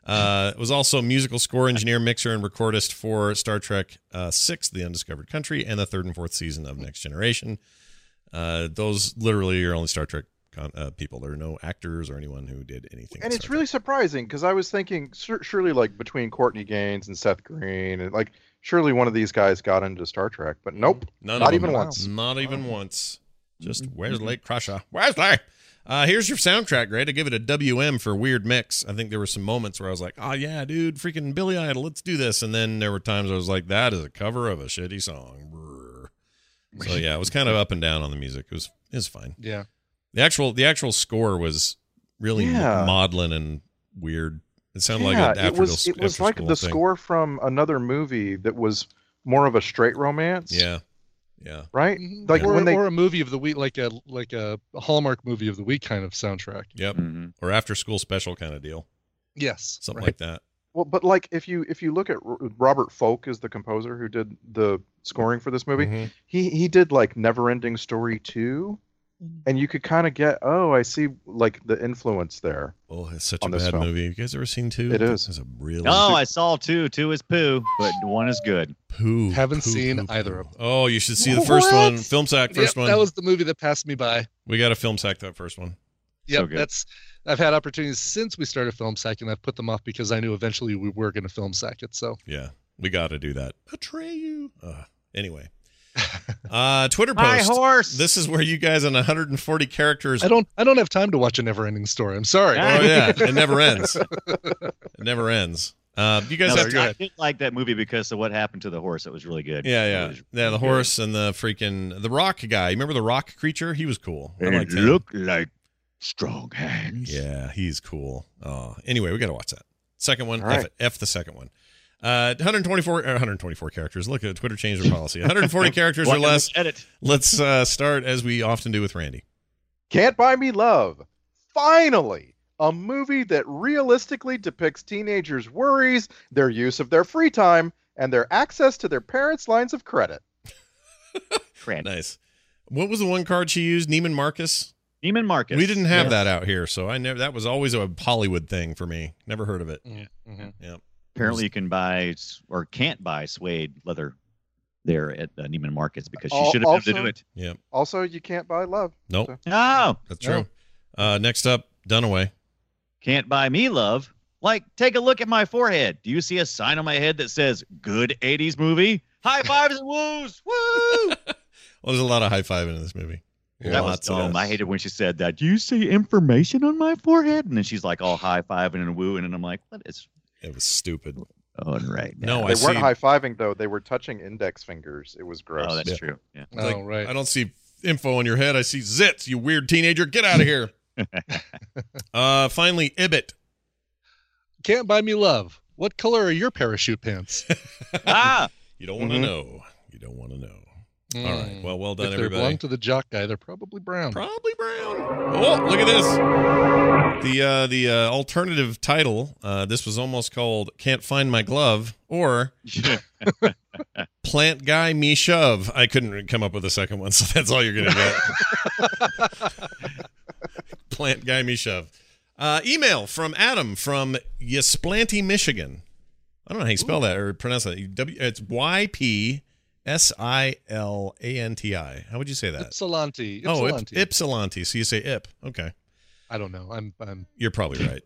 Speaker 1: Uh, was also a musical score engineer, mixer, and recordist for Star Trek uh, Six: The Undiscovered Country and the third and fourth season of Next Generation. Uh, those literally are only Star Trek con- uh, people. There are no actors or anyone who did anything. in
Speaker 6: and it's
Speaker 1: Star Trek.
Speaker 6: really surprising because I was thinking sur- surely like between Courtney Gaines and Seth Green, and like surely one of these guys got into Star Trek, but nope,
Speaker 1: None
Speaker 6: not
Speaker 1: of
Speaker 6: even
Speaker 1: them.
Speaker 6: once.
Speaker 1: Not even once. Just Wesley Crusher. Wesley. Uh, here's your soundtrack, Greg. I give it a WM for weird mix. I think there were some moments where I was like, "Oh yeah, dude, freaking Billy Idol, let's do this." And then there were times I was like, "That is a cover of a shitty song." Brr. So yeah, it was kind of up and down on the music. It was it was fine.
Speaker 7: Yeah.
Speaker 1: The actual the actual score was really
Speaker 6: Yeah.
Speaker 1: maudlin and weird. It sounded like an
Speaker 6: it
Speaker 1: after
Speaker 6: was it was like the
Speaker 1: thing.
Speaker 6: score from another movie that was more of a straight romance.
Speaker 1: Yeah, yeah.
Speaker 6: Right?
Speaker 7: Mhm.
Speaker 6: Like
Speaker 7: or,
Speaker 6: when they
Speaker 7: or a movie of the week, like a like a Hallmark movie of the week kind of soundtrack.
Speaker 1: Yep.
Speaker 5: Mhm.
Speaker 1: Or after school special kind of deal.
Speaker 7: Yes,
Speaker 1: Something
Speaker 7: right.
Speaker 1: like that.
Speaker 6: well, but like if you if you look at R- Robert Folk is the composer who did the scoring for this movie.
Speaker 1: Mhm.
Speaker 6: He he did like Neverending Story 2 and you could kind of get, oh, I see like the influence there.
Speaker 1: Oh, it's such a
Speaker 6: on this
Speaker 1: bad
Speaker 6: film.
Speaker 1: movie. You guys ever seen two?
Speaker 6: It is.
Speaker 1: It's a really
Speaker 5: Oh, I saw two. Two is poo, but one is good.
Speaker 1: poo.
Speaker 7: Haven't seen either of them.
Speaker 1: Oh, you should see the first one.
Speaker 7: What?
Speaker 1: Film sack first
Speaker 7: Yep,
Speaker 1: one.
Speaker 7: That was the movie that passed me by.
Speaker 1: we got to film sack that first one.
Speaker 7: Yep,
Speaker 5: good.
Speaker 7: that's. I've had opportunities since we started film sec, and I've put them off because I knew eventually we were going to film sec it. So
Speaker 1: Yeah, we got to do that. Betray you. Ugh. anyway, uh, Twitter
Speaker 5: My
Speaker 1: post.
Speaker 5: horse.
Speaker 1: This is where you guys in 140 characters.
Speaker 7: I don't. I don't have time to watch a never-ending story. I'm sorry.
Speaker 5: Ah.
Speaker 1: Oh yeah, it never ends. It never ends. Uh, you guys
Speaker 5: No,
Speaker 1: have
Speaker 5: but
Speaker 1: to.
Speaker 5: I did like that movie because of what happened to the horse. It was really good.
Speaker 1: Yeah,
Speaker 5: It
Speaker 1: yeah,
Speaker 5: was
Speaker 1: yeah. The
Speaker 5: really
Speaker 1: horse and the freaking the rock guy. You remember the rock creature? He was cool. I
Speaker 5: good.
Speaker 1: liked
Speaker 5: It
Speaker 1: him.
Speaker 5: looked like strong hands.
Speaker 1: Yeah, he's cool. Oh, anyway, we got to watch that second one.
Speaker 6: All
Speaker 1: F
Speaker 6: right.
Speaker 1: it. F the second one. Uh, 124 or 124 characters. Look at Twitter changed their policy. 140 characters or
Speaker 5: What can we
Speaker 1: less.
Speaker 5: Edit.
Speaker 1: Let's uh, start as we often do with Randy.
Speaker 6: Can't Buy Me Love. Finally, a movie that realistically depicts teenagers' worries, their use of their free time, and their access to their parents' lines of credit.
Speaker 5: Cran.
Speaker 1: Nice. What was the one card she used? Neiman Marcus.
Speaker 5: Neiman Marcus.
Speaker 1: We didn't have
Speaker 5: Yeah.
Speaker 1: that out here, so I never. That was always a Hollywood thing for me. Never heard of it.
Speaker 7: Mhm.
Speaker 1: Yep.
Speaker 5: Apparently, you can buy s- or can't buy suede leather there at uh, Neiman Marcus because she
Speaker 6: Al-
Speaker 5: should have been able
Speaker 6: also-
Speaker 5: to do it.
Speaker 1: Yep.
Speaker 6: Also, you can't buy love.
Speaker 1: Nope.
Speaker 5: No,
Speaker 1: That's true. Uh, next up, Dunaway.
Speaker 5: Can't buy me love. Like, take a look at my forehead. Do you see a sign on my head that says "Good '80s movie"? High fives and woos. Woo!
Speaker 1: Well, there's a lot of high fiving in this movie.
Speaker 5: That was
Speaker 1: Lots of
Speaker 5: dumb.
Speaker 1: it.
Speaker 5: I hated when she said that. Do you see information on my forehead? And then she's like all high fiving and woo, and I'm like, what is?
Speaker 1: It was stupid.
Speaker 5: Oh, right.
Speaker 1: No,
Speaker 6: they
Speaker 1: I
Speaker 6: weren't
Speaker 1: see.
Speaker 6: high fiving though; they were touching index fingers. It was gross.
Speaker 5: Oh, that's
Speaker 1: Yeah.
Speaker 5: true. Yeah.
Speaker 1: It's like,
Speaker 7: Oh, right.
Speaker 1: I don't see info on your head. I see zits. You weird teenager. Get out of here. uh, finally, Ibbit.
Speaker 7: Can't buy me love. What color are your parachute pants?
Speaker 5: ah,
Speaker 1: You don't want to
Speaker 7: Mhm.
Speaker 1: know. You don't want to know. All right. Well, well done,
Speaker 7: Hmm. Mm. if they
Speaker 1: everybody.
Speaker 7: belong to the jock guy, they're probably brown.
Speaker 1: Probably brown. Oh, look at this. The uh, the uh, alternative title. Uh, this was almost called "Can't Find My Glove" or "Plant Guy Me Shove." I couldn't come up with a second one, so that's all you're gonna get. Plant Guy Me Shove. Uh, email from Adam from Ysplanty, Michigan. I don't know how you spell that or pronounce that. W, it's Y P S I L A N T I. How would you say that?
Speaker 7: Ypsilanti.
Speaker 1: Oh, Ip-
Speaker 7: Ypsilanti.
Speaker 1: Ypsilanti. So you say Ip. Okay.
Speaker 7: I don't know. I'm. I'm
Speaker 1: You're probably right.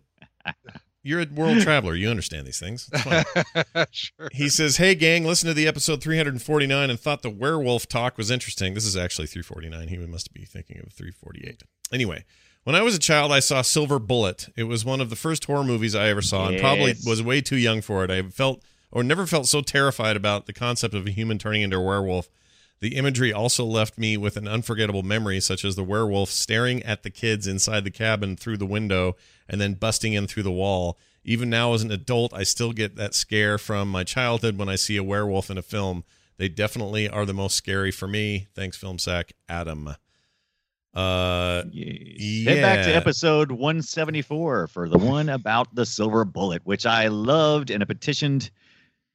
Speaker 1: You're a world traveler. You understand these things. It's fine.
Speaker 7: sure.
Speaker 1: He says, Hey, gang, listen to the episode 349 and thought the werewolf talk was interesting. This is actually 349. He must be thinking of 348. Anyway, when I was a child, I saw Silver Bullet. It was one of the first horror movies I ever saw and probably
Speaker 5: Yes.
Speaker 1: was way too young for it. I felt or never felt so terrified about the concept of a human turning into a werewolf. The imagery also left me with an unforgettable memory, such as the werewolf staring at the kids inside the cabin through the window and then busting in through the wall. Even now, as an adult, I still get that scare from my childhood when I see a werewolf in a film. They definitely are the most scary for me. Thanks, Film Sack Adam. Uh, yeah.
Speaker 5: Head back to episode 174 for the one about the silver bullet, which I loved and I petitioned.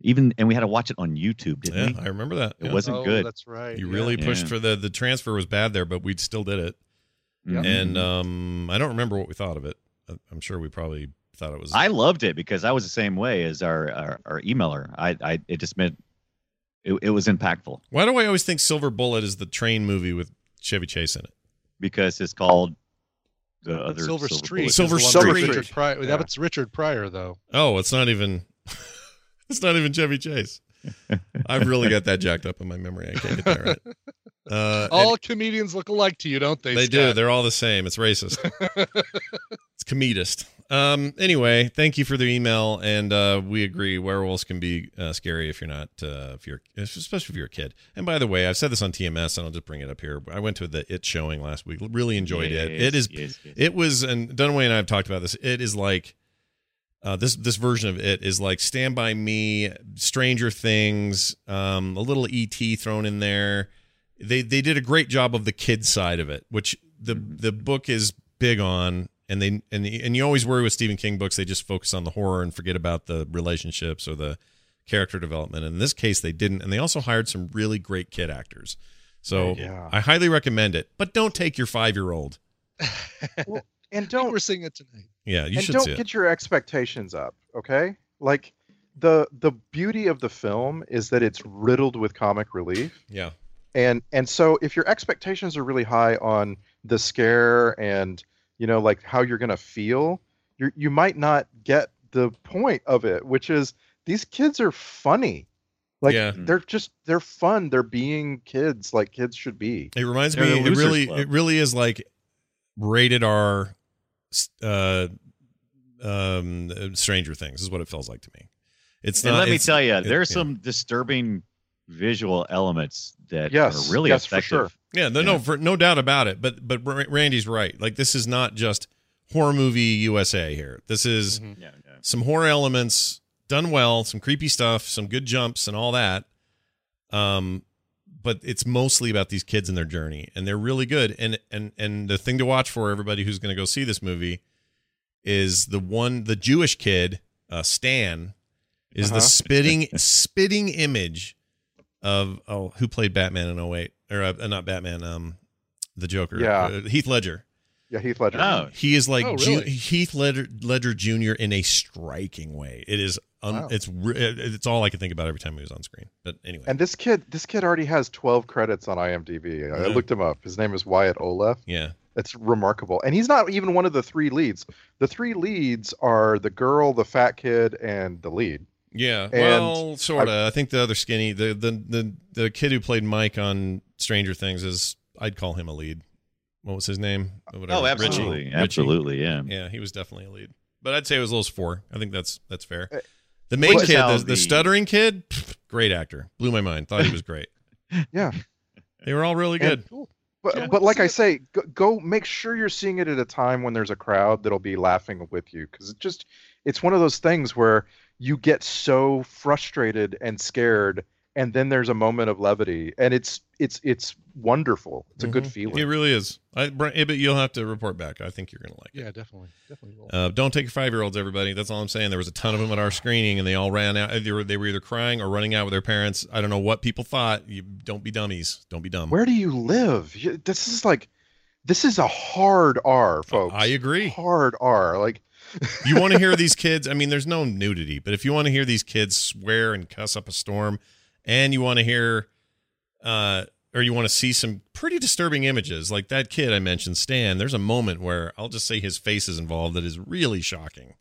Speaker 5: Even and we had to watch it on YouTube, didn't
Speaker 1: Yeah,
Speaker 5: we?
Speaker 1: I remember that.
Speaker 5: It
Speaker 1: Yeah.
Speaker 5: wasn't
Speaker 7: Oh,
Speaker 5: good.
Speaker 7: That's right.
Speaker 1: You
Speaker 7: yeah.
Speaker 1: really pushed
Speaker 5: Yeah.
Speaker 1: for the the transfer was bad there, but we still did it.
Speaker 7: Yeah.
Speaker 5: Mm-hmm.
Speaker 1: And um, I don't remember what we thought of it. I- I'm sure we probably thought it was.
Speaker 5: I loved it because I was the same way as our our, our emailer. I, I it just meant it, it was impactful
Speaker 1: Why do I always think Silver Bullet is the train movie with Chevy Chase in it?
Speaker 5: because it's called the other
Speaker 7: Silver, Street.
Speaker 5: Bullet.
Speaker 7: is
Speaker 1: Silver
Speaker 7: the one with
Speaker 1: Street.
Speaker 7: Richard Pryor.
Speaker 5: Yeah.
Speaker 7: That's Richard Pryor, though.
Speaker 1: Oh, it's not even. it's not even Chevy Chase. I've really got that jacked up in my memory. I can't get that right. Uh, and
Speaker 7: All comedians look alike to you, don't they?
Speaker 1: they do. They're all the same. It's racist. it's comedist. Um. Anyway, thank you for the email, and uh, we agree werewolves can be uh, scary if you're not uh, if you're especially if you're a kid. And by the way, I've said this on TMS, and I'll just bring it up here. I went to the It showing last week. Really enjoyed it. It is
Speaker 5: Yes, yes, yes.
Speaker 1: it was, and Dunaway and I have talked about this. It is like uh, this this version of it is like Stand by Me, Stranger Things, um, a little ET thrown in there. They they did a great job of the kid side of it, which the the book is big on. And they and and you always worry with Stephen King books, they just focus on the horror and forget about the relationships or the character development. And in this case, they didn't. And they also hired some really great kid actors. So
Speaker 6: Yeah.
Speaker 1: I highly recommend it, but don't take your five year old.
Speaker 7: I
Speaker 6: And
Speaker 7: think
Speaker 6: don't
Speaker 7: We're seeing it tonight.
Speaker 1: Yeah, you
Speaker 6: and
Speaker 1: should
Speaker 6: don't
Speaker 1: see it.
Speaker 6: get your expectations up. Okay, like the the beauty of the film is that it's riddled with comic relief.
Speaker 1: yeah.
Speaker 6: and and so if your expectations are really high on the scare and you know like how you're gonna feel you you might not get the point of it which is these kids are funny like
Speaker 1: Yeah.
Speaker 5: Mm.
Speaker 6: they're just they're fun they're being kids like kids should be
Speaker 1: It reminds
Speaker 5: They're
Speaker 1: me.
Speaker 5: the
Speaker 1: It
Speaker 5: Losers
Speaker 1: really,
Speaker 5: Club.
Speaker 1: it really is like rated R. s- Uh, um, Stranger Things is what it feels like to me. It's
Speaker 5: and
Speaker 1: not.
Speaker 5: let me
Speaker 1: it's-
Speaker 5: tell you,
Speaker 1: it-
Speaker 5: there's
Speaker 1: yeah.
Speaker 5: some disturbing visual elements that
Speaker 6: Yes,
Speaker 5: are really
Speaker 6: yes, for
Speaker 5: effective.
Speaker 6: sure.
Speaker 1: Yeah, no, no, for, no doubt about it. But but Ra- Randy's right. Like this is not just horror movie USA here. This is
Speaker 7: Mhm.
Speaker 5: Yeah, yeah.
Speaker 1: some horror elements done well, some creepy stuff, some good jumps, and all that. Um, but it's mostly about these kids and their journey, and they're really good. And and and the thing to watch for everybody who's going to go see this movie is the one the Jewish kid, uh, Stan, is the
Speaker 6: Uh-huh.
Speaker 1: spitting spitting image of oh who played Batman in 08 or uh, not Batman um the Joker
Speaker 6: Yeah.
Speaker 1: uh, Heath Ledger
Speaker 6: yeah heath ledger
Speaker 5: Oh,
Speaker 1: he is like
Speaker 7: Oh,
Speaker 1: Ju-
Speaker 7: really?
Speaker 1: Heath Ledger, Ledger Jr. in a striking way. It is Un-
Speaker 6: Wow.
Speaker 1: It's re- it- it's all I can think about every time he was on screen. But anyway,
Speaker 6: And this kid, this kid already has 12 credits on IMDb. I I
Speaker 1: Yeah.
Speaker 6: looked him up. His name is Wyatt Olaf.
Speaker 1: yeah,
Speaker 6: It's remarkable. And he's not even one of the three leads. The three leads are the girl, the fat kid, and the lead.
Speaker 1: yeah.
Speaker 6: And
Speaker 1: well, sort of. I think the other skinny, the, the the the kid who played Mike on Stranger Things is I'd call him a lead. What was his name?
Speaker 5: Oh, absolutely. Absolutely, yeah.
Speaker 1: Yeah, he was definitely a lead. But I'd say it was those four. I think that's that's fair.
Speaker 6: Uh,
Speaker 1: The main
Speaker 6: Which is
Speaker 1: kid,
Speaker 6: how
Speaker 1: the, the
Speaker 6: the-
Speaker 1: stuttering kid, pfft, great actor. Blew my mind. Thought he was great.
Speaker 6: Yeah.
Speaker 1: They were all really
Speaker 6: And-
Speaker 1: good.
Speaker 6: But, but like I say, go, go make sure you're seeing it at a time when there's a crowd that'll be laughing with you because it just it's one of those things where you get so frustrated and scared, and then there's a moment of levity, and it's it's it's wonderful. It's a
Speaker 1: Mm-hmm.
Speaker 6: good feeling.
Speaker 1: It really is. I, Br- eh, but you'll have to report back. I think you're gonna like. it.
Speaker 7: Yeah, definitely, definitely will.
Speaker 1: Uh, don't take your five year olds, everybody. That's all I'm saying. There was a ton of them at our screening, and they all ran out. They were, they were either crying or running out with their parents. I don't know what people thought. You don't be dummies. Don't be dumb.
Speaker 6: Where do you live? You- This is like this is a hard R, folks.
Speaker 1: I agree.
Speaker 6: Hard R, like
Speaker 1: you want to hear these kids? I mean, there's no nudity, but if you want to hear these kids swear and cuss up a storm, and you want to hear, uh, or you want to see some pretty disturbing images, like that kid I mentioned, Stan. There's a moment where I'll just say his face is involved that is really shocking.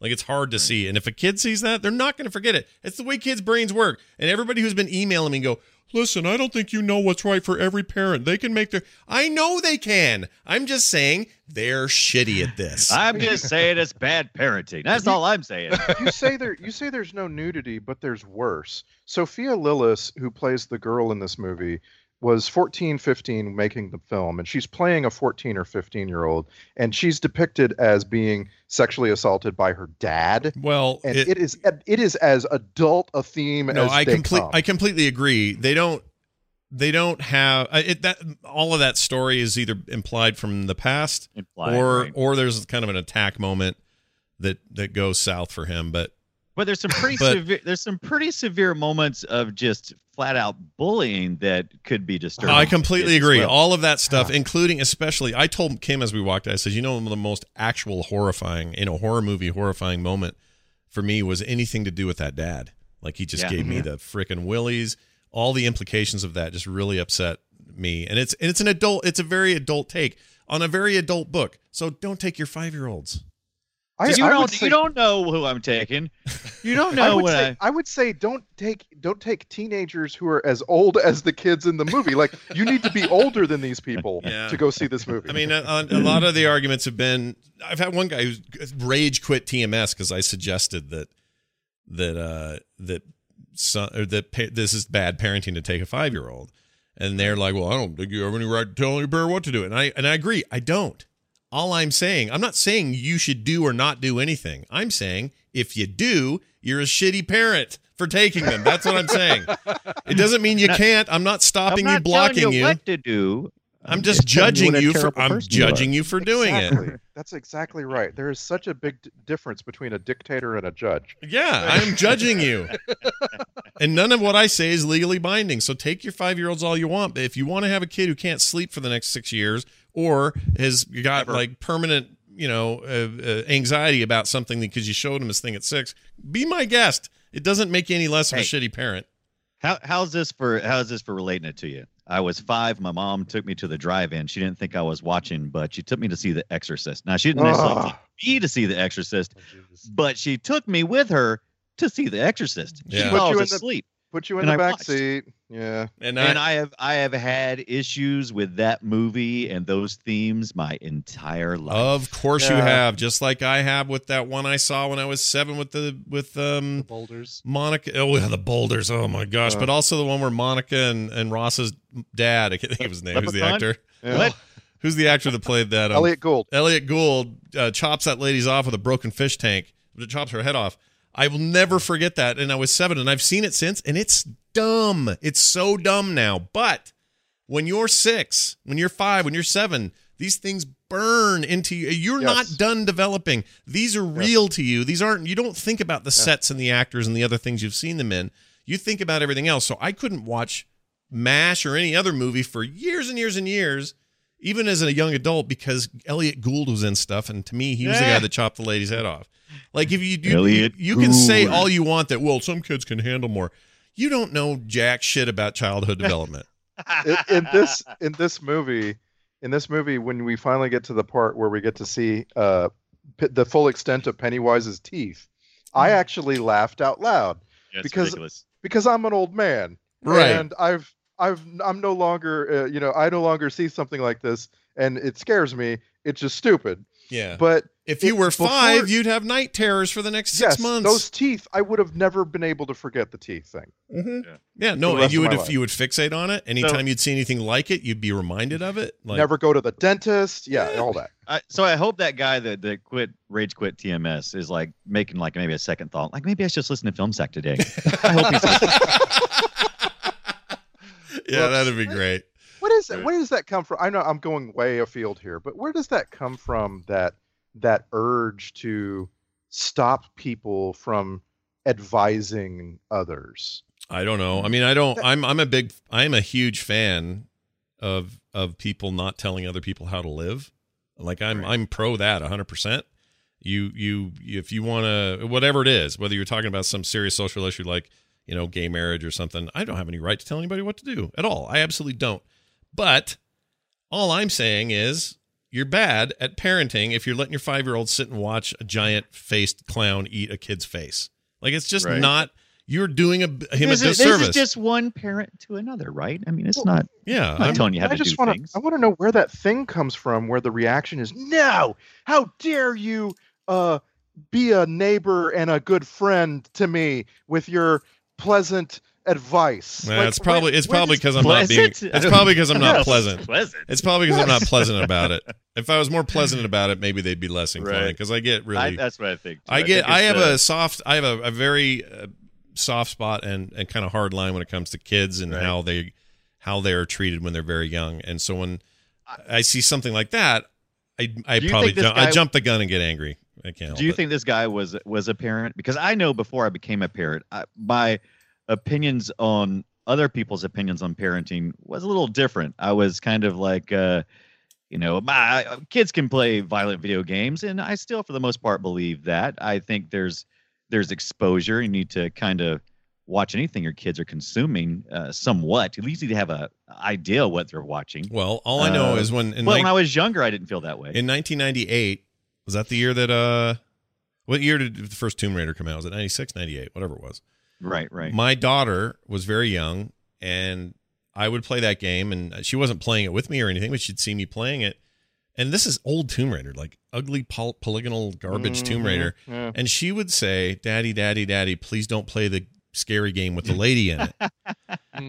Speaker 1: Like it's hard to see, and if a kid sees that, they're not going to forget it. It's the way kids' brains work. And everybody who's been emailing me and go, listen, I don't think you know what's right for every parent. They can make their. I know they can. I'm just saying they're shitty at this.
Speaker 5: I'm just saying it's bad parenting. That's all I'm saying.
Speaker 6: you say there you say there's no nudity, but there's worse. Sophia Lillis, who plays the girl in this movie, was 14, 15 making the film, and she's playing a 14 or 15 year old, and she's depicted as being sexually assaulted by her dad.
Speaker 1: Well,
Speaker 6: and
Speaker 1: it-
Speaker 6: it is it is as adult a theme as
Speaker 1: I
Speaker 6: they
Speaker 1: complete-
Speaker 6: come.
Speaker 1: I completely agree. They don't. They don't have I- it, that. All of that story is either implied from the past,
Speaker 5: Implied,
Speaker 1: or
Speaker 5: right.
Speaker 1: or there's kind of an attack moment that that goes south for him. But
Speaker 5: But there's some pretty
Speaker 1: But-
Speaker 5: severe there's some pretty severe moments of just flat out bullying that could be disturbing.
Speaker 1: I
Speaker 5: to kids
Speaker 1: completely
Speaker 5: as
Speaker 1: agree.
Speaker 5: well.
Speaker 1: All of that stuff, including especially, I told Kim as we walked, I said, you know, one of the most actual horrifying in a horror movie, horrifying moment for me was anything to do with that dad. Like he just
Speaker 5: Yeah.
Speaker 1: gave me
Speaker 5: Mhm.
Speaker 1: the frickin' willies. All the implications of that just really upset me. And it's and it's an adult, it's a very adult take on a very adult book. So don't take your five year olds.
Speaker 6: I-
Speaker 5: you
Speaker 6: I would
Speaker 5: don't
Speaker 6: say-
Speaker 5: you don't know who I'm taking. You don't
Speaker 6: I
Speaker 5: know
Speaker 6: would,
Speaker 5: what
Speaker 6: say,
Speaker 5: I
Speaker 6: I would say don't take don't take teenagers who are as old as the kids in the movie. Like you need to be older than these people
Speaker 1: Yeah.
Speaker 6: to go see this movie.
Speaker 1: I mean, a, a a lot of the arguments have been. I've had one guy who's rage quit TMS because I suggested that that uh, that son, or that pa- this is bad parenting to take a five year old, and they're like, "Well, I don't think you have any right to tell your parent what to do." And I and I agree, I don't. All I'm saying, I'm not saying you should do or not do anything. I'm saying if you do, you're a shitty parent for taking them. That's what I'm saying. It doesn't mean you can't. I'm not stopping
Speaker 5: I'm
Speaker 1: you,
Speaker 5: not telling
Speaker 1: blocking
Speaker 5: you what to do.
Speaker 1: I'm just
Speaker 5: telling
Speaker 1: judging
Speaker 5: what a
Speaker 1: you for
Speaker 5: terrible
Speaker 1: I'm
Speaker 5: person you are.
Speaker 1: judging you for doing
Speaker 6: exactly.
Speaker 1: it.
Speaker 6: That's exactly right. There is such a big d- difference between a dictator and a judge.
Speaker 1: Yeah, I'm judging you. And none of what I say is legally binding. So take your five year olds all you want. But if you want to have a kid who can't sleep for the next six years or has got like permanent, you know, uh, uh, anxiety about something because you showed him his thing at six, be my guest. It doesn't make you any less of a
Speaker 5: Hey.
Speaker 1: shitty parent.
Speaker 5: How how's this for how's this for relating it to you? I was five. My mom took me to the drive-in. She didn't think I was watching, but she took me to see The Exorcist. Now she didn't necessarily
Speaker 6: Ugh.
Speaker 5: take me to see The Exorcist,
Speaker 1: Oh,
Speaker 5: but she took me with her to see The Exorcist. She
Speaker 1: Yeah.
Speaker 5: thought I
Speaker 6: Put you
Speaker 5: was
Speaker 6: in the-
Speaker 5: asleep,
Speaker 6: Put you
Speaker 5: And
Speaker 6: in the
Speaker 5: I
Speaker 6: back
Speaker 5: watched.
Speaker 6: seat. Yeah.
Speaker 1: And,
Speaker 5: and
Speaker 1: I,
Speaker 5: I have I have had issues with that movie and those themes my entire life.
Speaker 1: of course you
Speaker 5: Yeah.
Speaker 1: have, just like I have with that one I saw when I was seven with the with um
Speaker 7: Boulders.
Speaker 1: Monica. Oh, yeah, the boulders. Oh my gosh!
Speaker 7: Uh.
Speaker 1: but also the one where Monica and, and Ross's dad. I can't think of his name. Who's the
Speaker 5: Leprechaun?
Speaker 1: actor?
Speaker 6: Yeah.
Speaker 5: What?
Speaker 1: Who's the actor that played that? um,
Speaker 6: Elliot Gould.
Speaker 1: Elliot Gould uh, chops that lady's off with a broken fish tank. It chops her head off. I will never forget that. And I was seven, and I've seen it since, and it's dumb. It's so dumb now. But when you're six, when you're five, when you're seven, these things burn into you. You're
Speaker 6: Yes.
Speaker 1: not done developing. These are real to you. These aren't. You don't think about the sets and the actors and the other things you've seen them in. You think about everything else. So I couldn't watch MASH or any other movie for years and years and years even as a young adult, because Elliot Gould was in stuff, and to me, he was the
Speaker 5: Yeah.
Speaker 1: guy that chopped the lady's head off. Like if you you,
Speaker 5: Elliot
Speaker 1: you can say
Speaker 5: Gould.
Speaker 1: all you want that well, some kids can handle more. You don't know jack shit about childhood development.
Speaker 6: in, in this in this movie in this movie when we finally get to the part where we get to see uh p- the full extent of pennywise's teeth
Speaker 5: Mm.
Speaker 6: i actually laughed out loud
Speaker 5: Yeah, it's
Speaker 6: because
Speaker 5: ridiculous.
Speaker 6: because i'm an old man
Speaker 1: Right.
Speaker 6: and i've i've i'm no longer uh, you know i no longer see something like this and it scares me it's just stupid
Speaker 1: Yeah.
Speaker 6: but
Speaker 1: if you
Speaker 6: it-
Speaker 1: were
Speaker 6: before-
Speaker 1: five, you'd have night terrors for the next six
Speaker 6: yes,
Speaker 1: months.
Speaker 6: those teeth i would have never been able to forget the teeth thing
Speaker 1: Mhm.
Speaker 5: Yeah.
Speaker 1: Yeah,
Speaker 6: For the
Speaker 1: no,
Speaker 6: rest
Speaker 1: and you
Speaker 6: of
Speaker 1: would
Speaker 6: my
Speaker 1: if
Speaker 6: life.
Speaker 1: you would fixate on it. Anytime you'd see anything like it, you'd be reminded of it. Like Eh.
Speaker 6: never go to the dentist yeah all that
Speaker 5: I, so I hope that guy that, that quit rage quit TMS is like making like maybe a second thought like maybe I should just listen to film sack today. I hope he's
Speaker 1: Yeah, that'd be great.
Speaker 6: What is
Speaker 1: Eh.
Speaker 6: that? Where does that come from? I know I'm going way afield here, but where does that come from? That that urge to stop people from advising others.
Speaker 1: I don't know. I mean, I don't. I'm I'm a big. I'm a huge fan of of people not telling other people how to live. Like I'm I'm pro that 100. percent You you if you want to whatever it is, whether you're talking about some serious social issue like you know gay marriage or something, I don't have any right to tell anybody what to do at all. I absolutely don't. But all I'm saying is you're bad at parenting if you're letting your five year old sit and watch a giant faced clown eat a kid's face. Like it's just
Speaker 5: Right.
Speaker 1: not. You're doing a, him
Speaker 5: this,
Speaker 1: a
Speaker 5: is, this
Speaker 1: disservice.
Speaker 5: is just one parent to another, right? I mean, it's not.
Speaker 1: yeah,
Speaker 5: I'm, not telling you how
Speaker 6: I
Speaker 5: to do
Speaker 6: just wanna,
Speaker 5: things.
Speaker 6: I want to know where that thing comes from, where the reaction is, "No, how dare you uh, be a neighbor and a good friend to me with your pleasant advice."
Speaker 1: Nah,
Speaker 6: Like,
Speaker 1: it's probably
Speaker 6: where-
Speaker 1: it's
Speaker 6: where
Speaker 1: probably
Speaker 6: does-
Speaker 1: because I'm not being.
Speaker 5: Pleasant?
Speaker 1: It's probably because I'm not
Speaker 5: Yes.
Speaker 1: pleasant.
Speaker 5: Pleasant.
Speaker 1: It's probably because I'm not
Speaker 5: Yes.
Speaker 1: pleasant about it. If I was more pleasant about it, maybe they'd be less inclined.
Speaker 5: Right.
Speaker 1: Because I get
Speaker 5: I,
Speaker 1: really, I,
Speaker 5: that's what I think. too.
Speaker 1: get,
Speaker 5: think
Speaker 1: I,
Speaker 5: it's uh,
Speaker 1: have
Speaker 5: the-
Speaker 1: a soft, I have a, a very uh, soft spot and and kind of hard line when it comes to kids and
Speaker 5: Right.
Speaker 1: how they how they are treated when they're very young. And so when I see something like that, I I
Speaker 5: Do you
Speaker 1: probably
Speaker 5: think this
Speaker 1: jump, I
Speaker 5: guy-
Speaker 1: jump the gun and get angry. I can't. help
Speaker 5: Do you
Speaker 1: it.
Speaker 5: think this guy was was a parent? Because I know before I became a parent, I, my opinions on other people's opinions on parenting was a little different. I was kind of like, uh, you know, my kids can play violent video games, and I still, for the most part, believe that. I think there's there's exposure. You need to kind of watch anything your kids are consuming, uh, somewhat. At least you need to have a idea what they're watching.
Speaker 1: Well, all I know
Speaker 5: Uh,
Speaker 1: is when in
Speaker 5: well,
Speaker 1: nine-
Speaker 5: when I was younger, I didn't feel that way.
Speaker 1: In 1998, was that the year that uh what year did the first Tomb Raider come out? Was it 96, 98, whatever it was.
Speaker 5: right, right.
Speaker 1: My daughter was very young and I would play that game and she wasn't playing it with me or anything, but she'd see me playing it. And this is old Tomb Raider, like ugly poly- polygonal garbage Tomb
Speaker 6: Mhm,
Speaker 1: Raider.
Speaker 6: yeah.
Speaker 1: And she would say, "Daddy, daddy, daddy, please don't play the scary game with the lady in it.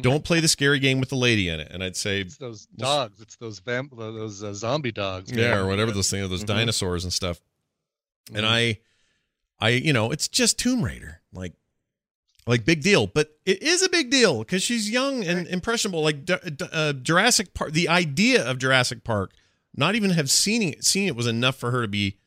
Speaker 1: don't play the scary game with the lady in it." And I'd say,
Speaker 7: It's those dogs. It's those vamp, those uh, zombie dogs.
Speaker 1: yeah, or whatever
Speaker 7: The-
Speaker 1: those things, those
Speaker 7: Mhm.
Speaker 1: dinosaurs and stuff. And
Speaker 7: Mhm.
Speaker 1: I, I, you know, it's just Tomb Raider, like, like big deal, but it is a big deal because she's young and impressionable. Like D- D- uh, Jurassic Park, the idea of Jurassic Park, not even have seen it, seen it was enough for her to be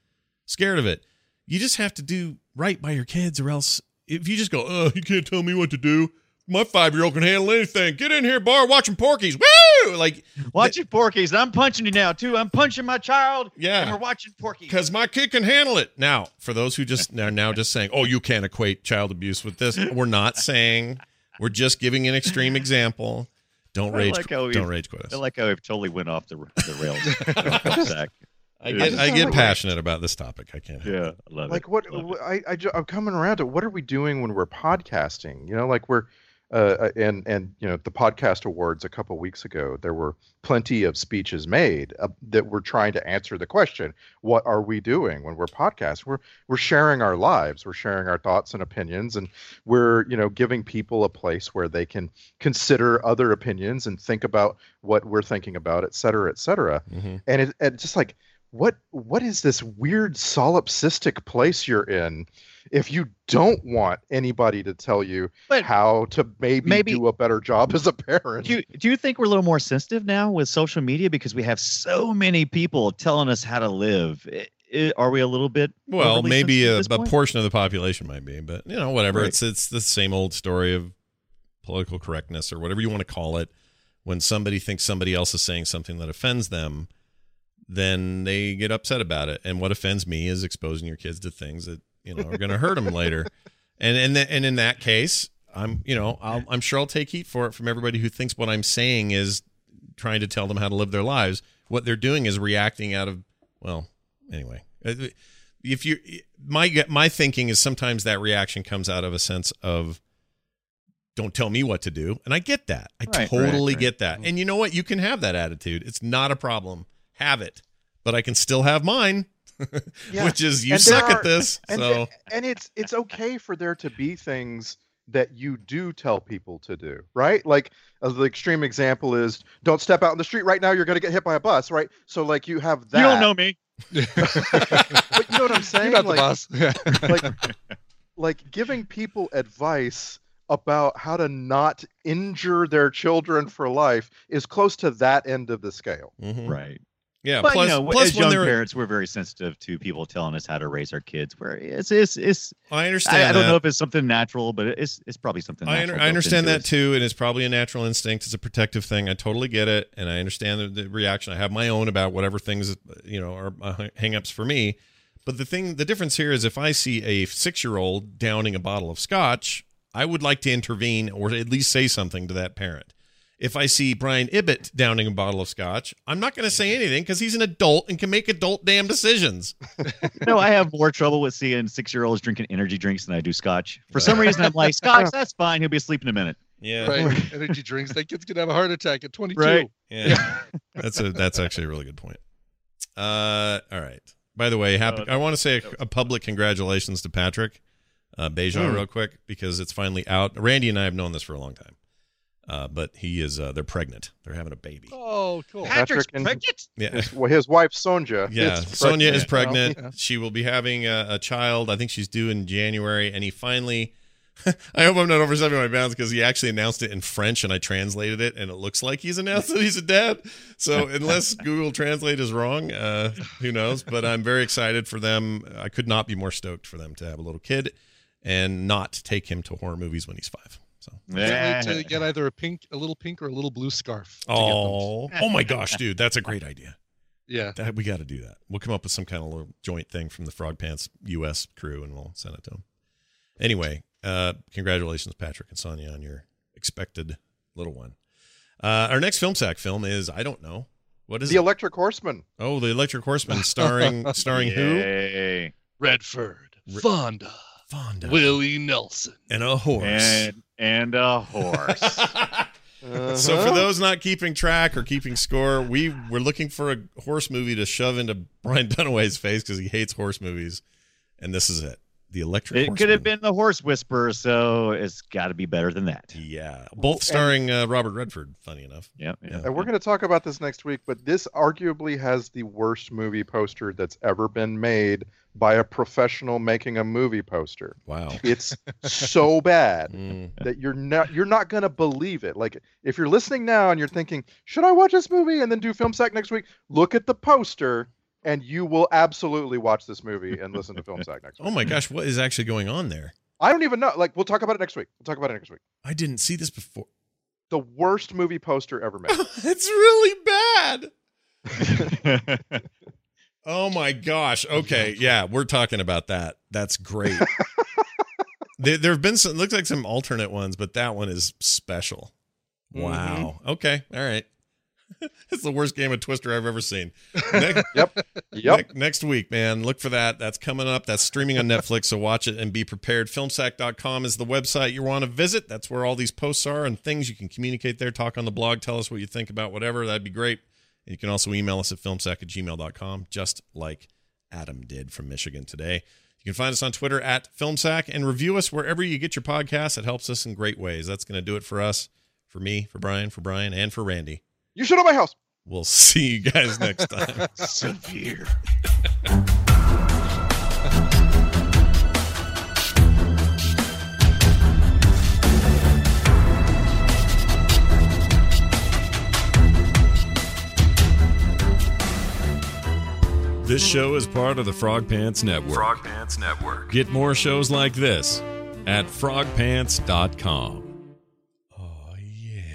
Speaker 1: scared of it. You just have to do right by your kids, or else if you just go, oh, you can't tell me what to do. My five year old can handle anything. Get in here, bar, watching Porkies. Woo! Like,
Speaker 5: Watching Porky's, and I'm punching you now too. I'm punching my child.
Speaker 1: Yeah.
Speaker 5: and we're watching Porky.
Speaker 1: because my kid can handle it. Now, for those who just are now just saying, "Oh, you can't equate child abuse with this," we're not saying. We're just giving an extreme example. Don't
Speaker 5: I
Speaker 1: rage.
Speaker 5: like how
Speaker 1: don't
Speaker 5: we-
Speaker 1: rage quit us.
Speaker 5: I like how it totally went off the the rails. Phil Sack.
Speaker 1: I get, I get passionate about this topic. I can't. help it.
Speaker 5: Yeah, I love
Speaker 6: like
Speaker 5: it.
Speaker 6: what
Speaker 5: Love it.
Speaker 6: wh- I, I ju- I'm coming around to what are we doing when we're podcasting? You know, like we're uh, and and you know the podcast awards a couple weeks ago, there were plenty of speeches made uh, that were trying to answer the question: What are we doing when we're podcasting? We're we're sharing our lives, we're sharing our thoughts and opinions, and we're you know giving people a place where they can consider other opinions and think about what we're thinking about, et cetera, et cetera
Speaker 1: Mhm.
Speaker 6: and it and just like what what is this weird solipsistic place you're in if you don't want anybody to tell you
Speaker 5: But
Speaker 6: how to maybe,
Speaker 5: maybe-
Speaker 6: do a better job as a parent
Speaker 5: Do you, do you think we're a little more sensitive now with social media because we have so many people telling us how to live? I- I- are we a little bit?
Speaker 1: Well,
Speaker 5: overly
Speaker 1: maybe uh,
Speaker 5: sensitive
Speaker 1: a,
Speaker 5: at this
Speaker 1: a
Speaker 5: point?
Speaker 1: portion of the population might be, but you know, whatever.
Speaker 5: Right.
Speaker 1: It's it's the same old story of political correctness or whatever you want to call it. when somebody thinks somebody else is saying something that offends them, then they get upset about it. And what offends me is exposing your kids to things that you know are going to hurt them later. And and th- and in that case, I'm you know I'll, I'm sure I'll take heat for it from everybody who thinks what I'm saying is trying to tell them how to live their lives. What they're doing is reacting out of well, anyway. Uh, If you my my thinking is sometimes that reaction comes out of a sense of don't tell me what to do, and I get that. I
Speaker 5: Right,
Speaker 1: totally
Speaker 5: right, right.
Speaker 1: get that. And you know what? You can have that attitude. It's not a problem. Have it, but I can still have mine,
Speaker 6: Yeah.
Speaker 1: which is you
Speaker 6: And there
Speaker 1: suck
Speaker 6: are-
Speaker 1: at this.
Speaker 6: And,
Speaker 1: so
Speaker 6: th- and it's it's okay for there to be things that you do tell people to do, right? Like uh, the extreme example is don't step out in the street right now. You're going to get hit by a bus, right? So like you have that.
Speaker 5: You don't know me.
Speaker 6: But you know what I'm saying?
Speaker 7: not the
Speaker 6: like,
Speaker 7: boss. Yeah.
Speaker 6: like, like giving people advice about how to not injure their children for life is close to that end of the scale.
Speaker 1: Mhm.
Speaker 5: Right.
Speaker 1: Yeah.
Speaker 5: But
Speaker 1: plus,
Speaker 5: you know,
Speaker 1: plus
Speaker 5: as
Speaker 1: when
Speaker 5: young
Speaker 1: they're
Speaker 5: parents, we're very sensitive to people telling us how to raise our kids. Where it's it's it's.
Speaker 1: I understand.
Speaker 5: I, I don't
Speaker 1: that.
Speaker 5: know if it's something natural, but it's it's probably something.
Speaker 1: I,
Speaker 5: natural
Speaker 1: under-
Speaker 5: built
Speaker 1: I understand
Speaker 5: into
Speaker 1: that
Speaker 5: us.
Speaker 1: too, and it's probably a natural instinct. It's a protective thing. I totally get it, and I understand the, the reaction. I have my own about whatever things you know are uh, hangups for me. But the thing, the difference here is if I see a six-year-old downing a bottle of scotch, I would like to intervene or at least say something to that parent. If I see Brian Ibbett downing a bottle of scotch, I'm not going to say anything because he's an adult and can make adult damn decisions.
Speaker 5: no, I have more trouble with seeing six year olds drinking energy drinks than I do scotch. For some reason, I'm like, scotch, that's fine. He'll be asleep in a minute.
Speaker 1: Yeah,
Speaker 7: Right. Energy drinks. That kid's gonna have a heart attack at 22.
Speaker 5: Right.
Speaker 1: Yeah. that's a that's actually a really good point. Uh all right. By the way, happy
Speaker 5: Uh,
Speaker 1: I want to say a, a public congratulations to Patrick uh Beja
Speaker 5: Hmm.
Speaker 1: real quick because it's finally out. Randy and I have known this for a long time. Uh but he is uh they're pregnant. They're having a baby.
Speaker 7: Oh, cool.
Speaker 5: Patrick's
Speaker 6: and
Speaker 5: pregnant?
Speaker 1: Yeah.
Speaker 6: His, well, his wife Sonja.
Speaker 1: Yeah,
Speaker 6: is
Speaker 1: Sonia is
Speaker 6: pregnant.
Speaker 1: pregnant. She will be having a, a child. I think she's due in January. And he finally, I hope I'm not overstepping my bounds because he actually announced it in French and I translated it, and it looks like he's announced that he's a dad. So unless Google Translate is wrong, uh, who knows? But I'm very excited for them. I could not be more stoked for them to have a little kid and not take him to horror movies when he's five. So.
Speaker 7: Can't wait to get either a pink, a little pink, or a little blue scarf. to get them.
Speaker 1: Oh, oh my gosh, dude, that's a great idea.
Speaker 7: Yeah.
Speaker 1: That, Uh, we got to do that. We'll come up with some kind of little joint thing from the Frog Pants US crew and we'll send it to them. Anyway, uh, congratulations, Patrick and Sonia, on your expected little one. Uh, our next film sack film is I don't know what is
Speaker 6: The
Speaker 1: it?
Speaker 6: Electric Horseman.
Speaker 1: oh, the Electric Horseman, starring starring who?
Speaker 5: Yay.
Speaker 7: Redford,
Speaker 1: Re-
Speaker 7: Fonda,
Speaker 1: Fonda
Speaker 7: Willie Nelson.
Speaker 1: and a horse.
Speaker 5: And, and a horse.
Speaker 1: So
Speaker 6: Uh-huh.
Speaker 1: for those not keeping track or keeping score, we were looking for a horse movie to shove into Brian Dunaway's face because he hates horse movies, and this is it. The Electric.
Speaker 5: it could have
Speaker 1: Horseman.
Speaker 5: been the horse whisperer, so it's got to be better than that.
Speaker 1: Yeah,
Speaker 5: Oh,
Speaker 1: both starring uh, Robert Redford. Funny enough.
Speaker 5: Yep. yep.
Speaker 1: Yeah.
Speaker 6: And we're going to talk about this next week, but this arguably has the worst movie poster that's ever been made by a professional making a movie poster.
Speaker 1: Wow.
Speaker 6: It's so bad
Speaker 1: Oh. Mm.
Speaker 6: that you're not you're not going to believe it. Like if you're listening now and you're thinking, "Should I watch this movie and then do film sack next week?" Look at the poster and you will absolutely watch this movie and listen to film sack next week.
Speaker 1: Oh my gosh, what is actually going on there?
Speaker 6: I don't even know. Like we'll talk about it next week. We'll talk about it next week.
Speaker 1: I didn't see this before.
Speaker 6: The worst movie poster ever made.
Speaker 1: it's really bad. Oh my gosh. Okay, yeah, we're talking about that. That's great. there, there have been some. Looks like some alternate ones, but that one is special. Wow. Okay. All right. it's the worst game of Twister I've ever seen. Next,
Speaker 6: yep. Yep.
Speaker 1: Nec- next week, man. Look for that. That's coming up. That's streaming on Netflix, so watch it and be prepared. Filmsack.com is the website you want to visit. That's where all these posts are and things. You can communicate there, talk on the blog, tell us what you think about whatever. That'd be great. And you can also email us at filmsack at gmail.com, just like Adam did from Michigan today. You can find us on Twitter at Filmsack and review us wherever you get your podcasts. It helps us in great ways. That's going to do it for us, for me, for Brian, for Brian, and for Randy.
Speaker 6: You should own my house.
Speaker 1: We'll see you guys next time.
Speaker 5: Severe.
Speaker 4: This show is part of the Frog Pants Network.
Speaker 20: Frog Pants Network.
Speaker 4: Get more shows like this at frogpants.com.
Speaker 1: Oh, yeah.